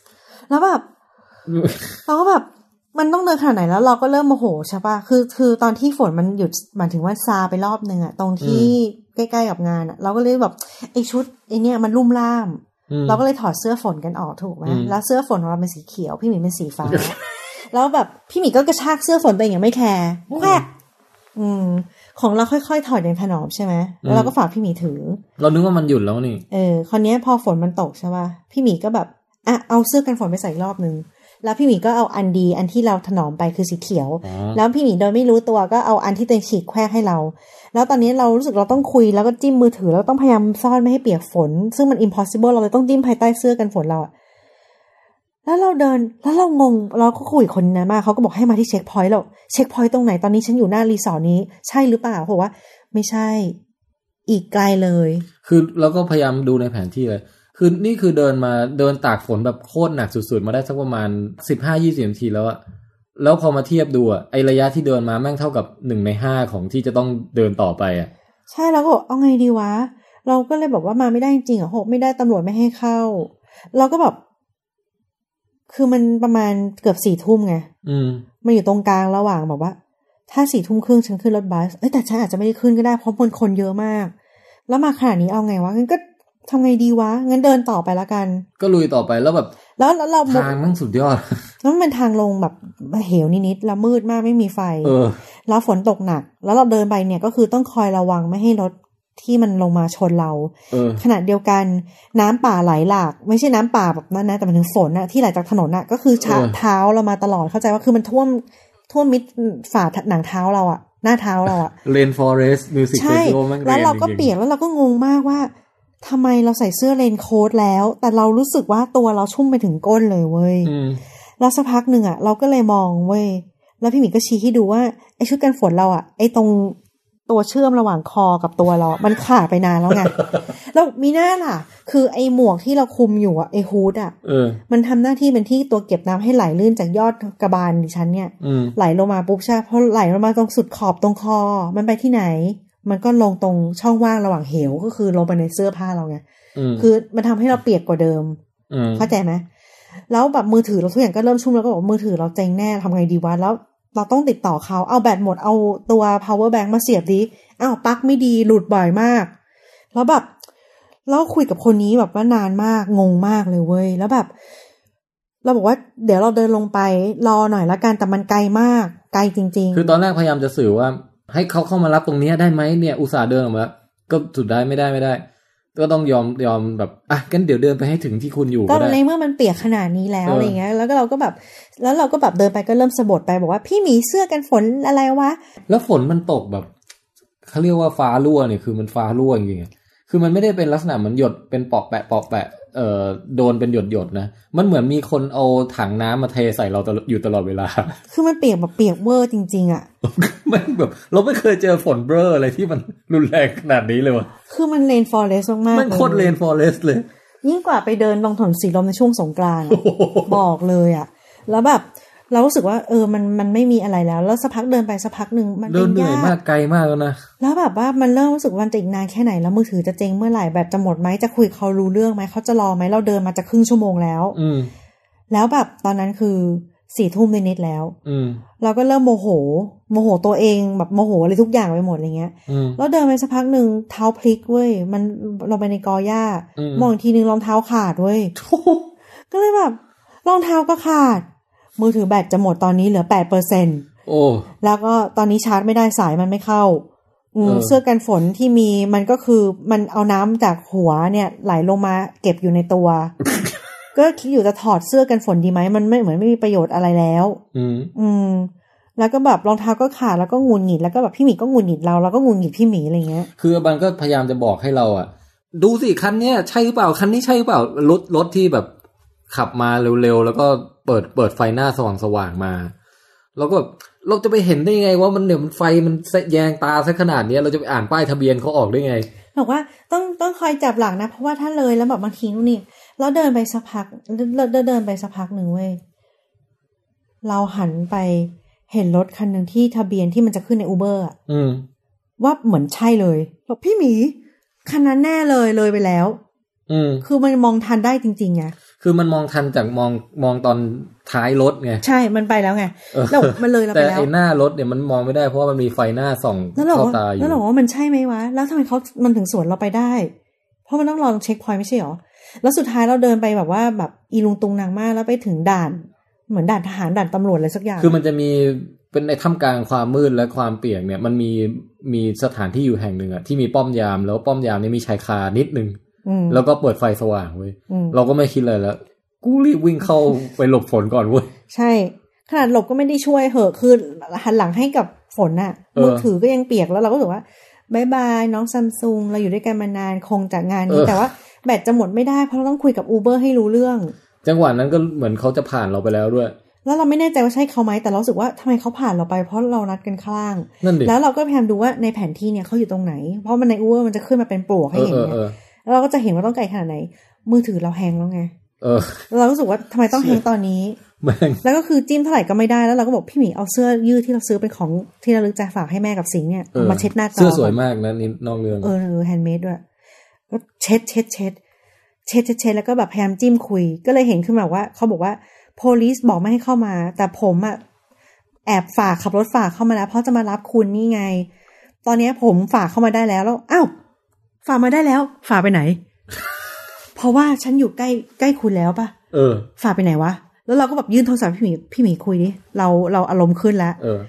แล้วแบบ เราก็แบบมันต้องเดินขนาดไหนแล้วเราก็เริ่มโมโหใช่ปะคือ คือตอนที่ฝนมันหยุดหมายถึงว่าซาไปรอบหนึ่งอะตรงที่ใกล้ๆกับงานอะเราก็เลยแบบไอชุดไอเนี่ยมันลุ่มล่าม อืม เราก็เลยถอดเสื้อฝนกันออกถูกไหม อืม แล้วเสื้อฝนของเราเป็นสีเขียว พี่หมีเป็นสีฟ้า [laughs] แล้วแบบพี่หมีก็กระชากเสื้อฝนไปอย่างไม่แคร์แควกอืม ของเราค่อยๆ ถอดอย่างถนอมใช่ไหมแล้วเราก็ฝากพี่หมีถือ เรานึกว่ามันหยุดแล้วนี่ เออคราวเนี้ยพอฝนมันตกใช่ป่ะพี่หมีก็แบบอ่ะเอาเสื้อกันฝนไปใส่อีกรอบนึง แล้วพี่หมีก็เอาอันดีอันที่เราถนอมไปคือสีเขียว อ๋อ แล้วพี่หมีโดยไม่รู้ตัวก็เอาอันที่ตัวเองฉีกแควกให้เรา แล้วตอนนี้เรารู้สึกเราต้องคุยแล้วก็จิ้มมือถือแล้วต้องพยายามซ่อนไม่ให้เปียกฝน ซึ่งมัน impossible เราเลยต้องจิ้มภายใต้เสื้อกันฝนเราอะแล้วเราเดินแล้วเรางงเราก็คุยกับคนนั้นมากเขาก็บอกให้มาที่เช็คพอยต์เราเช็คพอยต์ตรงไหนตอนนี้ฉันอยู่หน้ารีสอร์ทนี้ใช่หรือเปล่าเขาบอกว่า ไม่ใช่ อีกไกลเลย คือเราก็พยายามดูในแผนที่เลย คือนี่คือเดินมาเดินตากฝนแบบโคตรหนักสุดๆ มาได้สักประมาณสิบห้ายี่สิบนาทีแล้วอะแล้วพอมาเทียบดูอะไอระยะที่เดินมาแม่งเท่ากับหนึ่งในห้าของที่จะต้องเดินต่อไปอะ ใช่เราก็บอกเอาไงดีวะ เราก็เลยบอกว่ามาไม่ได้จริงๆเหรอ่ะโหไม่ได้ตำรวจไม่ให้เข้า เราก็แบบคือมันประมาณเกือบสี่ทุ่มไง อืม มันอยู่ตรงกลางระหว่างแบบว่า ถ้าสี่ทุ่มครึ่งฉันขึ้นรถบัสเอ้ยแต่ฉันอาจจะไม่ได้ขึ้นก็ได้เพราะมันคนเยอะมาก แล้วมาขนาดนี้เอาไงวะงั้นก็ทำไงดีวะงั้นเดินต่อไปละกัน ก็ลุยต่อไปแล้วแบบ แล้วแล้วเรา ทางแม่งสุดยอด แล้วมันเป็นทางลงแบบเหวนิดๆแล้วมืดมากไม่มีไฟ เออ แล้วฝนตกหนัก แล้วเราเดินไปเนี่ยก็คือต้องคอยระวังไม่ให้รถที่มันลงมาชนเรา เออ ขณะเดียวกันน้ำป่าไหลหลาก ไม่ใช่น้ำป่าแบบนั้นนะ แต่หมันถึงฝนนะที่ไหลจากถนนนะก็คือชา เออ เท้าเรามาตลอดเข้าใจว่าคือมันท่วมท่วมมิดฝ่าหนังเท้าเราอะหน้าเท้า [laughs] เราอะ เลนฟอเรสต์มิวสิก ใช่ เฟสติวัลแม่ง แล้วเราก็ จงๆ เปียกแล้วเราก็งงมากว่าทำไมเราใส่เสื้อเลนโค้ทแล้ว แต่เรารู้สึกว่าตัวเราชุ่มไปถึงก้นเลยเว้ย อืม แล้วสักพักหนึ่งอ่ะเราก็เลยมองเว้ยแล้วพี่หมีก็ชี้ให้ดูว่าไอ้ชุดกันฝนเราอ่ะไอ้ตรงตัวเชื่อมระหว่างคอกับตัวเรา มันขาดไปนานแล้วไง แล้วมีหน้าล่ะ คือไอ้หมวกที่เราคุมอยู่อ่ะไอ้ฮูดอ่ะ เออ มันทำหน้าที่เป็นที่ตัวเก็บน้ำให้ไหลลื่นจากยอดกระบาลดิฉันเนี่ย อืม ไหลลงมาปุ๊บใช่เพราะไหลลงมาตรงสุดขอบตรงคอ มันไปที่ไหน มันก็ลงตรงช่องว่างระหว่างเหวก็คือลงไปในเสื้อผ้าเราไง อืม คือมันทำให้เราเปียกกว่าเดิม อืม เข้าใจไหมแล้วแบบมือถือเราทุกอย่างก็เริ่มชุ่มแล้วก็บอกมือถือเราเจ๊งแน่ทำไงดีวะ แล้วเราต้องติดต่อเขาเอาแบตหมดเอาตัว power bank มาเสียบดิอ้าวปลั๊กไม่ดีหลุดบ่อยมาก แล้วแบบเราคุยกับคนนี้แบบว่านานมากงงมากเลยเว้ย แล้วแบบ เราบอกว่าเดี๋ยวเราเดินลงไป รอหน่อยละกันแต่มันไกลมาก ไกลจริง คือตอนแรกพยายามจะสื่อว่า ให้เขาเข้ามารับตรงเนี้ยได้ไหมเนี่ย อุตส่าห์เดินออกมาแล้วก็สุดท้ายไม่ได้ไม่ได้ ก็ต้องยอมยอมแบบอ่ะกันเดี๋ยวเดินไปให้ถึงที่คุณอยู่ ก็ ก็ได้ ในเมื่อมันเปียกขนาดนี้แล้ว เอออ อะไรเงี้ย แล้วก็เราก็แบบ แล้วเราก็แบบเดินไปก็เริ่มสะบัดไปบอกว่าพี่หมีเสื้อกันฝนอะไรวะ แล้วฝนมันตกแบบเขาเรียกว่าฟ้ารั่วเนี่ยคือมันฟ้ารั่วจริงๆอะคือมันไม่ได้เป็นลักษณะเหมือนหยดเป็นปอกแปะปอกแปะเอ่อโดนเป็นหยดหยดๆนะ มันเหมือนมีคนเอาถังน้ำมาเทใส่เราตลอดอยู่ตลอดเวลา [laughs] คือมันเปียกแบบเปียกเวอร์จริงๆอะ แม่งแบบ เราไม่เคยเจอฝนเบ้ออะไรที่มันรุนแรงขนาดนี้เลยวะ คือมันเลนฟอเรสต์มากๆ แม่งโคตรเลนฟอเรสต์เลย ยิ่งกว่าไปเดินลงถนนสีลมในช่วงสงกรานต์อะบอกเลยอะแล้วแบบ เรารู้สึกว่า เออมันมันไม่มีอะไรแล้ว แล้วสักพักเดินไปสักพักหนึ่งมัน เดิ เป็นน เหนื่อยามยาก ก ไกลมากแล้วนะ แล้วแบบว่ามันเริ่มรู้สึกว่ามันจะอีกนานแค่ไหนแล้วมือถือจะเจ๊งเมื่อไหร่แบบจะหมดไหมจะคุยกับเขารู้เรื่องไหมเขาจะรอไหมเราเดินมาจะครึ่งชั่วโมงแล้ว อืม แล้วแบบตอนนั้นคือสี่ทุ่มนิดๆแล้ว อืม เราก็เริ่มโมโห โมโหตัวเองแบบโมโหอะไรทุกอย่างไปหมดอะไรเงี้ย อืม แล้วเดินไปสักพักหนึ่งเท้าพลิกเว้ย มันลงไปในกอหญ้า อืม มองอีกทีนึงรองเท้าขาดเว้ยก็เลยแบบรองเท้าก็ขาด มือถือแบตจะหมดตอนนี้เหลือแปดเปอร์เซ็น โอ้ แล้วก็ตอนนี้ชาร์จไม่ได้สายมันไม่เข้าอืม เออ เสื้อกันฝนที่มีมันก็คือมันเอาน้ำจากหัวเนี่ยไหลลงมาเก็บอยู่ใน [laughs] ตัว ก็คิดอยู่จะถอดเสื้อกันฝนดีไหมมันไม่เหมือนไม่มีประโยชน์อะไรแล้ว อืม อืม แล้วก็แบบรองเท้าก็ขาดแล้วก็หงุนหงิดแล้วก็แบบพี่หมีก็หงุนหงิดเราแล้วก็หงุนหงิดพี่หมีอะไรเงี้ย คือมันก็พยายามจะบอกให้เราอะดูสิคันเนี้ยใช่หรือเปล่าคันนี้ใช่หรือเปล่ารถรถที่แบบขับมาเร็วๆ แล้วก็เปิดเปิดไฟหน้าสว่างๆมา แล้วก็แบบเราจะไปเห็นได้ยังไงว่ามันเนี่ยมันไฟมันแยงตาซะขนาดเนี้ยเราจะไปอ่านป้ายทะเบียนเขาออกได้ไง บอกว่าต้องต้องคอยจับหลังนะ เพราะว่าถ้าเลยแล้วแบบบางทีนู่นนี่แล้วเดินไปสักพักเดินเดินเดินไปสักพักหนึ่งเว้ยเราหันไปเห็นรถคันหนึ่งที่ทะเบียนที่มันจะขึ้นในอูเบอร์ อืม ว่าเหมือนใช่เลยบอกพี่หมีคันนั้นแน่เลยเลยไปแล้ว อืม คือมันมองทันได้จริงๆไง คือมันมองทันจากมองมองตอนท้ายรถไง ใช่ มันไปแล้วไง เออ แล้วมันเลยเรา แต่ ไปแล้ว ไอ้หน้ารถเนี่ยมันมองไม่ได้เพราะว่ามันมีไฟหน้าส่อง แล้วเรา เข้า ว่า ตาอยู่ แล้วเราว่ามันใช่ไหมวะ แล้วทำไมเขามันถึงสวนเราไปได้ เพราะมันต้องลองเช็คพอยต์ไม่ใช่หรอ แล้วสุดท้ายเราเดินไปแบบว่าแบบอีลุงตุงนางมากแล้วไปถึงด่านเหมือนด่านทหารด่านตำรวจอะไรสักอย่าง คือมันจะมีเป็นในถ้ำกลางความมืดและความเปียกเนี่ย มันมีมีสถานที่อยู่แห่งหนึ่งอะที่มีป้อมยามแล้วป้อมยามเนี่ยมีชายคานิดนึง อืม แล้วก็เปิดไฟสว่างเว้ย อืม เราก็ไม่คิดเลยแล้ว กูรีบวิ่งเข้า ไปหลบฝนก่อนเว้ย ใช่ ขนาดหลบก็ไม่ได้ช่วยเหอะคือหันหลังให้กับฝนน่ะ เออ มือถือก็ยังเปียกแล้วเราก็รู้สึกว่าบายบายน้องซัมซุงเราอยู่ด้วยกันมานานคงจากงานนี้แต่ว่าแบตจะหมดไม่ได้เพราะเราต้องคุยกับอูเบอร์ให้รู้เรื่อง จังหวะนั้นก็เหมือนเขาจะผ่านเราไปแล้วด้วย แล้วเราไม่แน่ใจว่าใช่เขาไหมแต่เรารู้สึกว่าทำไมเขาผ่านเราไปเพราะเรานัดกันข้างล่าง นั่นดิ แล้วเราก็พยายามดูว่าในแผนที่เนี่ยเขาอยู่ตรงไหน เพราะมันในอูเบอร์มันจะขึ้นมาเป็นปลวก เอ ให้ อ เห็น เออ ไง เออ แล้วเราก็จะเห็นว่าต้องไกลขนาดไหน มือถือเราแฮงแล้วไง เออ แล้วเรารู้สึกว่าทำไมต้องแฮงตอนนี้ แม่ง แล้วก็คือจิ้มเท่าไหร่ก็ไม่ได้แล้วเราก็บอกพี่หมีเอาเสื้อยืดที่เราซื้อเป็นของที่ระลึกจากฝากให้แม่กับสิงห์เนี่ย ออ เอามาเช็ดหน้าจอ เสื้อสวยมากนะนี่นอกเรื่อง เออเออแฮนด์เมดด้วยก็เช็ดเช็ดเช็ดเช็ดเช็ดเช็ดแล้วก็แบบพยายามจิ้มคุย ก็เลยเห็นขึ้นมาว่าเขาบอกว่า police บอกไม่ให้เข้ามา แต่ผมอะแอบฝากขับรถฝากเข้ามาแล้ว เพราะจะมารับคุณนี่ไง ตอนเนี้ยผมฝากเข้ามาได้แล้วแล้วอ้าวฝากมาได้แล้ว ฝากไปไหน [laughs] เพราะว่าฉันอยู่ใกล้ใกล้คุณแล้วปะ เออ ฝากไปไหนวะ แล้วเราก็แบบยื่นโทรศัพท์พี่หมีพี่หมีคุยดิ เราเราอารมณ์ขึ้นแล้ว เออ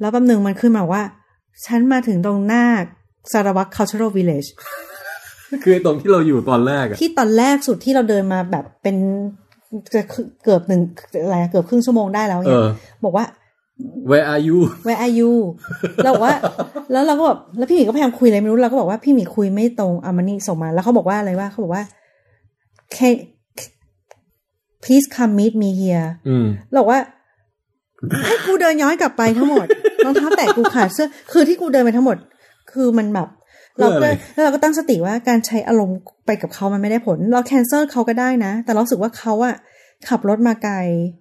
แล้วแป๊บนึงมันขึ้นมาว่า ฉันมาถึงตรงหน้าสารวัตร cultural village คือตรงที่เราอยู่ตอนแรกอะ ที่ตอนแรกสุดที่เราเดินมาแบบเป็นจะเกือบหนึ่งอะไรอะเกือบครึ่งชั่วโมงได้แล้ว เอ เนี่ย อ บอกว่า where are you where are you เราบอกว่า แล้วเราก็แบบแล้วพี่หมีก็พยายามคุยอะไรไม่รู้เราก็บอกว่าพี่หมีคุยไม่ตรงอามานี่ส่งมา แล้วเขาบอกว่าอะไรว่าเขาบอกว่า Can- please come meet me here อืม เราบอกว่า ให้กูเดินย้อนกลับไปทั้งหมดรองเท้าแตะกูขาดเสื้อคือที่กูเดินไปทั้งหมด คือมันแบบ เรา เพื่ ก็ ออะไร แล้วเราก็ตั้งสติว่าการใช้อารมณ์ไปกับเขามันไม่ได้ผล เราแคนเซิลเขาก็ได้นะ แต่เรารู้สึกว่าเขาอะขับรถมาไกล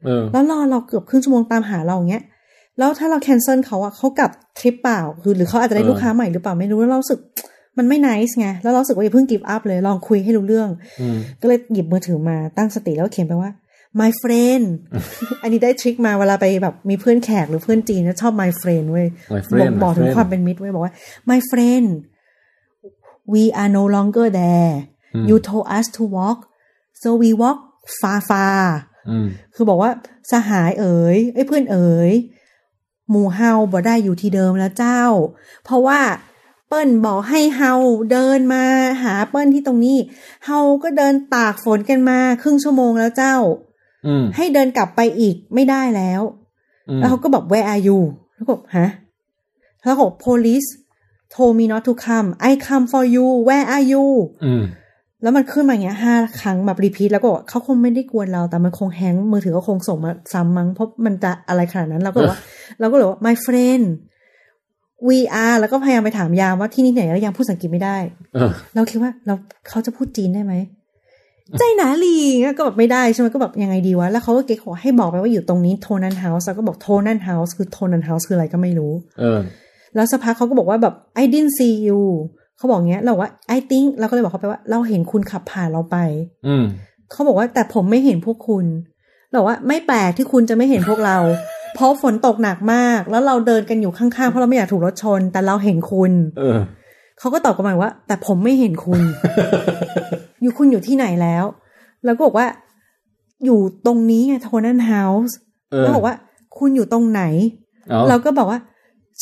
เออ แล้วรอเราเกือบครึ่งชั่วโมงตามหาเราอย่างเงี้ย แล้วถ้าเราแคนเซิลเขาอะเขากลับทริปเปล่าคือหรือเขาอาจจะได้ เออ ลูกค้าใหม่หรือเปล่าไม่รู้แล้วเรารู้สึก มันไม่ไนส์ไงแล้วเรารู้สึกว่าอย่าเพิ่งกิฟต์อัพเลยลองคุยให้รู้เรื่อง อืม ก็เลยหยิบมือถือมาตั้งสติแล้วเขียนไปว่า my [laughs] friend อันนี้ได้ทริคมาเวลาไปแบบมีเพื่อนแขกหรือเพื่อนจีนนะชอบ my friend เว้ย my บอ friend กบอก my ถึง friend ความเป็นมิตรไว้บอกว่า my friend we are no longer there อืม you told us to walk so we walk far far อืม คือบอกว่าสหายเอ๋ยเอ้ยเพื่อนเอ๋ยหมู่เฮาบ่ได้อยู่ที่เดิมแล้วเจ้า เพราะว่าเปิ้นบอกให้เฮาเดินมาหาเปิ้นที่ตรงนี้ เฮาก็เดินตากฝนกันมาครึ่งชั่วโมงแล้วเจ้า อืม ให้เดินกลับไปอีกไม่ได้แล้ว อืม แล้วเขาก็บอก where are you แล้วก็บอกฮะแล้วเขาบอก police told me not to come I come for you where are you อืม แล้วมันขึ้นมาอย่างเงี้ยห้าครั้งแบบรีพีทแล้วก็บอกเขาคงไม่ได้กวนเราแต่มันคงแฮงก์มือถือก็คงส่งมาซ้ำมั้งเพราะมันจะอะไรขนาดนั้นเราก็บอกว่า เราก็เลยว่า my friend we are แล้วก็พยายามไปถามยามว่าที่นี่ไหนแล้วยามพูดสังกฤษไม่ได้ เออ เราคิดว่าเราเขาจะพูดจีนได้ไหม ใจหนาลีอย่างเงี้ยก็แบบไม่ได้ใช่ไหมก็แบบยังไงดีวะ แล้วเขาก็เก๊กขอให้บอกไปว่าอยู่ตรงนี้โทนันเฮาส์แล้วก็บอกโทนันเฮาส์คือโทนันเฮาส์คืออะไรก็ไม่รู้ เออ แล้วสักพักเขาก็บอกว่าแบบ I didn't see you เขาบอกเงี้ยเราว่า I think เราก็เลยบอกเขาไปว่า เราเห็นคุณขับผ่านเราไป อืม เขาบอกว่าแต่ผมไม่เห็นพวกคุณ เราว่าไม่แปลกที่คุณจะไม่เห็นพวกเรา เพราะฝนตกหนักมาก แล้วเราเดินกันอยู่ข้างๆ เพราะเราไม่อยากถูกรถชน แต่เราเห็นคุณ เออ เขาก็ตอบกลับมาว่า แต่ผมไม่เห็นคุณ อยู่คุณอยู่ที่ไหนแล้ว แล้วก็บอกว่า อยู่ตรงนี้ไงโทนันเฮาส์ เออ แล้วบอกว่า คุณอยู่ตรงไหน เอา เราก็บอกว่า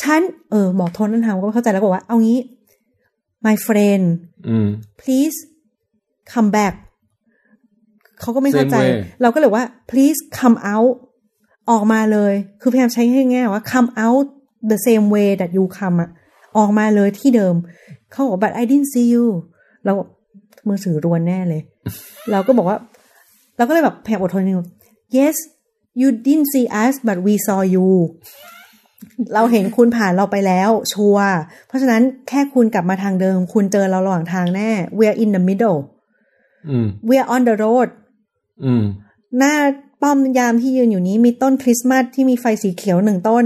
ฉัน เออ บอกโทนันเฮาส์ก็เข้าใจแล้วบอกว่า เอางี้ my friend อืม please come back เขาก็ไม่เข้าใจ Same way เราก็เลยว่า please come out ออกมาเลย คือพยายามใช้ให้ง่ายว่า come out the same way that you come อะออกมาเลยที่เดิม เขาบอก but I didn't see you เราบอกมือถือรวนแน่เลย [laughs] เราก็บอกว่า เราก็เลยแบบพยายามอดทนนิดนึง yes you didn't see us but we saw you เราเห็นคุณผ่านเราไปแล้วชัวร์เพราะฉะนั้นแค่คุณกลับมาทางเดิม คุณเจอเราระหว่างทางแน่ we're in the middle อืม we're on the road อืม หน้าป้อมยามที่ยืนอยู่นี้มีต้นคริสต์มาสที่มีไฟสีเขียวหนึ่งต้น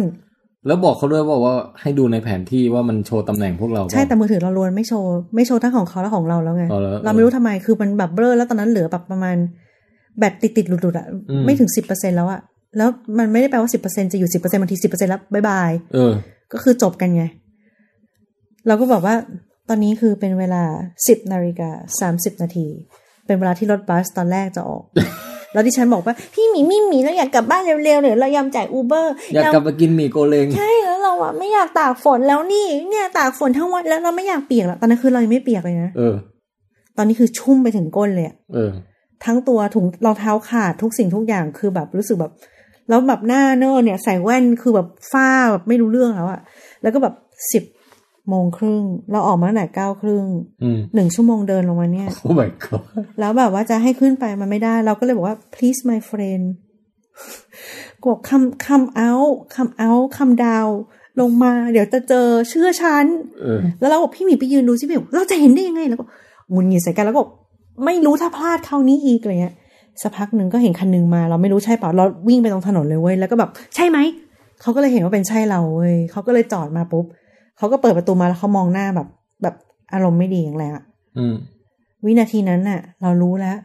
แล้วบอกเขาด้วยว่าว่าให้ดูในแผนที่ว่ามันโชว์ตำแหน่งพวกเรา ใช่แต่ ป่ะ มือถือเราลวนไม่โชว์ ไม่โชว์ทั้งของเขาและของเราแล้วไง อ๋อเหรอ เราไม่รู้ทำไมคือมันแบบเบลอแล้วตอนนั้นเหลือแบบประมาณ แบตติดติดๆหลุดๆอะ อืม ไม่ถึงสิบเปอร์เซ็นแล้วอะแล้วมันไม่ได้แปลว่าสิบเปอร์เซ็นจะอยู่สิบเปอร์เซ็นบางทีสิบเปอร์เซ็นแล้วบายบาย เออ ก็คือจบกันไง เราก็บอกว่า ตอนนี้คือเป็นเวลาสิบนาฬิกาสามสิบนาที เป็นเวลาที่รถบัสตอนแรกจะ [laughs] ออก แล้วดิฉันบอกว่า พี่หมีมี่หมีเราอยากกลับบ้านเร็วๆหรือเรายอมจ่ายอูเบอร์ อยากกลับมากินหมี่โกเลง ใช่แล้วเราอะไม่อยากตากฝนแล้วนี่เนี่ยตากฝนทั้งวันแล้วเราไม่อยากเปียกแล้วตอนนั้นคือเรายังไม่เปียกเลยนะ เออ ตอนนี้คือชุ่มไปถึงก้นเลยอะ เออ ทั้งตัวถุงรองเท้าขาดทุกสิ่งทุกอย่างคือแบบรู้สึกแบบ แล้วแบบหน้าเนอะเนี่ยใส่แว่นคือแบบฝ้าแบบไม่รู้เรื่องแล้วอะแล้วก็แบบสิบโมงครึ่งเราออกมาตั้งแต่เก้าครึ่ง อืม หนึ่งชั่วโมงเดินลงมาเนี่ย โอ้ my god แล้วแบบว่าจะให้ขึ้นไปมันไม่ได้ เราก็เลยบอกว่า please my friend [laughs] กบอกคำคำ out คำ out คำดาวลงมา เดี๋ยวจะเจอเชื่อฉัน เออ แล้วเราบอกพี่หมีไปยืนดูสิพี่หมีเราจะเห็นได้ยังไง แล้วก็หงุนหงิดใส่กันแล้วก็บอกไม่รู้ถ้าพลาดคราวนี้อีกอะไรเงี้ยสักพักหนึ่งก็เห็นคันหนึ่งมา เราไม่รู้ใช่เปล่าเราวิ่งไปตรงถนนเลยเว้ยแล้วก็แบบใช่ไหมเขาก็เลยเห็นว่าเป็นใช่เราเว้ยเขาก็เลยจอดมาปุ๊บเขาก็เปิดประตูมาแล้วเขามองหน้าแบบ แบบอารมณ์ไม่ดีอย่างแรงอะ อืม วินาทีนั้นน่ะ เรารู้แล้ว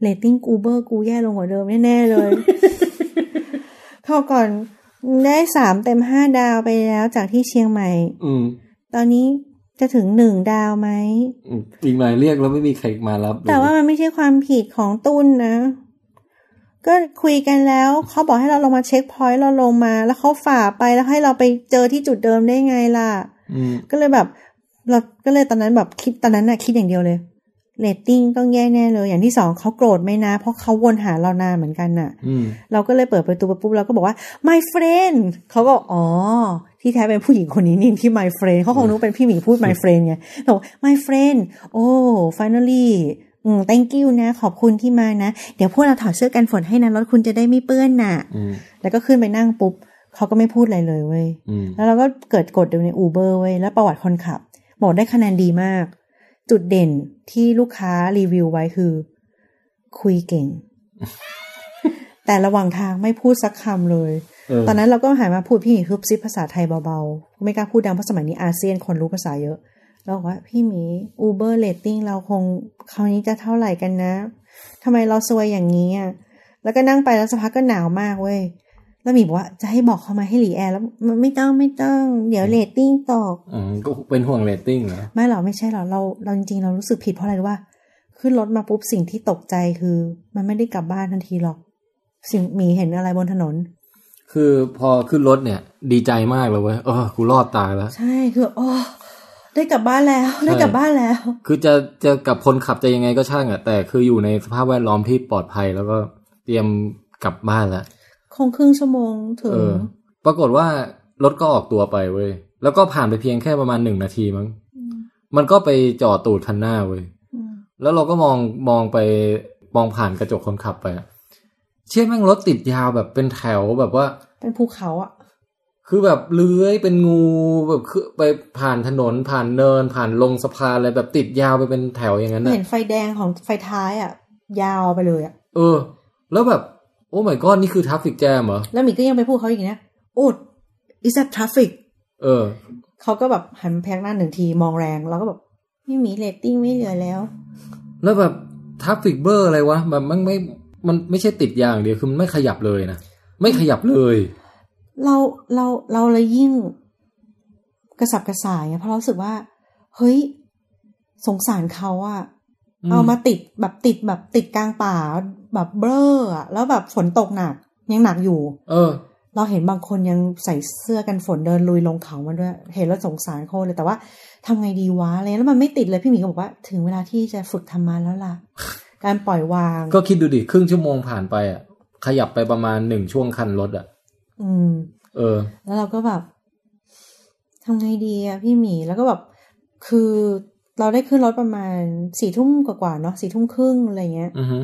เรตติ้งกูเบอร์กูแย่ลงกว่าเดิมแน่ๆเลย [laughs] เข้าก่อนได้สามเต็มห้าดาวไปแล้วจากที่เชียงใหม่ อืม ตอนนี้จะถึงหนึ่งดาวไหม อืมอีกหน่อยเรียกแล้วไม่มีใครมารับเลย แต่ว่ามันไม่ใช่ความผิดของตุนนะ ก็คุยกันแล้ว เขาบอกให้เราลงมาเช็คพอยต์เราลงมา แล้วเขาฝ่าไปแล้วให้เราไปเจอที่จุดเดิมได้ไงล่ะ อืม ก็เลยแบบเราก็เลยตอนนั้นแบบคิดตอนนั้นน่ะคิดอย่างเดียวเลยเรตติ้งต้องแย่แน่เลย อย่างที่สองเขาโกรธไหมนะ เพราะเขาวนหาเรานานเหมือนกันน่ะ อืม เราก็เลยเปิดประตูไปปุ๊บเราก็บอกว่า my friend เขาก็บอกอ๋อ ที่แท้เป็นผู้หญิงคนนี้นี่ที่ my friend เขาคงรู้เป็นพี่หมีพูด my friend ไงเขาบอก my friend โอ้ finally อืม thank you นะ ขอบคุณที่มานะ เดี๋ยวพวกเราถอดเสื้อกันฝนให้นะรถคุณจะได้ไม่เปื้อนน่ะ อืม แล้วก็ขึ้นไปนั่งปุ๊บเขาก็ไม่พูดอะไรเลยเว้ย อืม แล้วเราก็เกิดกดดูในอูเบอร์ไว้ยแล้วประวัติคนขับ บอกได้คะแนนดีมาก จุดเด่นที่ลูกค้ารีวิวไว้คือ คุย [laughs] เก่ง แต่ระหว่างทางไม่พูดสักคำเลย เออ ตอนนั้นเราก็หันมาพูดพี่หมีฮึบซิบภาษาไทยเบาๆ ไม่กล้าพูดดังเพราะสมัยนี้อาเซียนคนรู้ภาษาเยอะ เราบอกว่าพี่หมีอูเบอร์เลตติ้งเราคงคราวนี้จะเท่าไหร่กันนะทำไมเราซวยอย่างนี้อ่ะแล้วก็นั่งไปแล้วสักพักก็หนาวมากเว้ย แล้วหมีบอกว่าจะให้บอกเขามาให้หลีแอร์แล้วมันไม่ต้องไม่ต้อง เดี๋ยวเรตติ้งตก อืมก็เป็นห่วงเรตติ้งเหรอ ไม่หรอกไม่ใช่หรอกเราเราจริงๆ เรารู้สึกผิดเพราะอะไรรู้ว่า ขึ้นรถมาปุ๊บสิ่งที่ตกใจคือ มันไม่ได้กลับบ้านทันทีหรอก สิ่งหมีเห็นอะไรบนถนน คือพอขึ้นรถเนี่ย ดีใจมากเลยเว้ยเออกูรอดตายแล้ว ใช่คือโอ้ได้กลับบ้านแล้ว ได้กลับบ้านแล้ว คือจะจะกับคนขับจะยังไงก็ช่างอะแต่คืออยู่ในสภาพแวดล้อมที่ปลอดภัยแล้วก็เตรียมกลับบ้านแล้ว คงครึ่งชั่วโมงถึง เออ ปรากฏว่ารถก็ออกตัวไปเว้ย แล้วก็ผ่านไปเพียงแค่ประมาณหนึ่งนาทีมั้ง มันก็ไปจ่อตูดคันหน้าเว้ย ม แล้วเราก็มองมองไปมองผ่านกระจกคนขับไปอะเชี่ยแม่งรถติดยาวแบบเป็นแถวแบบว่า เป็นภูเขาอะ คือแบบเลื้อยเป็นงูแบบคือไปผ่านถนนผ่านเนิน ผ่านลงสะพานอะไรแบบติดยาวไปเป็นแถวอย่างนั้นน่ะ เห็นไฟแดงของไฟท้ายอะยาวไปเลยอะ เออ แล้วแบบ โอ้ my god นี่คือทราฟฟิกแจมเหรอ แล้วหมีก็ยังไปพูดเขาอีกนะโอ้ is that traffic เออ เขาก็แบบหันแพกหน้าหนึ่งทีมองแรงแล้วก็แบบพี่หมีเรตติ้งไม่เหลือแล้ว แล้วแบบทราฟฟิกเบอร์อะไรวะแบบมันไม่มันไม่ใช่ติดยางเดียวคือมันไม่ขยับเลยนะ ไม่ขยับเลย เราเราเราเลยยิ่งกระสับกระส่ายอะเพราะเรารู้สึกว่า เฮ้ย สงสารเขาอะ อืม เอามาติดแบบติดแบบติดกลางป่าแบบเบ้ออะแล้วแบบฝนตกหนัก ยังหนักอยู่ เออ เราเห็นบางคนยังใส่เสื้อกันฝนเดินลุยลงเขามาด้วย เห็นแล้วสงสารเขาเลยแต่ว่าทำไงดีวะอะไรแล้วมันไม่ติดเลยพี่หมีก็บอกว่า ถึงเวลาที่จะฝึกทำมาแล้วล่ะ การปล่อยวาง ก็คิดดูดิครึ่งชั่วโมงผ่านไปอ่ะ ขยับไปประมาณหนึ่งช่วงคันรถอ่ะ อืม เออ แล้วเราก็แบบทำไงดีอะพี่หมีแล้วก็แบบคือเราได้ขึ้นรถประมาณสี่ทุ่มกว่าๆเนาะสี่ทุ่มครึ่งอะไรเงี้ย อือฮึ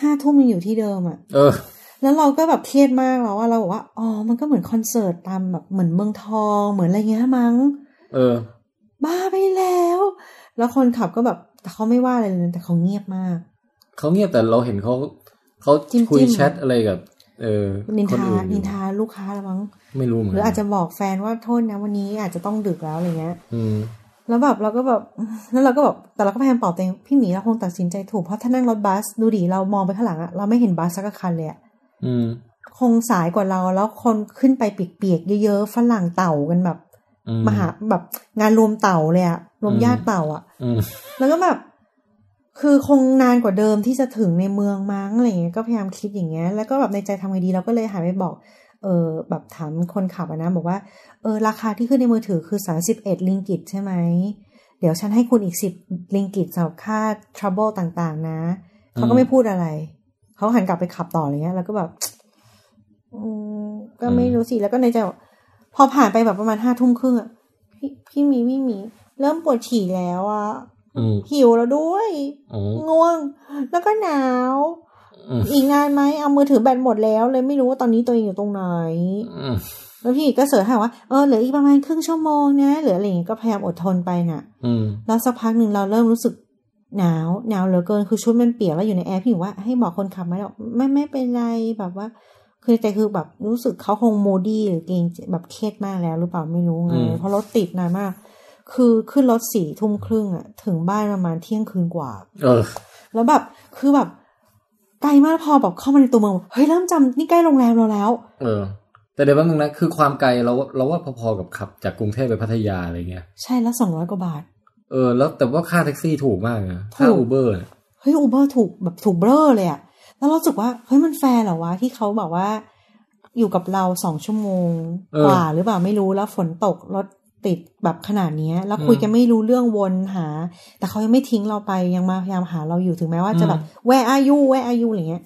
ห้าทุ่มยังอยู่ที่เดิมอะ เออ แล้วเราก็แบบเครียดมากแล้วว่าเราบอกว่าอ๋อมันก็เหมือนคอนเสิร์ตตามแบบเหมือนเมืองทองเหมือนอะไรเงี้ยมั้ง เออ บ้าไปแล้ว แล้วคนขับก็แบบแต่เขาไม่ว่าอะไรเลยนะแต่เขาเงียบมาก เขาเงียบแต่เราเห็นเขาเขา จิ้มๆ คุยแชทอะไรกับ เออ นิน คน ทา อื่นอยู่ นินทาลูกค้าละมั้ง ไม่รู้เหมือ ห น รือ กัน อาจจะบอกแฟนว่าโทษนะวันนี้อาจจะต้องดึกแล้วอะไรเงี้ย อืม แล้วแบบเราก็แบบ [laughs] แล้วเราก็แบบแต่เราก็พยายามปลอบตัวเองพี่หมีเราคงตัดสินใจถูกเพราะถ้านั่งรถบัสดูดิเรามองไปข้างหลังอะเราไม่เห็นบัสสักคันเลยอะ อืม คงสายกว่าเราแล้วคนขึ้นไปเปียกๆเยอะๆฝรั่งเต่ากันแบบ อืม มหาแบบงานรวมเต่าเลยอะรวมญาติเต่าอะ อืม แล้วก็แบบ คือคงนานกว่าเดิมที่จะถึงในเมืองมั้งอะไรอย่างเงี้ย ก็พยายามคิดอย่างเงี้ย แล้วก็แบบในใจทำไงดี เราก็เลยหันไปบอก เออ แบบถามคนขับอะนะ บอกว่า เออ ราคาที่ขึ้นในมือถือคือสามสิบเอ็ดลิงกิตใช่ไหม เดี๋ยวฉันให้คุณอีกสิบลิงกิตสำหรับค่า trouble ต่างๆ นะ เขาก็ไม่พูดอะไร เขาหันกลับไปขับต่ออะไรเงี้ย แล้วก็แบบ อืม ก็ไม่รู้สิ แล้วก็ในใจบอกพอผ่านไปแบบประมาณห้าทุ่มครึ่งอะพี่พี่หมีพี่หมี เริ่มปวดฉี่แล้วอะ อืม หิวแล้วด้วย อืม ง่วง แล้วก็หนาว อืม อีกงานไหมเอามือถือแบตหมดแล้ว เลยไม่รู้ว่าตอนนี้ตัวเองอยู่ตรงไหน อืม แล้วพี่ก็เสิร์ชหาว่าเออเหลืออีกประมาณครึ่งชั่วโมงนะเหลืออะไรอย่างเงี้ยก็พยายามอดทนไปน่ะ อืม แล้วสักพักหนึ่งเราเริ่มรู้สึกหนาวหนาวเหลือเกินคือชุดมันเปียกแล้วอยู่ในแอร์พี่หนูว่าให้บอกคนขับไหมหรอกไม่ไม่เป็นไรแบบว่า คือแต่คือแบบรู้สึกเขาคงโมดี้หรือเกรงใจแบบเครียดมากแล้วหรือเปล่าไม่รู้ไงเพราะรถติดนานมาก คือขึ้นรถสี่ทุ่มครึ่งอะถึงบ้านประมาณเที่ยงคืนกว่า เออ แล้วแบบคือแบบไกลมากพอแบบเข้ามาในตัวเมืองเฮ้ยเริ่มจำนี่ใกล้โรงแรมเราแล้ว เออ แต่เดี๋ยวแป๊บนึงนะ คือความไกลเราเราว่าพอๆกับขับจากกรุงเทพไปพัทยาอะไรเงี้ย ใช่แล้วสองร้อยกว่าบาท เออ แล้วแต่ว่าค่าแท็กซี่ถูกมากนะค่า ถูก อูเบอร์ เฮ้ยอูเบอร์ถูกแบบถูกเบลอเลยอะแล้วเรารู้สึกว่าเฮ้ยมันแฟร์เหรอวะที่เขาแบบว่า อยู่กับเราสองชั่วโมงกว่าหรือเปล่าไม่รู้แล้วฝนตกรถติดแบบขนาดเนี้ย แล้วคุยกันไม่รู้เรื่องวนหา แต่เขายังไม่ทิ้งเราไปยังมาพยายามหาเราอยู่ถึงแม้ว่าจะแบบแวอายุแวอายุอะไรเงี้ย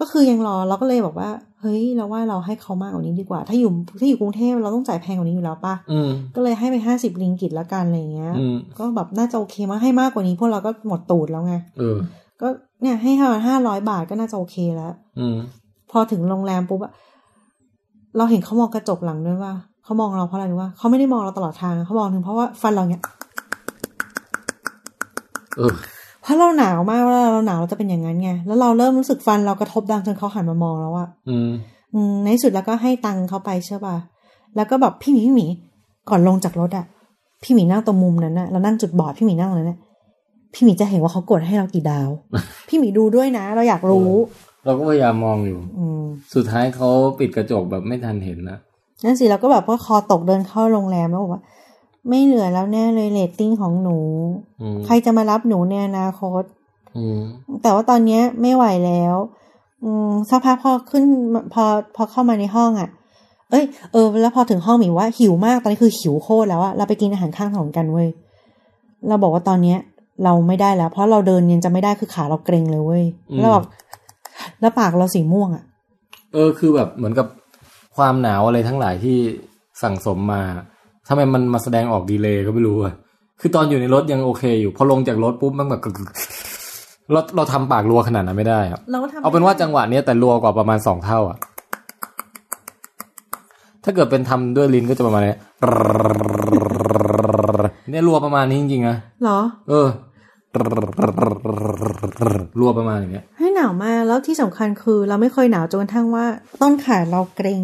ก็คือยังรอเราก็เลยบอกว่า เฮ้ยเราว่าเราให้เขามากกว่านี้ดีกว่า ถ้าอยู่ถ้าอยู่กรุงเทพเราต้องจ่ายแพงกว่านี้อยู่แล้วป่ะ อืม ก็เลยให้ไปห้าสิบลิงกิตละกันอะไรเงี้ย อืม ก็แบบน่าจะโอเคมั้งให้มากกว่านี้พวกเราก็หมดตูดแล้วไง เออ ก็เนี่ยให้ประมาณห้าร้อยบาทก็น่าจะโอเคแล้ว อืม พอถึงโรงแรมปุ๊บอะเราเห็นเขามองกระจกหลังด้วยว่าเขามองเราเพราะอะไรรู้ว่าเขาไม่ได้มองเราตลอดทางนะเขามองถึงเพราะว่าฟันเราเนี่ย เออ เพราะเราหนาวมากเวลาเราหนาวเราจะเป็นอย่างนั้นไงแล้วเราเริ่มรู้สึกฟันเรากระทบดังจนเขาหันมามองแล้วอะ อืม อืมในที่สุดแล้วก็ให้ตังค์เขาไปใช่ป่ะแล้วก็แบบพี่หมีพี่หมีก่อนลงจากรถอะพี่หมีนั่งตรงมุมนั้นนะเรานั่งจุดบอดพี่หมีนั่งตรงนั้นนะพี่หมีจะเห็นว่าเขากดให้เรากี่ดาว พี่หมีดูด้วยนะ เราอยากรู้ เราก็พยายามมองอยู่ อืม สุดท้ายเขาปิดกระจกแบบไม่ทันเห็นนะ นั่นสิเราก็แบบว่าคอตกเดินเข้าโรงแรมแล้วบอกว่า ไม่เหลือแล้วแน่เลยเรตติ้งของหนู อืม ใครจะมารับหนูในอนาคต อืม แต่ว่าตอนเนี้ยไม่ไหวแล้ว อืมสักพักพอขึ้นพอพอเข้ามาในห้องอะ่ะ เอ้ยเออแล้วพอถึงห้องหมีว่าหิวมากตอนนี้คือหิวโคตรแล้วอะเราไปกินอาหารข้างถนนกันเว้ยเราบอกว่าตอนเนี้ย เราไม่ได้แล้ว เพราะเราเดินยังจะไม่ได้คือขาเราเกร็งเลยเว้ยแล้วแบบแล้วปากเราสีม่วงอ่ะ เออ คือแบบเหมือนกับความหนาวอะไรทั้งหลายที่สั่งสมมาทำไมมันมาแสดงออกดีเลยก็ไม่รู้อะคือตอนอยู่ในรถยังโอเคอยู่ พอลงจากรถปุ๊บมันแบบกึกกึกเราเราทำปากรัวขนาดนั้นไม่ได้อะ เราก็ทำ เอาเป็นว่าจังหวะเนี้ยแต่รัวกว่าประมาณสองเท่าอะถ้าเกิดเป็นทำด้วยลิ้นก็จะประมาณเนี้ยเนี่ยรัวประมาณนี้จริงๆนะ เหรอ เออ รัวประมาณอย่างเงี้ย ให้หนาวมากแล้วที่สำคัญคือเราไม่เคยหนาวจนกระทั่งว่า ต้นขาเราเกรง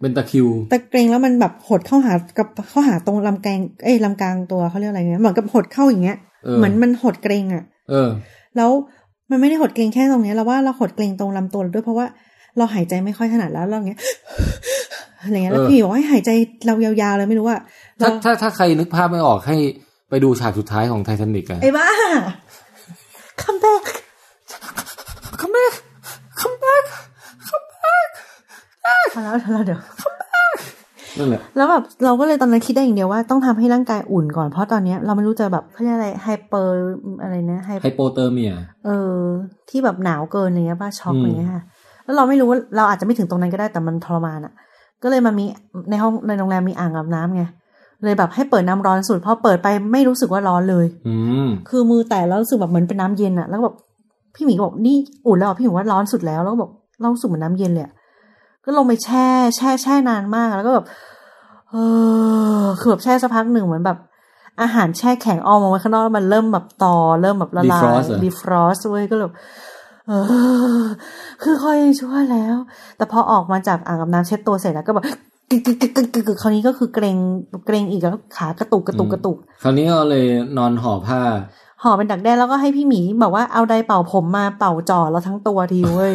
เป็นตะคริว แต่เกรงแล้วมันแบบหดเข้าหากับเข้าหาตรงลำแกงเอ้ยลำกลางตัวเขาเรียกอะไรเงี้ยเหมือนกับหดเข้าอย่างเงี้ย เออ เหมือนมันหดเกรงอะ่ะ เออ แล้วมันไม่ได้หดเกรงแค่ตรงเนี้ยเราว่าเราหดเกรงตรงลำตัวเราด้วยเพราะว่าเราหายใจไม่ค่อยถนัดแล้วเราอย่างเงี้ย [laughs] อะไรเงี้ยแล้ว เออ พี่บอกว่าให้หายใจเรายาวๆเลยไม่รู้ว่า ถ้าถ้าถ้าใครนึกภาพไม่ออกให้ไปดูฉากสุดท้ายของไททานิกอะ ไอ้บ้าคัมแบ็ก คัมแบ็กคัมแบ็ก พอแล้วพอแล้วเดี๋ยว นั่นแหละ แล้วแบบเราก็เลยตอนนั้นคิดได้อย่างเดียวว่าต้องทำให้ร่างกายอุ่นก่อนเพราะตอนเนี้ยเราไม่รู้จะแบบเขาเรียกอะไรไฮเปอร์อะไรนะไฮ ไฮโปเตอร์เมีย เออที่แบบหนาวเกินอะไรเงี้ยป้าช็อก อืม อะไรเงี้ยค่ะแล้วเราไม่รู้ว่าเราอาจจะไม่ถึงตรงนั้นก็ได้แต่มันทรมานอะ่ะ ก็เลยมันมีในห้องในโรงแรมมีอ่างอาบน้ำไงเลยแบบให้เปิดน้ำร้อนสุดพอเปิดไปไม่รู้สึกว่าร้อนเลย อืม คือมือแตะแล้วรู้สึกแบบเหมือนเป็นน้ำเย็นอะแล้วก็แบบพี่หมีก็บอกนี่อุ่นแล้วเหรอพี่หมีว่าร้อนสุดแล้วแล้วก็บอกเรารู้สึกเหมือนน้ำเย็นเลยอะก็ลงไปแช่แช่แช่นานมากแล้วก็แบบเออคือแบบแช่สักพักหนึ่งเหมือนแบบ อาหารแช่แข็งออกมาไว้ข้างนอกแล้วมันเริ่มแบบตอเริ่มแบบละลาย Defrost เหรอ ดีฟรอสเว้ยก็เลยแบบเออ คือคอยยังชั่วแล้ว แต่พอออกมาจากอ่างอาบน้ำเช็ดตัวเสร็จแล้วก็แบบกึกกึกกึกกึกกึกกึกคราวนี้ก็คือเกรงเกรงอีกแล้วขากระตุกกระตุกกระตุก คราวนี้ก็เลยนอนห่อผ้า ห่อเป็นดักแด้แล้วก็ให้พี่หมีบอกว่าเอาไดร์เป่าผมมาเป่า [laughs] จ่อเราทั้งตัวทีเว้ย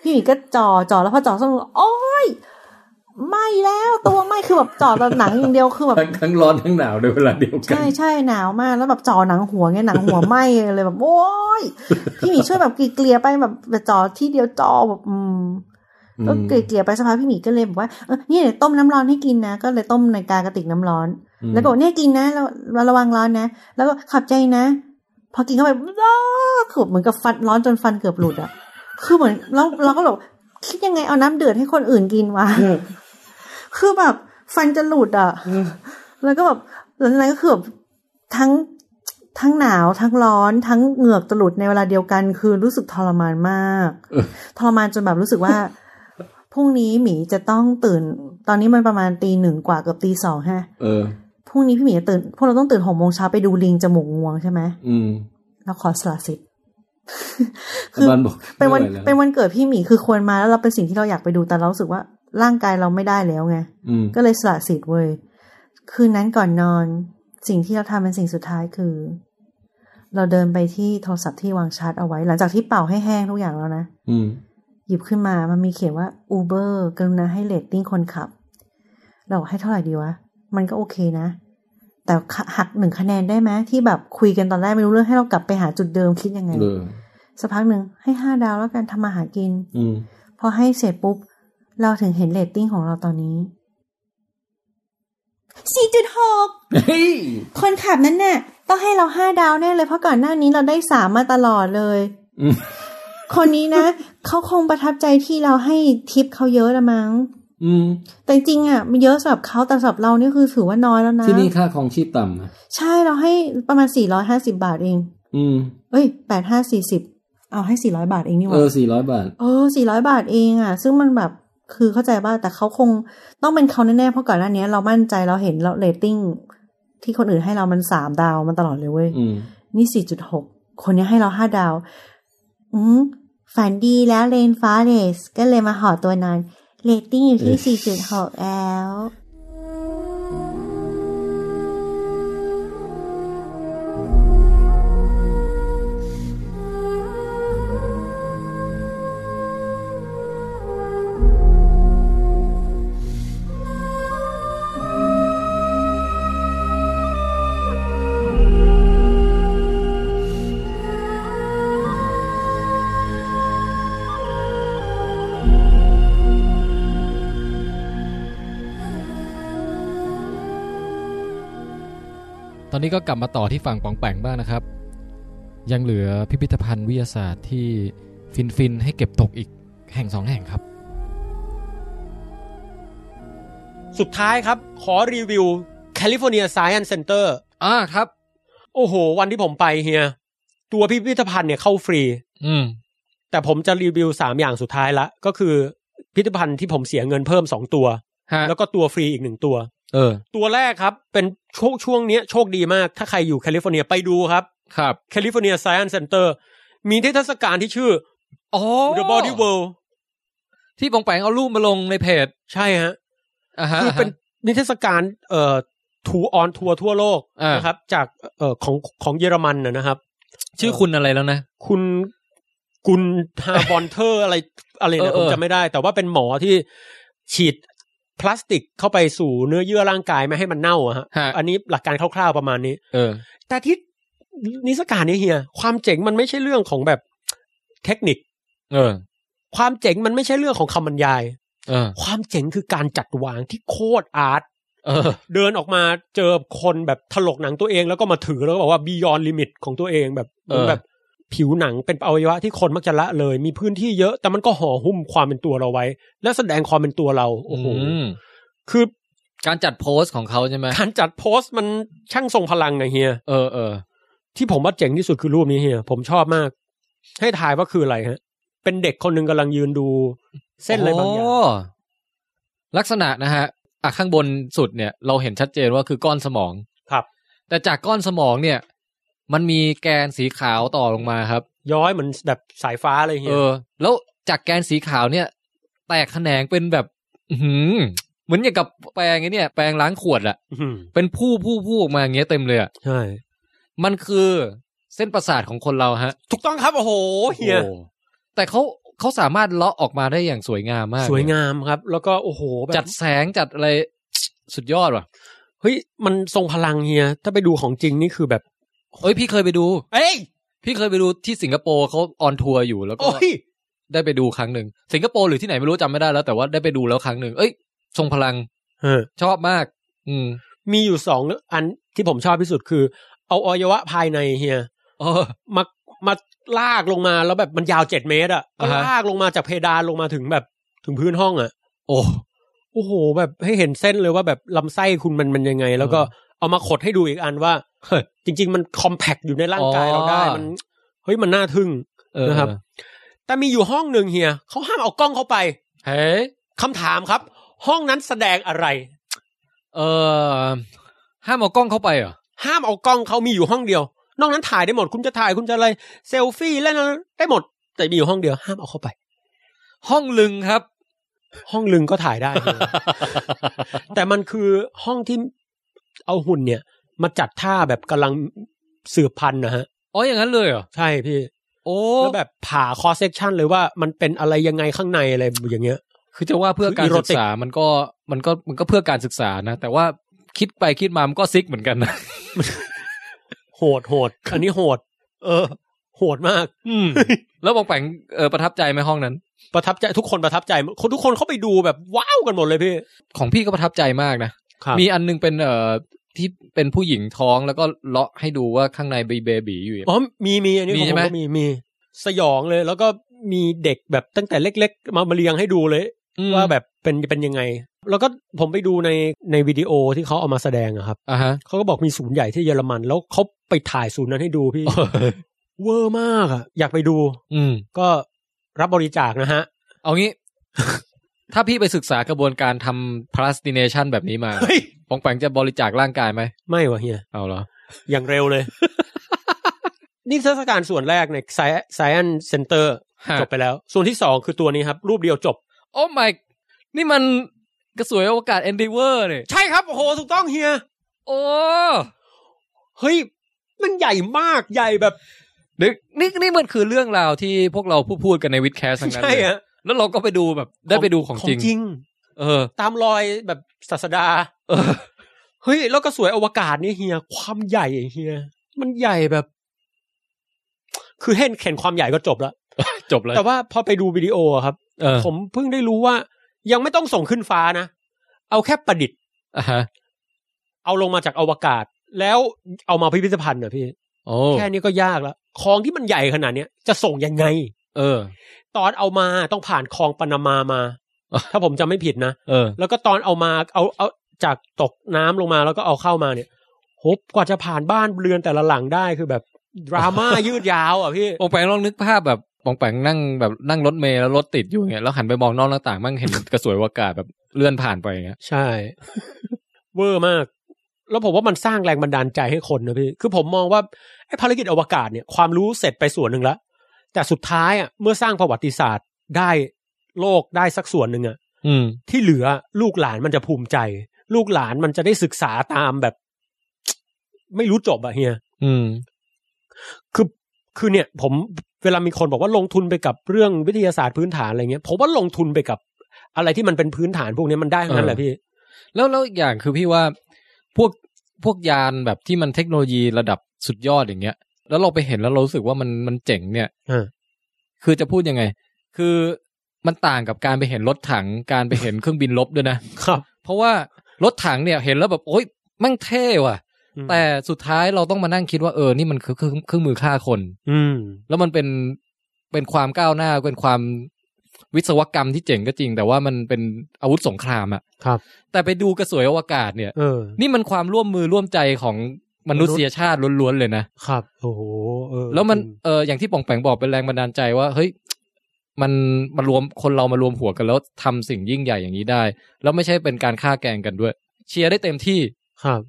พี่หมีก็จ่อจ่อแล้วพอจ่อสักหนึ่งโอ้ย ไหม่แล้วตัวไหม่คือแบบจอดแบบหนังอย่างเดียว [laughs] คือแบบ ทั้งทั้งร้อนทั้งหนาวในเวลาเดียวกัน ใช่ใช่หนาวมากแล้วแบบจอหนังหัวไงหนังหัวไหมเลยแบบโอ้ยพี่หมีช่วยแบบเกลี่ยๆไปแบบแบบจอที่เดียวจอแบบอืม อืม ก็เกลี่ยๆไปสักพักพี่หมีก็เลยบอกว่าเออเนี่ยเดี๋ยวต้มน้ำร้อนให้กินนะก็เลยต้มในกากระติกน้ำร้อน แล้วก็บอกเนี่ยกินนะเราเราระวังร้อนนะ แล้วก็ขับใจนะ พอกินเข้าไปอ้าวคือเหมือนกับฟันร้อนจนฟันเกือบหลุดอะคือเหมือนแล้วเราก็แบบคิดยังไงเอาน้ำเดือดให้คนอื่นกินวะ คือแบบฟันจะหลุดอ่ะ แล้วก็แบบหลังจากนั้นก็คือแบบทั้งทั้งหนาวทั้งร้อนทั้งเหงือกจะหลุดในเวลาเดียวกัน คือรู้สึกทรมานมากทรมานจนแบบรู้สึกว่า พรุ่งนี้หมีจะต้องตื่น ตอนนี้มันประมาณตีหนึ่งกว่าเกือบตีสองฮะ เออ พรุ่งนี้พี่หมีจะตื่น พวกเราต้องตื่นหกโมงเช้าไปดูลิงจมูกงวงใช่ไหม อืม เราขอสละสิทธิ์ อาจารย์บอก เป็นวัน ไม่ไหแล้ว เป็นวันเกิดพี่หมีคือควรมาแล้วเราเป็นสิ่งที่เราอยากไปดูแต่เรารู้สึกว่าร่างกายเราไม่ได้แล้วไง อืม ก็เลยสละสิทธิ์เว้ย คืนนั้นก่อนนอน สิ่งที่เราทำเป็นสิ่งสุดท้ายคือ เราเดินไปที่โทรศัพท์ที่วางชาร์จเอาไว้ หลังจากที่เป่าให้แห้งทุกอย่างแล้วนะ อืม หยิบขึ้นมา มันมีเขียนว่า Uber กรุณาให้เลตติ้งคนขับ เราบอกให้เท่าไหร่ดีวะ มันก็โอเคนะ แต่หักหนึ่งคะแนนได้ไหมที่แบบคุยกันตอนแรกไม่รู้เรื่องให้เรากลับไปหาจุดเดิมคิดยังไง เออ สักพักหนึ่งให้ห้าดาวแล้วกันทำมาหากิน อืม พอให้เสร็จปุ๊บ เราถึงเห็นเลตติ้งของเราตอนนี้ 4.6 เฮ้ย คนขับนั้นน่ะต้องให้เราห้าดาวแน่เลยเพราะก่อนหน้านี้เราได้สามมาตลอดเลย อืม คนนี้นะ เขาคงประทับใจที่เราให้ทิปเขาเยอะละมั้ง อืม แต่จริงๆอ่ะมันเยอะสำหรับเขาแต่สำหรับเรานี่คือถือว่าน้อยแล้วนะ ที่นี่ค่าครองชีพต่ำนะ ใช่เราให้ประมาณสี่ร้อยห้าสิบาทเอง อืม เอ้ยแปดห้าสี่สิบเอาให้สี่ร้อยบาทเองนี่ห เอ ว่า อสี่ร้อยบาท เออสี่ร้อยบาทเองอ่ะ ซึ่งมันแบบคือเข้าใจว่าแต่เขาคงต้องเป็นเขาแน่ๆเพราะก่อนหน้านี้เรามั่นใจเราเห็นเราเรตติ้งที่คนอื่นให้เรามันสามดาวมันตลอดเลยเว้ย อืม นี่ 4.6 คนนี้ให้เราห้าดาว อืมฝันดีแล้วเลนฟ้าเรส ก็เลยมาหอตัวนอนเรตติ้งอยู่ที่ 4.6 แล้ว ตอนนี้ก็กลับมาต่อที่ฝั่งปองแปงบ้างนะครับ ยังเหลือพิพิธภัณฑ์วิทยาศาสตร์ที่ฟินฟินๆให้เก็บตกอีกแห่งสองแห่งครับ สุดท้ายครับ ขอรีวิว California Science Center อ่าครับ โอ้โห วันที่ผมไปเฮีย ตัวพิพิธภัณฑ์เนี่ยเข้าฟรี อืม แต่ผมจะรีวิวสามอย่างสุดท้ายละ ก็คือพิพิธภัณฑ์ที่ผมเสียเงินเพิ่มสองตัว ฮะ แล้วก็ตัวฟรีอีกหนึ่งตัว เออ ตัวแรกครับ เป็นช่วงช่วงเนี้ยโชคดีมาก ถ้าใครอยู่แคลิฟอร์เนียไปดูครับ ครับ California Science Center มีนิทรรศการที่ชื่อ อ๋อ The Body World ที่ปองแปงเอารูปมาลงในเพจ ใช่ฮะ อ่าฮะ คือเป็นนิทรรศการเอ่อทูออนทัวร์ทั่วโลก อ่าน นะครับ จากเอ่อของของเยอรมันนะนะครับ ชื่อคุณอะไรแล้วนะ คุณกุนฮาบอนเทอร์ อะไรอะไร เออ นะ เออ ผมจำไม่ได้ แต่ว่าเป็นหมอที่ฉีดพลาสติกเข้าไปสู่เนื้อเยื่อร่างกายไม่ให้มันเน่าอะฮะ ฮะ อันนี้หลักการคร่าวๆประมาณนี้ เออ แต่ที่นิทรรศการนี้เฮียความเจ๋งมันไม่ใช่เรื่องของแบบเทคนิค เออ ความเจ๋งมันไม่ใช่เรื่องของคำบรรยาย เออ ความเจ๋งคือการจัดวางที่โคตรอาร์ต เออ เดินออกมาเจอคนแบบถลกหนังตัวเองแล้วก็มาถือแล้วก็บอกว่าบียอนลิมิตของตัวเองแบบ เออ แบบผิวหนังเป็นอวัยวะที่คนมักจะละเลย มีพื้นที่เยอะแต่มันก็ห่อหุ้มความเป็นตัวเราไว้ และแสดงความเป็นตัวเราโอ้โห ม คือ การจัดโพสต์ของเขาใช่ไหม การจัดโพสต์มันช่างทรงพลังไงเฮีย เออเออ ที่ผมว่าเจ๋งที่สุดคือรูปนี้เฮียผมชอบมาก ให้ทายว่าคืออะไรฮะ เป็นเด็กคนหนึ่งกำลังยืนดู เส้นอะไรบางอย่าง โลักษณะนะฮะอ่ะข้างบนสุดเนี่ยเราเห็นชัดเจนว่าคือก้อนสมอง ครับ แต่จากก้อนสมองเนี่ย มันมีแกนสีขาวต่อลงมาครับ ย้อยเหมือนแบบสายฟ้าเลยเฮี เอย อ แล้วจากแกนสีขาวเนี่ย แตกแขนงเป็นแบบ อื้อหือเหมือนอย่างกับแปรงไอ้เนี่ย แปรงล้างขวดอะ หืม เป็นผู้ผู้ผู้ออกมาอย่างเงี้ยเต็มเลยอะ ใช่ มันคือเส้นประสาทของคนเราฮะ ถูกต้องครับโอ้โหเฮีย โอ้แต่เขา เขาสามารถเลาะออกมาได้อย่างสวยงามมาก สวยงามครับ แล้วก็โอ้โหแบบ จัดแสงจัดอะไรสุดยอดว่ะ เฮ้ยมันทรงพลังเฮียถ้าไปดูของจริงนี่คือแบบ เอ้ยพี่เคยไปดู เอ้ย พี่เคยไปดูที่สิงคโปร์เขาออนทัวร์อยู่แล้วก็ โอ้ย ได้ไปดูครั้งหนึ่งสิงคโปร์หรือที่ไหนไม่รู้จำไม่ได้แล้วแต่ว่าได้ไปดูแล้วครั้งหนึ่งเอ้ย ทรงพลัง เออ ชอบมาก อืม มีอยู่สองอันที่ผมชอบที่สุดคือ เอาอวัยวะภายในเฮีย เออ มามาลากลงมาแล้วแบบมันยาวเจ็ดเมตรอะ อ่าฮะ ลากลงมาจากเพดานลงมาถึงแบบถึงพื้นห้องอะ โอ้ โอ้โห แบบให้เห็นเส้นเลยว่าแบบลำไส้คุณมันมันยังไง แล้วก็เอามาขดให้ดูอีกอันว่าเฮ้ยจริง ๆ มันคอมแพคอยู่ในร่างกายเราได้ อ๋อ มันเฮ้ยมันน่าทึ่ง เออ นะครับ แต่มีอยู่ห้องหนึ่งเฮียเขาห้ามเอากล้องเข้าไป เฮ้ย คำถามครับ ห้องนั้นแสดงอะไร เออห้ามเอากล้องเข้าไปเหรอ ห้ามเอากล้องเขามีอยู่ห้องเดียว นอกนั้นถ่ายได้หมด คุณจะถ่ายคุณจะอะไรเซลฟี่เล่นอะไรได้หมด แต่มีอยู่ห้องเดียวห้ามเอาเข้าไป ห้องลึงครับ ห้องลึงก็ถ่ายได้ [laughs] แต่มันคือห้องที่เอาหุ่นเนี่ย มาจัดท่าแบบกำลังสืบพันธุ์นะฮะ อ๋ออย่างนั้นเลยเหรอ ใช่พี่ โอ้ แล้วแบบผ่าคอเซกชันเลยว่ามันเป็นอะไรยังไงข้างในอะไรอย่างเงี้ย คือจะว่าเพื่อการ คืออีโร ศึ ติ ก ก ษามันก็มันก็มันก็เพื่อการศึกษานะ แต่ว่าคิดไปคิดมามันก็ซิกเหมือนกันนะ โหดโหดอันนี้โหด เออ โหดมาก อืม แล้วบองแปงเออประทับใจไหมห้องนั้น ประทับใจทุกคนประทับใจคนทุกคนเขาไปดูแบบว้าวกันหมดเลยพี่ ของพี่ก็ประทับใจมากนะ มี มีอันนึงเป็นเอ่อที่เป็นผู้หญิงท้องแล้วก็เลาะให้ดูว่าข้างในมีเบบีอยู่ อ๋อมีมีอันนี้ มี ของ ใช่ ผม ไหม ก็มีมีสยองเลย แล้วก็มีเด็กแบบตั้งแต่เล็ก ๆ มามาเรียงให้ดูเลย อืม ว่าแบบเป็นเป็นยังไง แล้วก็ผมไปดูในในวิดีโอที่เขาเอามาแสดงอะครับ อ่าฮะ เขาก็บอกมีศูนย์ใหญ่ที่เยอรมัน แล้วเขาไปถ่ายศูนย์นั้นให้ดูพี่ เวอร์มากอะอยากไปดู อืม ก็รับบริจาคนะฮะ เอางี้ ถ้าพี่ไปศึกษากระบวนการทำ procrastination แบบนี้มา เฮ้ย ปองแปงจะบริจาคร่างกายไหม ไม่วะเฮีย เอาเหรอ อย่างเร็ว [laughs] เลย นี่เทรรศกาลส่วนแรกใน Science Center ฮะ จบไปแล้ว ส่วนที่สองคือตัวนี้ครับ รูปเดียวจบ โอ้ my นี่มันกระสวยอวกาศ endeavor เนี่ย ใช่ครับ โอ้โห ถูกต้องเฮีย โอ้ เฮ้ย มันใหญ่มากใหญ่แบบ นึกนี่นี่มันคือเรื่องราวที่พวกเราพูดพูดกันในวิดแคสทั้งนั้น ใช่ เลย ฮะ แล้วเราก็ไปดูแบบ ได้ไปดูของจริง จริง เออ ตามรอยแบบศาสดา เออ เฮ้ย แล้วก็สวยอวกาศนี่เฮีย ความใหญ่เฮีย มันใหญ่แบบ คือเห็นเห็นความใหญ่ก็จบแล้ว จบเลย แต่ว่าพอไปดูวิดีโออะครับ เออ ผมเพิ่งได้รู้ว่า ยังไม่ต้องส่งขึ้นฟ้านะ เอาแค่ประดิษฐ์ อ่าฮะ เอาลงมาจากอวกาศ แล้วเอามาพิพิธภัณฑ์นะพี่ โอ้ แค่นี้ก็ยากแล้วของที่มันใหญ่ขนาดเนี้ยจะส่งยังไง เออ ตอนเอามาต้องผ่านคลองปานามามา อ่ะ ถ้าผมจำไม่ผิดนะ เออ แล้วก็ตอนเอามาเอาเอาจากตกน้ำลงมาแล้วก็เอาเข้ามาเนี่ยโหกว่าจะผ่านบ้านเรือนแต่ละหลังได้คือแบบดราม่า ยืดยาวอ่ะพี่ ปองแปงลองนึกภาพแบบปองแปงนั่งแบบนั่งรถเมล์แล้วรถติดอยู่เงี้ยแล้วหันไปมองนอกหน้าต่างมั่งเห็น กระสวยอวกาศแบบเลื่อนผ่านไปอย่างเงี้ย ใช่ [laughs] เวอร์มาก แล้วผมว่ามันสร้างแรงบันดาลใจให้คนนะพี่ คือผมมองว่าไอ้ภารกิจอวกาศเนี่ยความรู้เสร็จไปส่วนหนึ่งแล้ว แต่สุดท้ายอ่ะเมื่อสร้างประวัติศาสตร์ได้โลกได้สักส่วนหนึ่งอ่ะ อืม ที่เหลือลูกหลานมันจะภูมิใจ ลูกหลานมันจะได้ศึกษาตามแบบ ไม่รู้จบอ่ะเฮีย อืม คือคือเนี่ย ผมเวลามีคนบอกว่าลงทุนไปกับเรื่องวิทยาศาสตร์พื้นฐานอะไรเงี้ยผมว่าลงทุนไปกับอะไรที่มันเป็นพื้นฐานพวกเนี้ยมันได้ทั้งนั้นแหละพี่ แล้วแล้วอีกอย่างคือพี่ว่าพวกพวกยานแบบที่มันเทคโนโลยีระดับสุดยอดอย่างเงี้ย แล้วเราไปเห็นแล้วเรารู้สึกว่ามันมันเจ๋งเนี่ย เออ คือจะพูดยังไง คือมันต่างกับการไปเห็นรถถังการไปเห็นเครื่องบินลบด้วยนะ ครับ เพราะว่ารถถังเนี่ยเห็นแล้วแบบโอ๊ยแมั่งเท่ว่ะ แต่สุดท้ายเราต้องมานั่งคิดว่าเออนี่มันคือเครื่องเครื่องมือฆ่าคน อืม แล้วมันเป็นเป็นความก้าวหน้าเป็นความวิศวกรรมที่เจ๋งก็จริง แต่ว่ามันเป็นอาวุธสงครามอะ ครับ แต่ไปดูกระสวยอวกาศเนี่ย เออ นี่มันความร่วมมือร่วมใจของมนุษยชาติล้วนๆเลยนะครับ โอ้โหเออ แล้วมัน จริง เอออย่างที่ป่องแปงบอกเป็นแรงบันดาลใจว่า เฮ้ยมันมารวมคนเรามารวมหัวกันแล้วทำสิ่งยิ่งใหญ่อย่างนี้ได้ แล้วไม่ใช่เป็นการฆ่าแกล้งกันด้วย เชียร์ได้เต็มที่ ครับ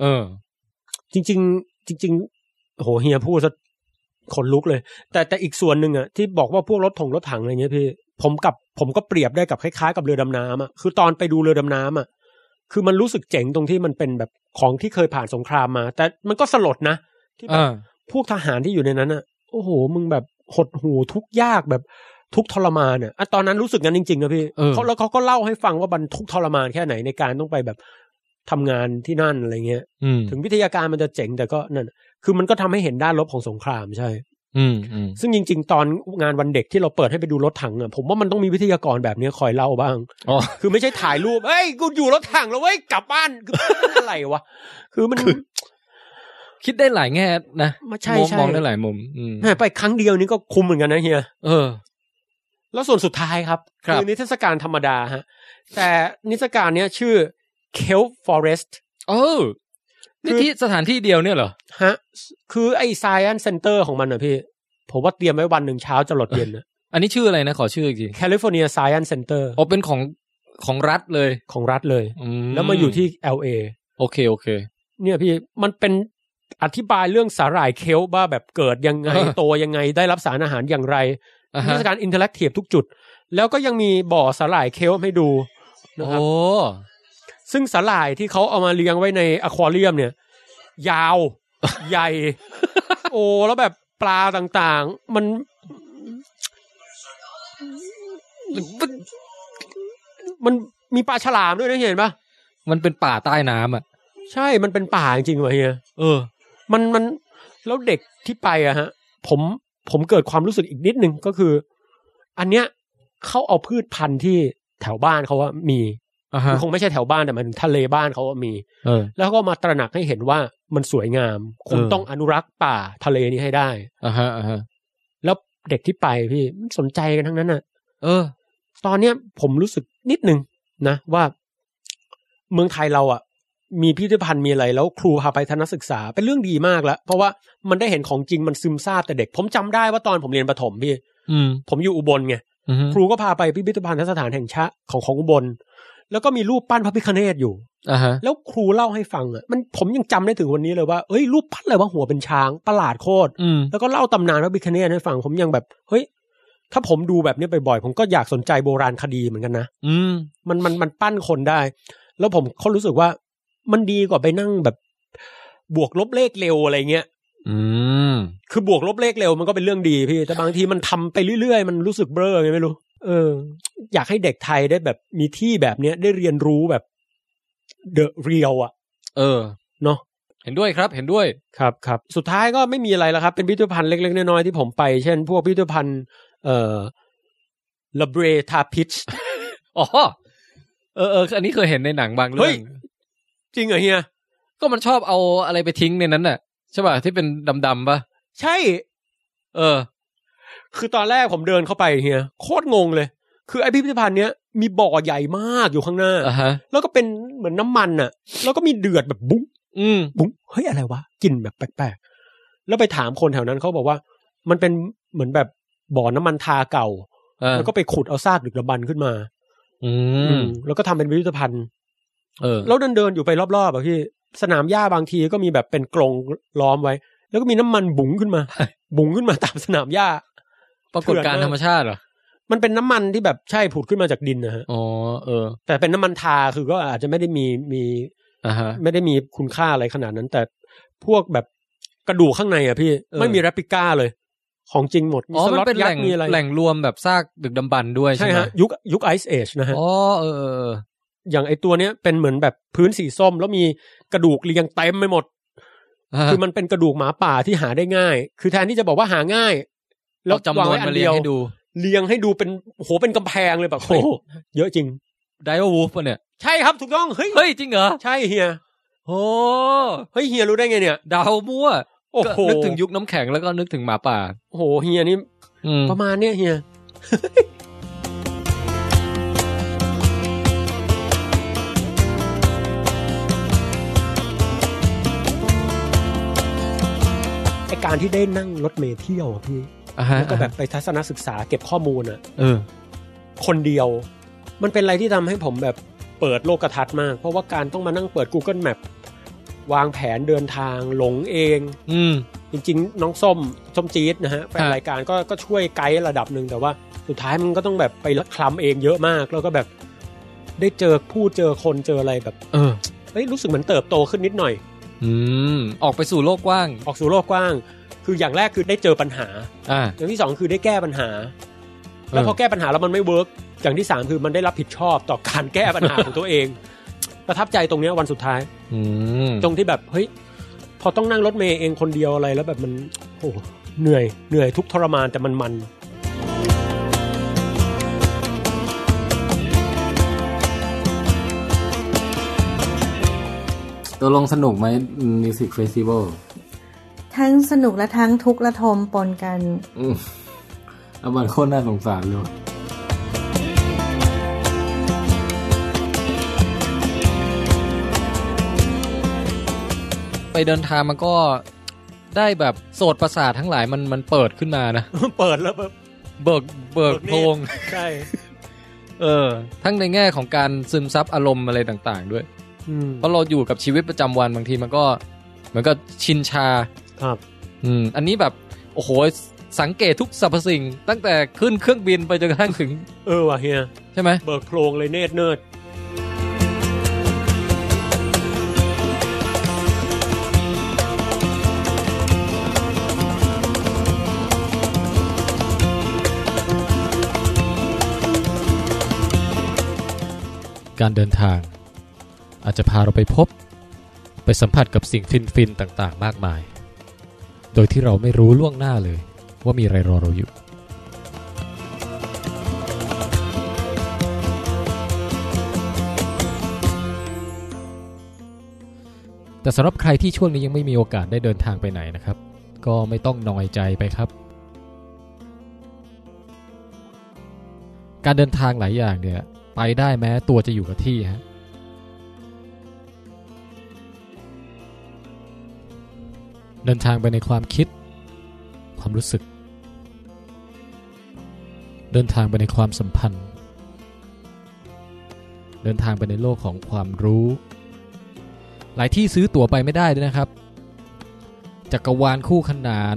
เออ จริง ๆ จริง ๆ โอ้โหเฮียพูดซะขนลุกเลย แต่แต่อีกส่วนหนึ่งอะที่บอกว่าพวกรถถงรถถังอะไรเงี้ยพี่ ผมกับผมก็เปรียบได้กับคล้ายๆกับเรือดำน้ำอะคือตอนไปดูเรือดำน้ำอะคือมันรู้สึกเจ๋งตรงที่มันเป็นแบบของที่เคยผ่านสงครามมา แต่มันก็สลดนะ ที่แบบ อ่า พวกทหารที่อยู่ในนั้นอะโอ้โห มึงแบบหดหูทุกข์ยากแบบ ทุกข์ทรมานอ่ะอ่ะตอนนั้นรู้สึกงั้นจริงๆนะพี่ เออ เขาแล้วเขาก็เล่าให้ฟังว่าบรรทุกข์ทรมานแค่ไหนในการต้องไปแบบทำงานที่นั่นอะไรเงี้ย อืม ถึงวิทยาการมันจะเจ๋งแต่ก็นั่นคือมันก็ทำให้เห็นด้านลบของสงครามใช่ อืมอืม ซึ่งจริง ๆ ตอนงานวันเด็กที่เราเปิดให้ไปดูรถถังอ่ะผมว่ามันต้องมีวิทยากรแบบเนี้ยคอยเล่าบ้าง อ๋อ คือไม่ใช่ถ่ายรูป เอ้ย กูอยู่รถถังแล้วเว้ย กลับบ้านคืออะไรวะ คือมัน คิดได้หลายแง่นะ มาใช่ มอง ใช่ มองได้หลายมุม อืม ไปครั้งเดียวนี้ก็คุ้มเหมือนกันนะเฮีย เออ แล้วส่วนสุดท้ายครับ ครับ นิทรรศการธรรมดาฮะ แต่นิทรรศการเนี้ยชื่อ Kelp Forest เออนี่ที่สถานที่เดียวเนี่ยเหรอ ฮะ คือไอ้ Science Center ของมันอ่ะพี่ ผมว่าเตรียมไว้วันหนึ่งเช้าจะหลดเย็นนะ อันนี้ชื่ออะไรนะ ขอชื่ออีกที California Science Center อ๋อเป็นของของรัฐเลย ของรัฐเลย ม แล้วมาอยู่ที่ LA โอเคโอเค เนี่ยพี่มันเป็นอธิบายเรื่องสาหร่ายเคลป์ว่าแบบเกิดยัง [laughs] ไง เออ โตยังไงได้รับสารอาหารอย่างไร อ่ะ นิท ฮะ รรศการอินเทอร์แอคทีฟทุกจุด แล้วก็ยังมีบ่อสาหร่ายเคลป์ให้ดูนะครับ โอ้ ซึ่งสาหร่ายที่เขาเอามาเลี้ยงไว้ในอควาเรียมเนี่ย [laughs] ยาว ใหญ่ โอ้แล้วแบบปลาต่างๆ มันมันมันมีปลาฉลามด้วยนะเห็นปะ มันเป็นป่าใต้น้ำอ่ะ ใช่มันเป็นป่าจริงๆวะเฮีย เออ มันมันแล้วเด็กที่ไปอะฮะ ผมผมเกิดความรู้สึกอีกนิดนึงก็คือ อันเนี้ยเขาเอาพืชพันธุ์ที่แถวบ้านเขาว่ามี อ่ะฮะ คงไม่ใช่แถวบ้านแต่มันทะเลบ้านเขาว่ามี เออ แล้วก็มาตระหนักให้เห็นว่ามันสวยงาม คุณ เออ ต้องอนุรักษ์ป่าทะเลนี้ให้ได้ อ่ะฮะอ่ะฮะ แล้วเด็กที่ไปพี่มันสนใจกันทั้งนั้นอะ เออ ตอนเนี้ยผมรู้สึกนิดนึงนะว่า เมืองไทยเราอะมีพิพิธภัณฑ์มีอะไร แล้วครูพาไปทัศนศึกษาเป็นเรื่องดีมากแล้ว เพราะว่ามันได้เห็นของจริงมันซึมซาบแต่เด็ก ผมจำได้ว่าตอนผมเรียนประถมพี่ อืม ผมอยู่อุบลไง อือฮึ ครูก็พาไปพิพิธภัณฑสถานแห่งชาติของของอุบล แล้วก็มีรูปปั้นพระพิฆเนศอยู่ อ่ะฮะ แล้วครูเล่าให้ฟังอะมันผมยังจำได้ถึงวันนี้เลยว่าเอ้ยรูปปั้นอะไรวะหัวเป็นช้างประหลาดโคตร อืม แล้วก็เล่าตำนานพระพิคเนตให้ฟังผมยังแบบ เฮ้ย ถ้าผมดูแบบนี้บ่อยๆ ผมก็อยากสนใจโบราณคดีเหมือนกันนะ อืม มันมันมันปั้นคนได้ แล้วผมก็รู้สึกว่า มันดีกว่าไปนั่งแบบ บวกลบเลขเร็วอะไรเงี้ย อืม คือบวกลบเลขเร็วมันก็เป็นเรื่องดีพี่ แต่บางทีมันทำไปเรื่อยๆ มันรู้สึกเบ้อไงไม่รู้ เออ อยากให้เด็กไทยได้แบบมีที่แบบเนี้ยได้เรียนรู้แบบเดอะเรียลอะ เออ เนาะ เห็นด้วยครับเห็นด้วย ครับครับสุดท้ายก็ไม่มีอะไรแล้วครับ เป็นพิพิธภัณฑ์เล็ก ๆ น้อยๆที่ผมไป เช่น พวกพิพิธภัณฑ์เอ่อลาเบรทาพิช อ๋อ เออเอออันนี้เคยเห็นในหนังบาง เฮ้ เรื่อย ง จริงเหรอเฮีย ก็มันชอบเอาอะไรไปทิ้งในนั้นน่ะใช่ป่ะที่เป็นดำๆป่ะ ใช่ เออ คือตอนแรกผมเดินเข้าไปเฮียโคตรงงเลย คือไอพิพิธภัณฑ์เนี้ยมีบ่อใหญ่มากอยู่ข้างหน้า อ่ะฮะ แล้วก็เป็นเหมือนน้ำมันอะแล้วก็มีเดือดแบบบุ้ง อืม บุ้งเฮ้ยอะไรวะกลิ่นแบบแปลกๆ แล้วไปถามคนแถวนั้นเขาบอกว่า มันเป็นเหมือนแบบบ่อน้ำมันทาเก่า เออ แล้วก็ไปขุดเอาซากดึกดำบรรพ์ขึ้นมา อื อื ม มแล้วก็ทำเป็นพิพิธภัณฑ์ เออ แล้วเดินเดินๆอยู่ไปรอบๆอะพี่สนามหญ้าบางทีก็มีแบบเป็นกรงล้อมไว้ แล้วก็มีน้ำมันบุ๋งขึ้นมา บุ๋งขึ้นมาตามสนามหญ้า ปรากฏการณ์ธรรมชาติเหรอ มันเป็นน้ำมันที่แบบใช่ผุดขึ้นมาจากดินนะฮะ อ๋อ เออ แต่เป็นน้ำมันทาคือก็อาจจะไม่ได้มีมี อ่ะฮะ ไม่ได้มีคุณค่าอะไรขนาดนั้น แต่พวกแบบกระดูกข้างในอะพี่ เออ ไม่มีแรปปิก้าเลย ของจริงหมดมี อ๋อ ส มัน ล็อต เป็น ยั แห ก ล่ง ษ์มีอะไร แหล่งรวมแบบซากดึกดำบรรพ์ด้วยใช่ ใช่ ไหม ฮะยุคยุคไอซ์เอชนะฮะ อ๋อ เออเออเออ อย่างไอตัวเนี้ยเป็นเหมือนแบบพื้นสีส้ม แล้วมีกระดูกเรียงเต็มไปหมด อ่าฮะ คือมันเป็นกระดูกหมาป่าที่หาได้ง่าย คือแทนที่จะบอกว่าหาง่าย แล้ว เอาจำนวน งไอั มาเรียงให้ดู เรียงให้ดูเป็นโหเป็นกำแพงเลยแบบ โอ้โห เยอะจริง ไดโอวูฟป่ะเนี่ย ใช่ครับถูกต้อง เฮ้ย เฮ้ย จริงเหรอ ใช่เฮีย โอ้ เฮ้ยเฮียรู้ได้ไงเนี่ย เดาวมั่ว โอ้ ก็ โห นึกถึงยุคน้ำแข็งแล้วก็นึกถึงหมาป่า โอ้โหเฮียนี่ อืม ประมาณเนี้ยเฮีย ไอการที่ได้นั่งรถเมล์เที่ยวอะพี่ อ่ะฮะ แล้วก็แบบไปทัศนศึกษาเก็บข้อมูลอะ เออ คนเดียว มันเป็นอะไรที่ทำให้ผมแบบเปิดโลกทัศน์มาก เพราะว่าการต้องมานั่งเปิด Google Map วางแผนเดินทางหลงเอง อืม จริงๆ น้องส้มส้มจี๊ดนะฮะแฟน ฮะ รายการก็ก็ช่วยไกด์ระดับหนึ่งแต่ว่าสุดท้ายมันก็ต้องแบบไปคลำเองเยอะมาก แล้วก็แบบได้เจอผู้เจอคนเจออะไรแบบ เออ เฮ้ยรู้สึกเหมือนเติบโตขึ้นนิดหน่อย อืม ออกไปสู่โลกกว้าง ออกสู่โลกกว้าง คืออย่างแรกคือได้เจอปัญหา อ่า อย่างที่สองคือได้แก้ปัญหา แล้วพอแก้ปัญหาแล้วมันไม่เวิร์กอย่างที่สามคือมันได้รับผิดชอบต่อการแก้ปัญหาของตัวเอง ประทับใจตรงเนี้ยวันสุดท้าย อืม ตรงที่แบบเฮ้ยพอต้องนั่งรถเมย์เองคนเดียวอะไรแล้วแบบมันโอ้โหเหนื่อยเหนื่อยทุกข์ทรมานแต่มันมัน [laughs] ตกลงสนุกไหมมิวสิกเฟสติวัล ทั้งสนุกและทั้งทุกข์ระทมปนกัน อามันโคตรน่าสงสารเลย ไปเดินทางมันก็ได้แบบโสดประสาททั้งหลายมันมันเปิดขึ้นมานะ เปิดแล้วแบบ เบิกเบิกโพรง ใช่ เออ ทั้งในแง่ของการซึมซับอารมณ์อะไรต่าง ๆ ด้วย อืม เพราะเราอยู่กับชีวิตประจำวันบางทีมันก็เหมือนกับชินชา ครับ อืม อันนี้แบบ โอ้โห สังเกตทุกสรรพสิ่ง ตั้งแต่ขึ้นเครื่องบินไปจนกระทั่งถึง เออว่ะเฮีย ใช่ไหม เบิกโพรงเลยเนตรเนิร์ด การเดินทาง อาจจะพาเราไปพบ ไปสัมผัสกับสิ่งฟินๆต่างๆ มากมาย โดยที่เราไม่รู้ล่วงหน้าเลย ว่ามีอะไรรอเราอยู่ แต่สำหรับใครที่ช่วงนี้ยังไม่มีโอกาสได้เดินทางไปไหนนะครับ ก็ไม่ต้องนอยใจไปครับ การเดินทางหลายอย่างเนี่ย ไปได้แม้ตัวจะอยู่กับที่ฮะ เดินทางไปในความคิด ความรู้สึก เดินทางไปในความสัมพันธ์ เดินทางไปในโลกของความรู้ หลายที่ซื้อตั๋วไปไม่ได้ด้วยนะครับจักกรวาลคู่ขนาน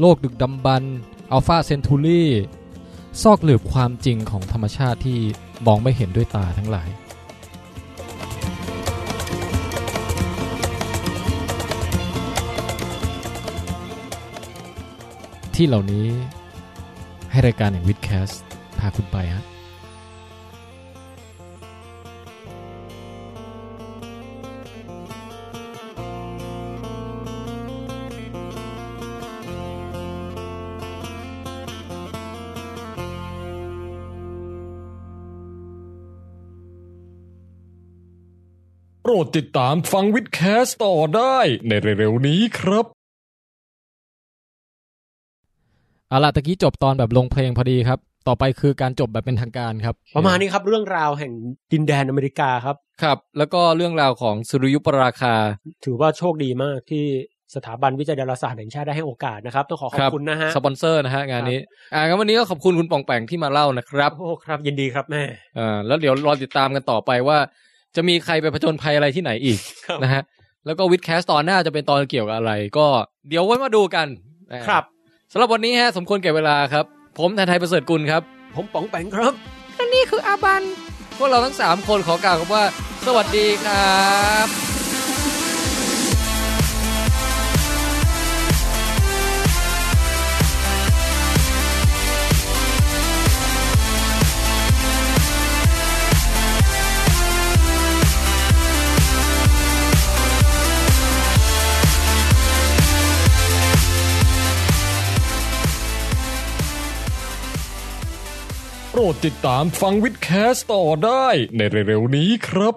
โลกดึกดำบรรอัลฟาเซนทูรี่ ซอกหลืบความจริงของธรรมชาติที่มองไม่เห็นด้วยตาทั้งหลาย ที่เหล่านี้ให้รายการอย่างวิดแคสพาคุณไปฮะ โปรดติดตามฟังวิดแคสต์ต่อได้ในเร็วๆนี้ครับ เอาละตะกี้จบตอนแบบลงเพลงพอดีครับ ต่อไปคือการจบแบบเป็นทางการครับ ประมาณนี้ครับ เรื่องราวแห่งดินแดนอเมริกาครับ ครับ แล้วก็เรื่องราวของสุริยุปราคา ถือว่าโชคดีมากที่สถาบันวิจัยดาราศาสตร์แห่งชาติได้ให้โอกาสนะครับ ต้องขอขอ ครับ บ คุณนะฮะ สปอนเซอร์นะฮะงานนี้ อ่างั้นวันนี้ก็ขอบคุณคุณปองแปงที่มาเล่านะครับ โอ้ครับ ยินดีครับแม่ เอ่าแล้วเดี๋ยวรอติดตามกันต่อไปว่า จะมีใครไปผจญภัยอะไรที่ไหนอีก ครับ นะฮะแล้วก็วิดแคสตอนหน้าจะเป็นตอนเกี่ยวกับอะไร ก็เดี๋ยวไว้มาดูกันอ่า ครับ สำหรับวันนี้ฮะสมควรแก่เวลาครับ ผมแทนไทยประเสริฐกุลครับ ผมป๋องแปงครับ และนี่คืออาบัน พวกเราทั้ง 3 คนขอกล่าวคำว่า สวัสดีครับ โปรดติดตามฟังวิดแคสต์ต่อได้ในเร็วๆนี้ครับ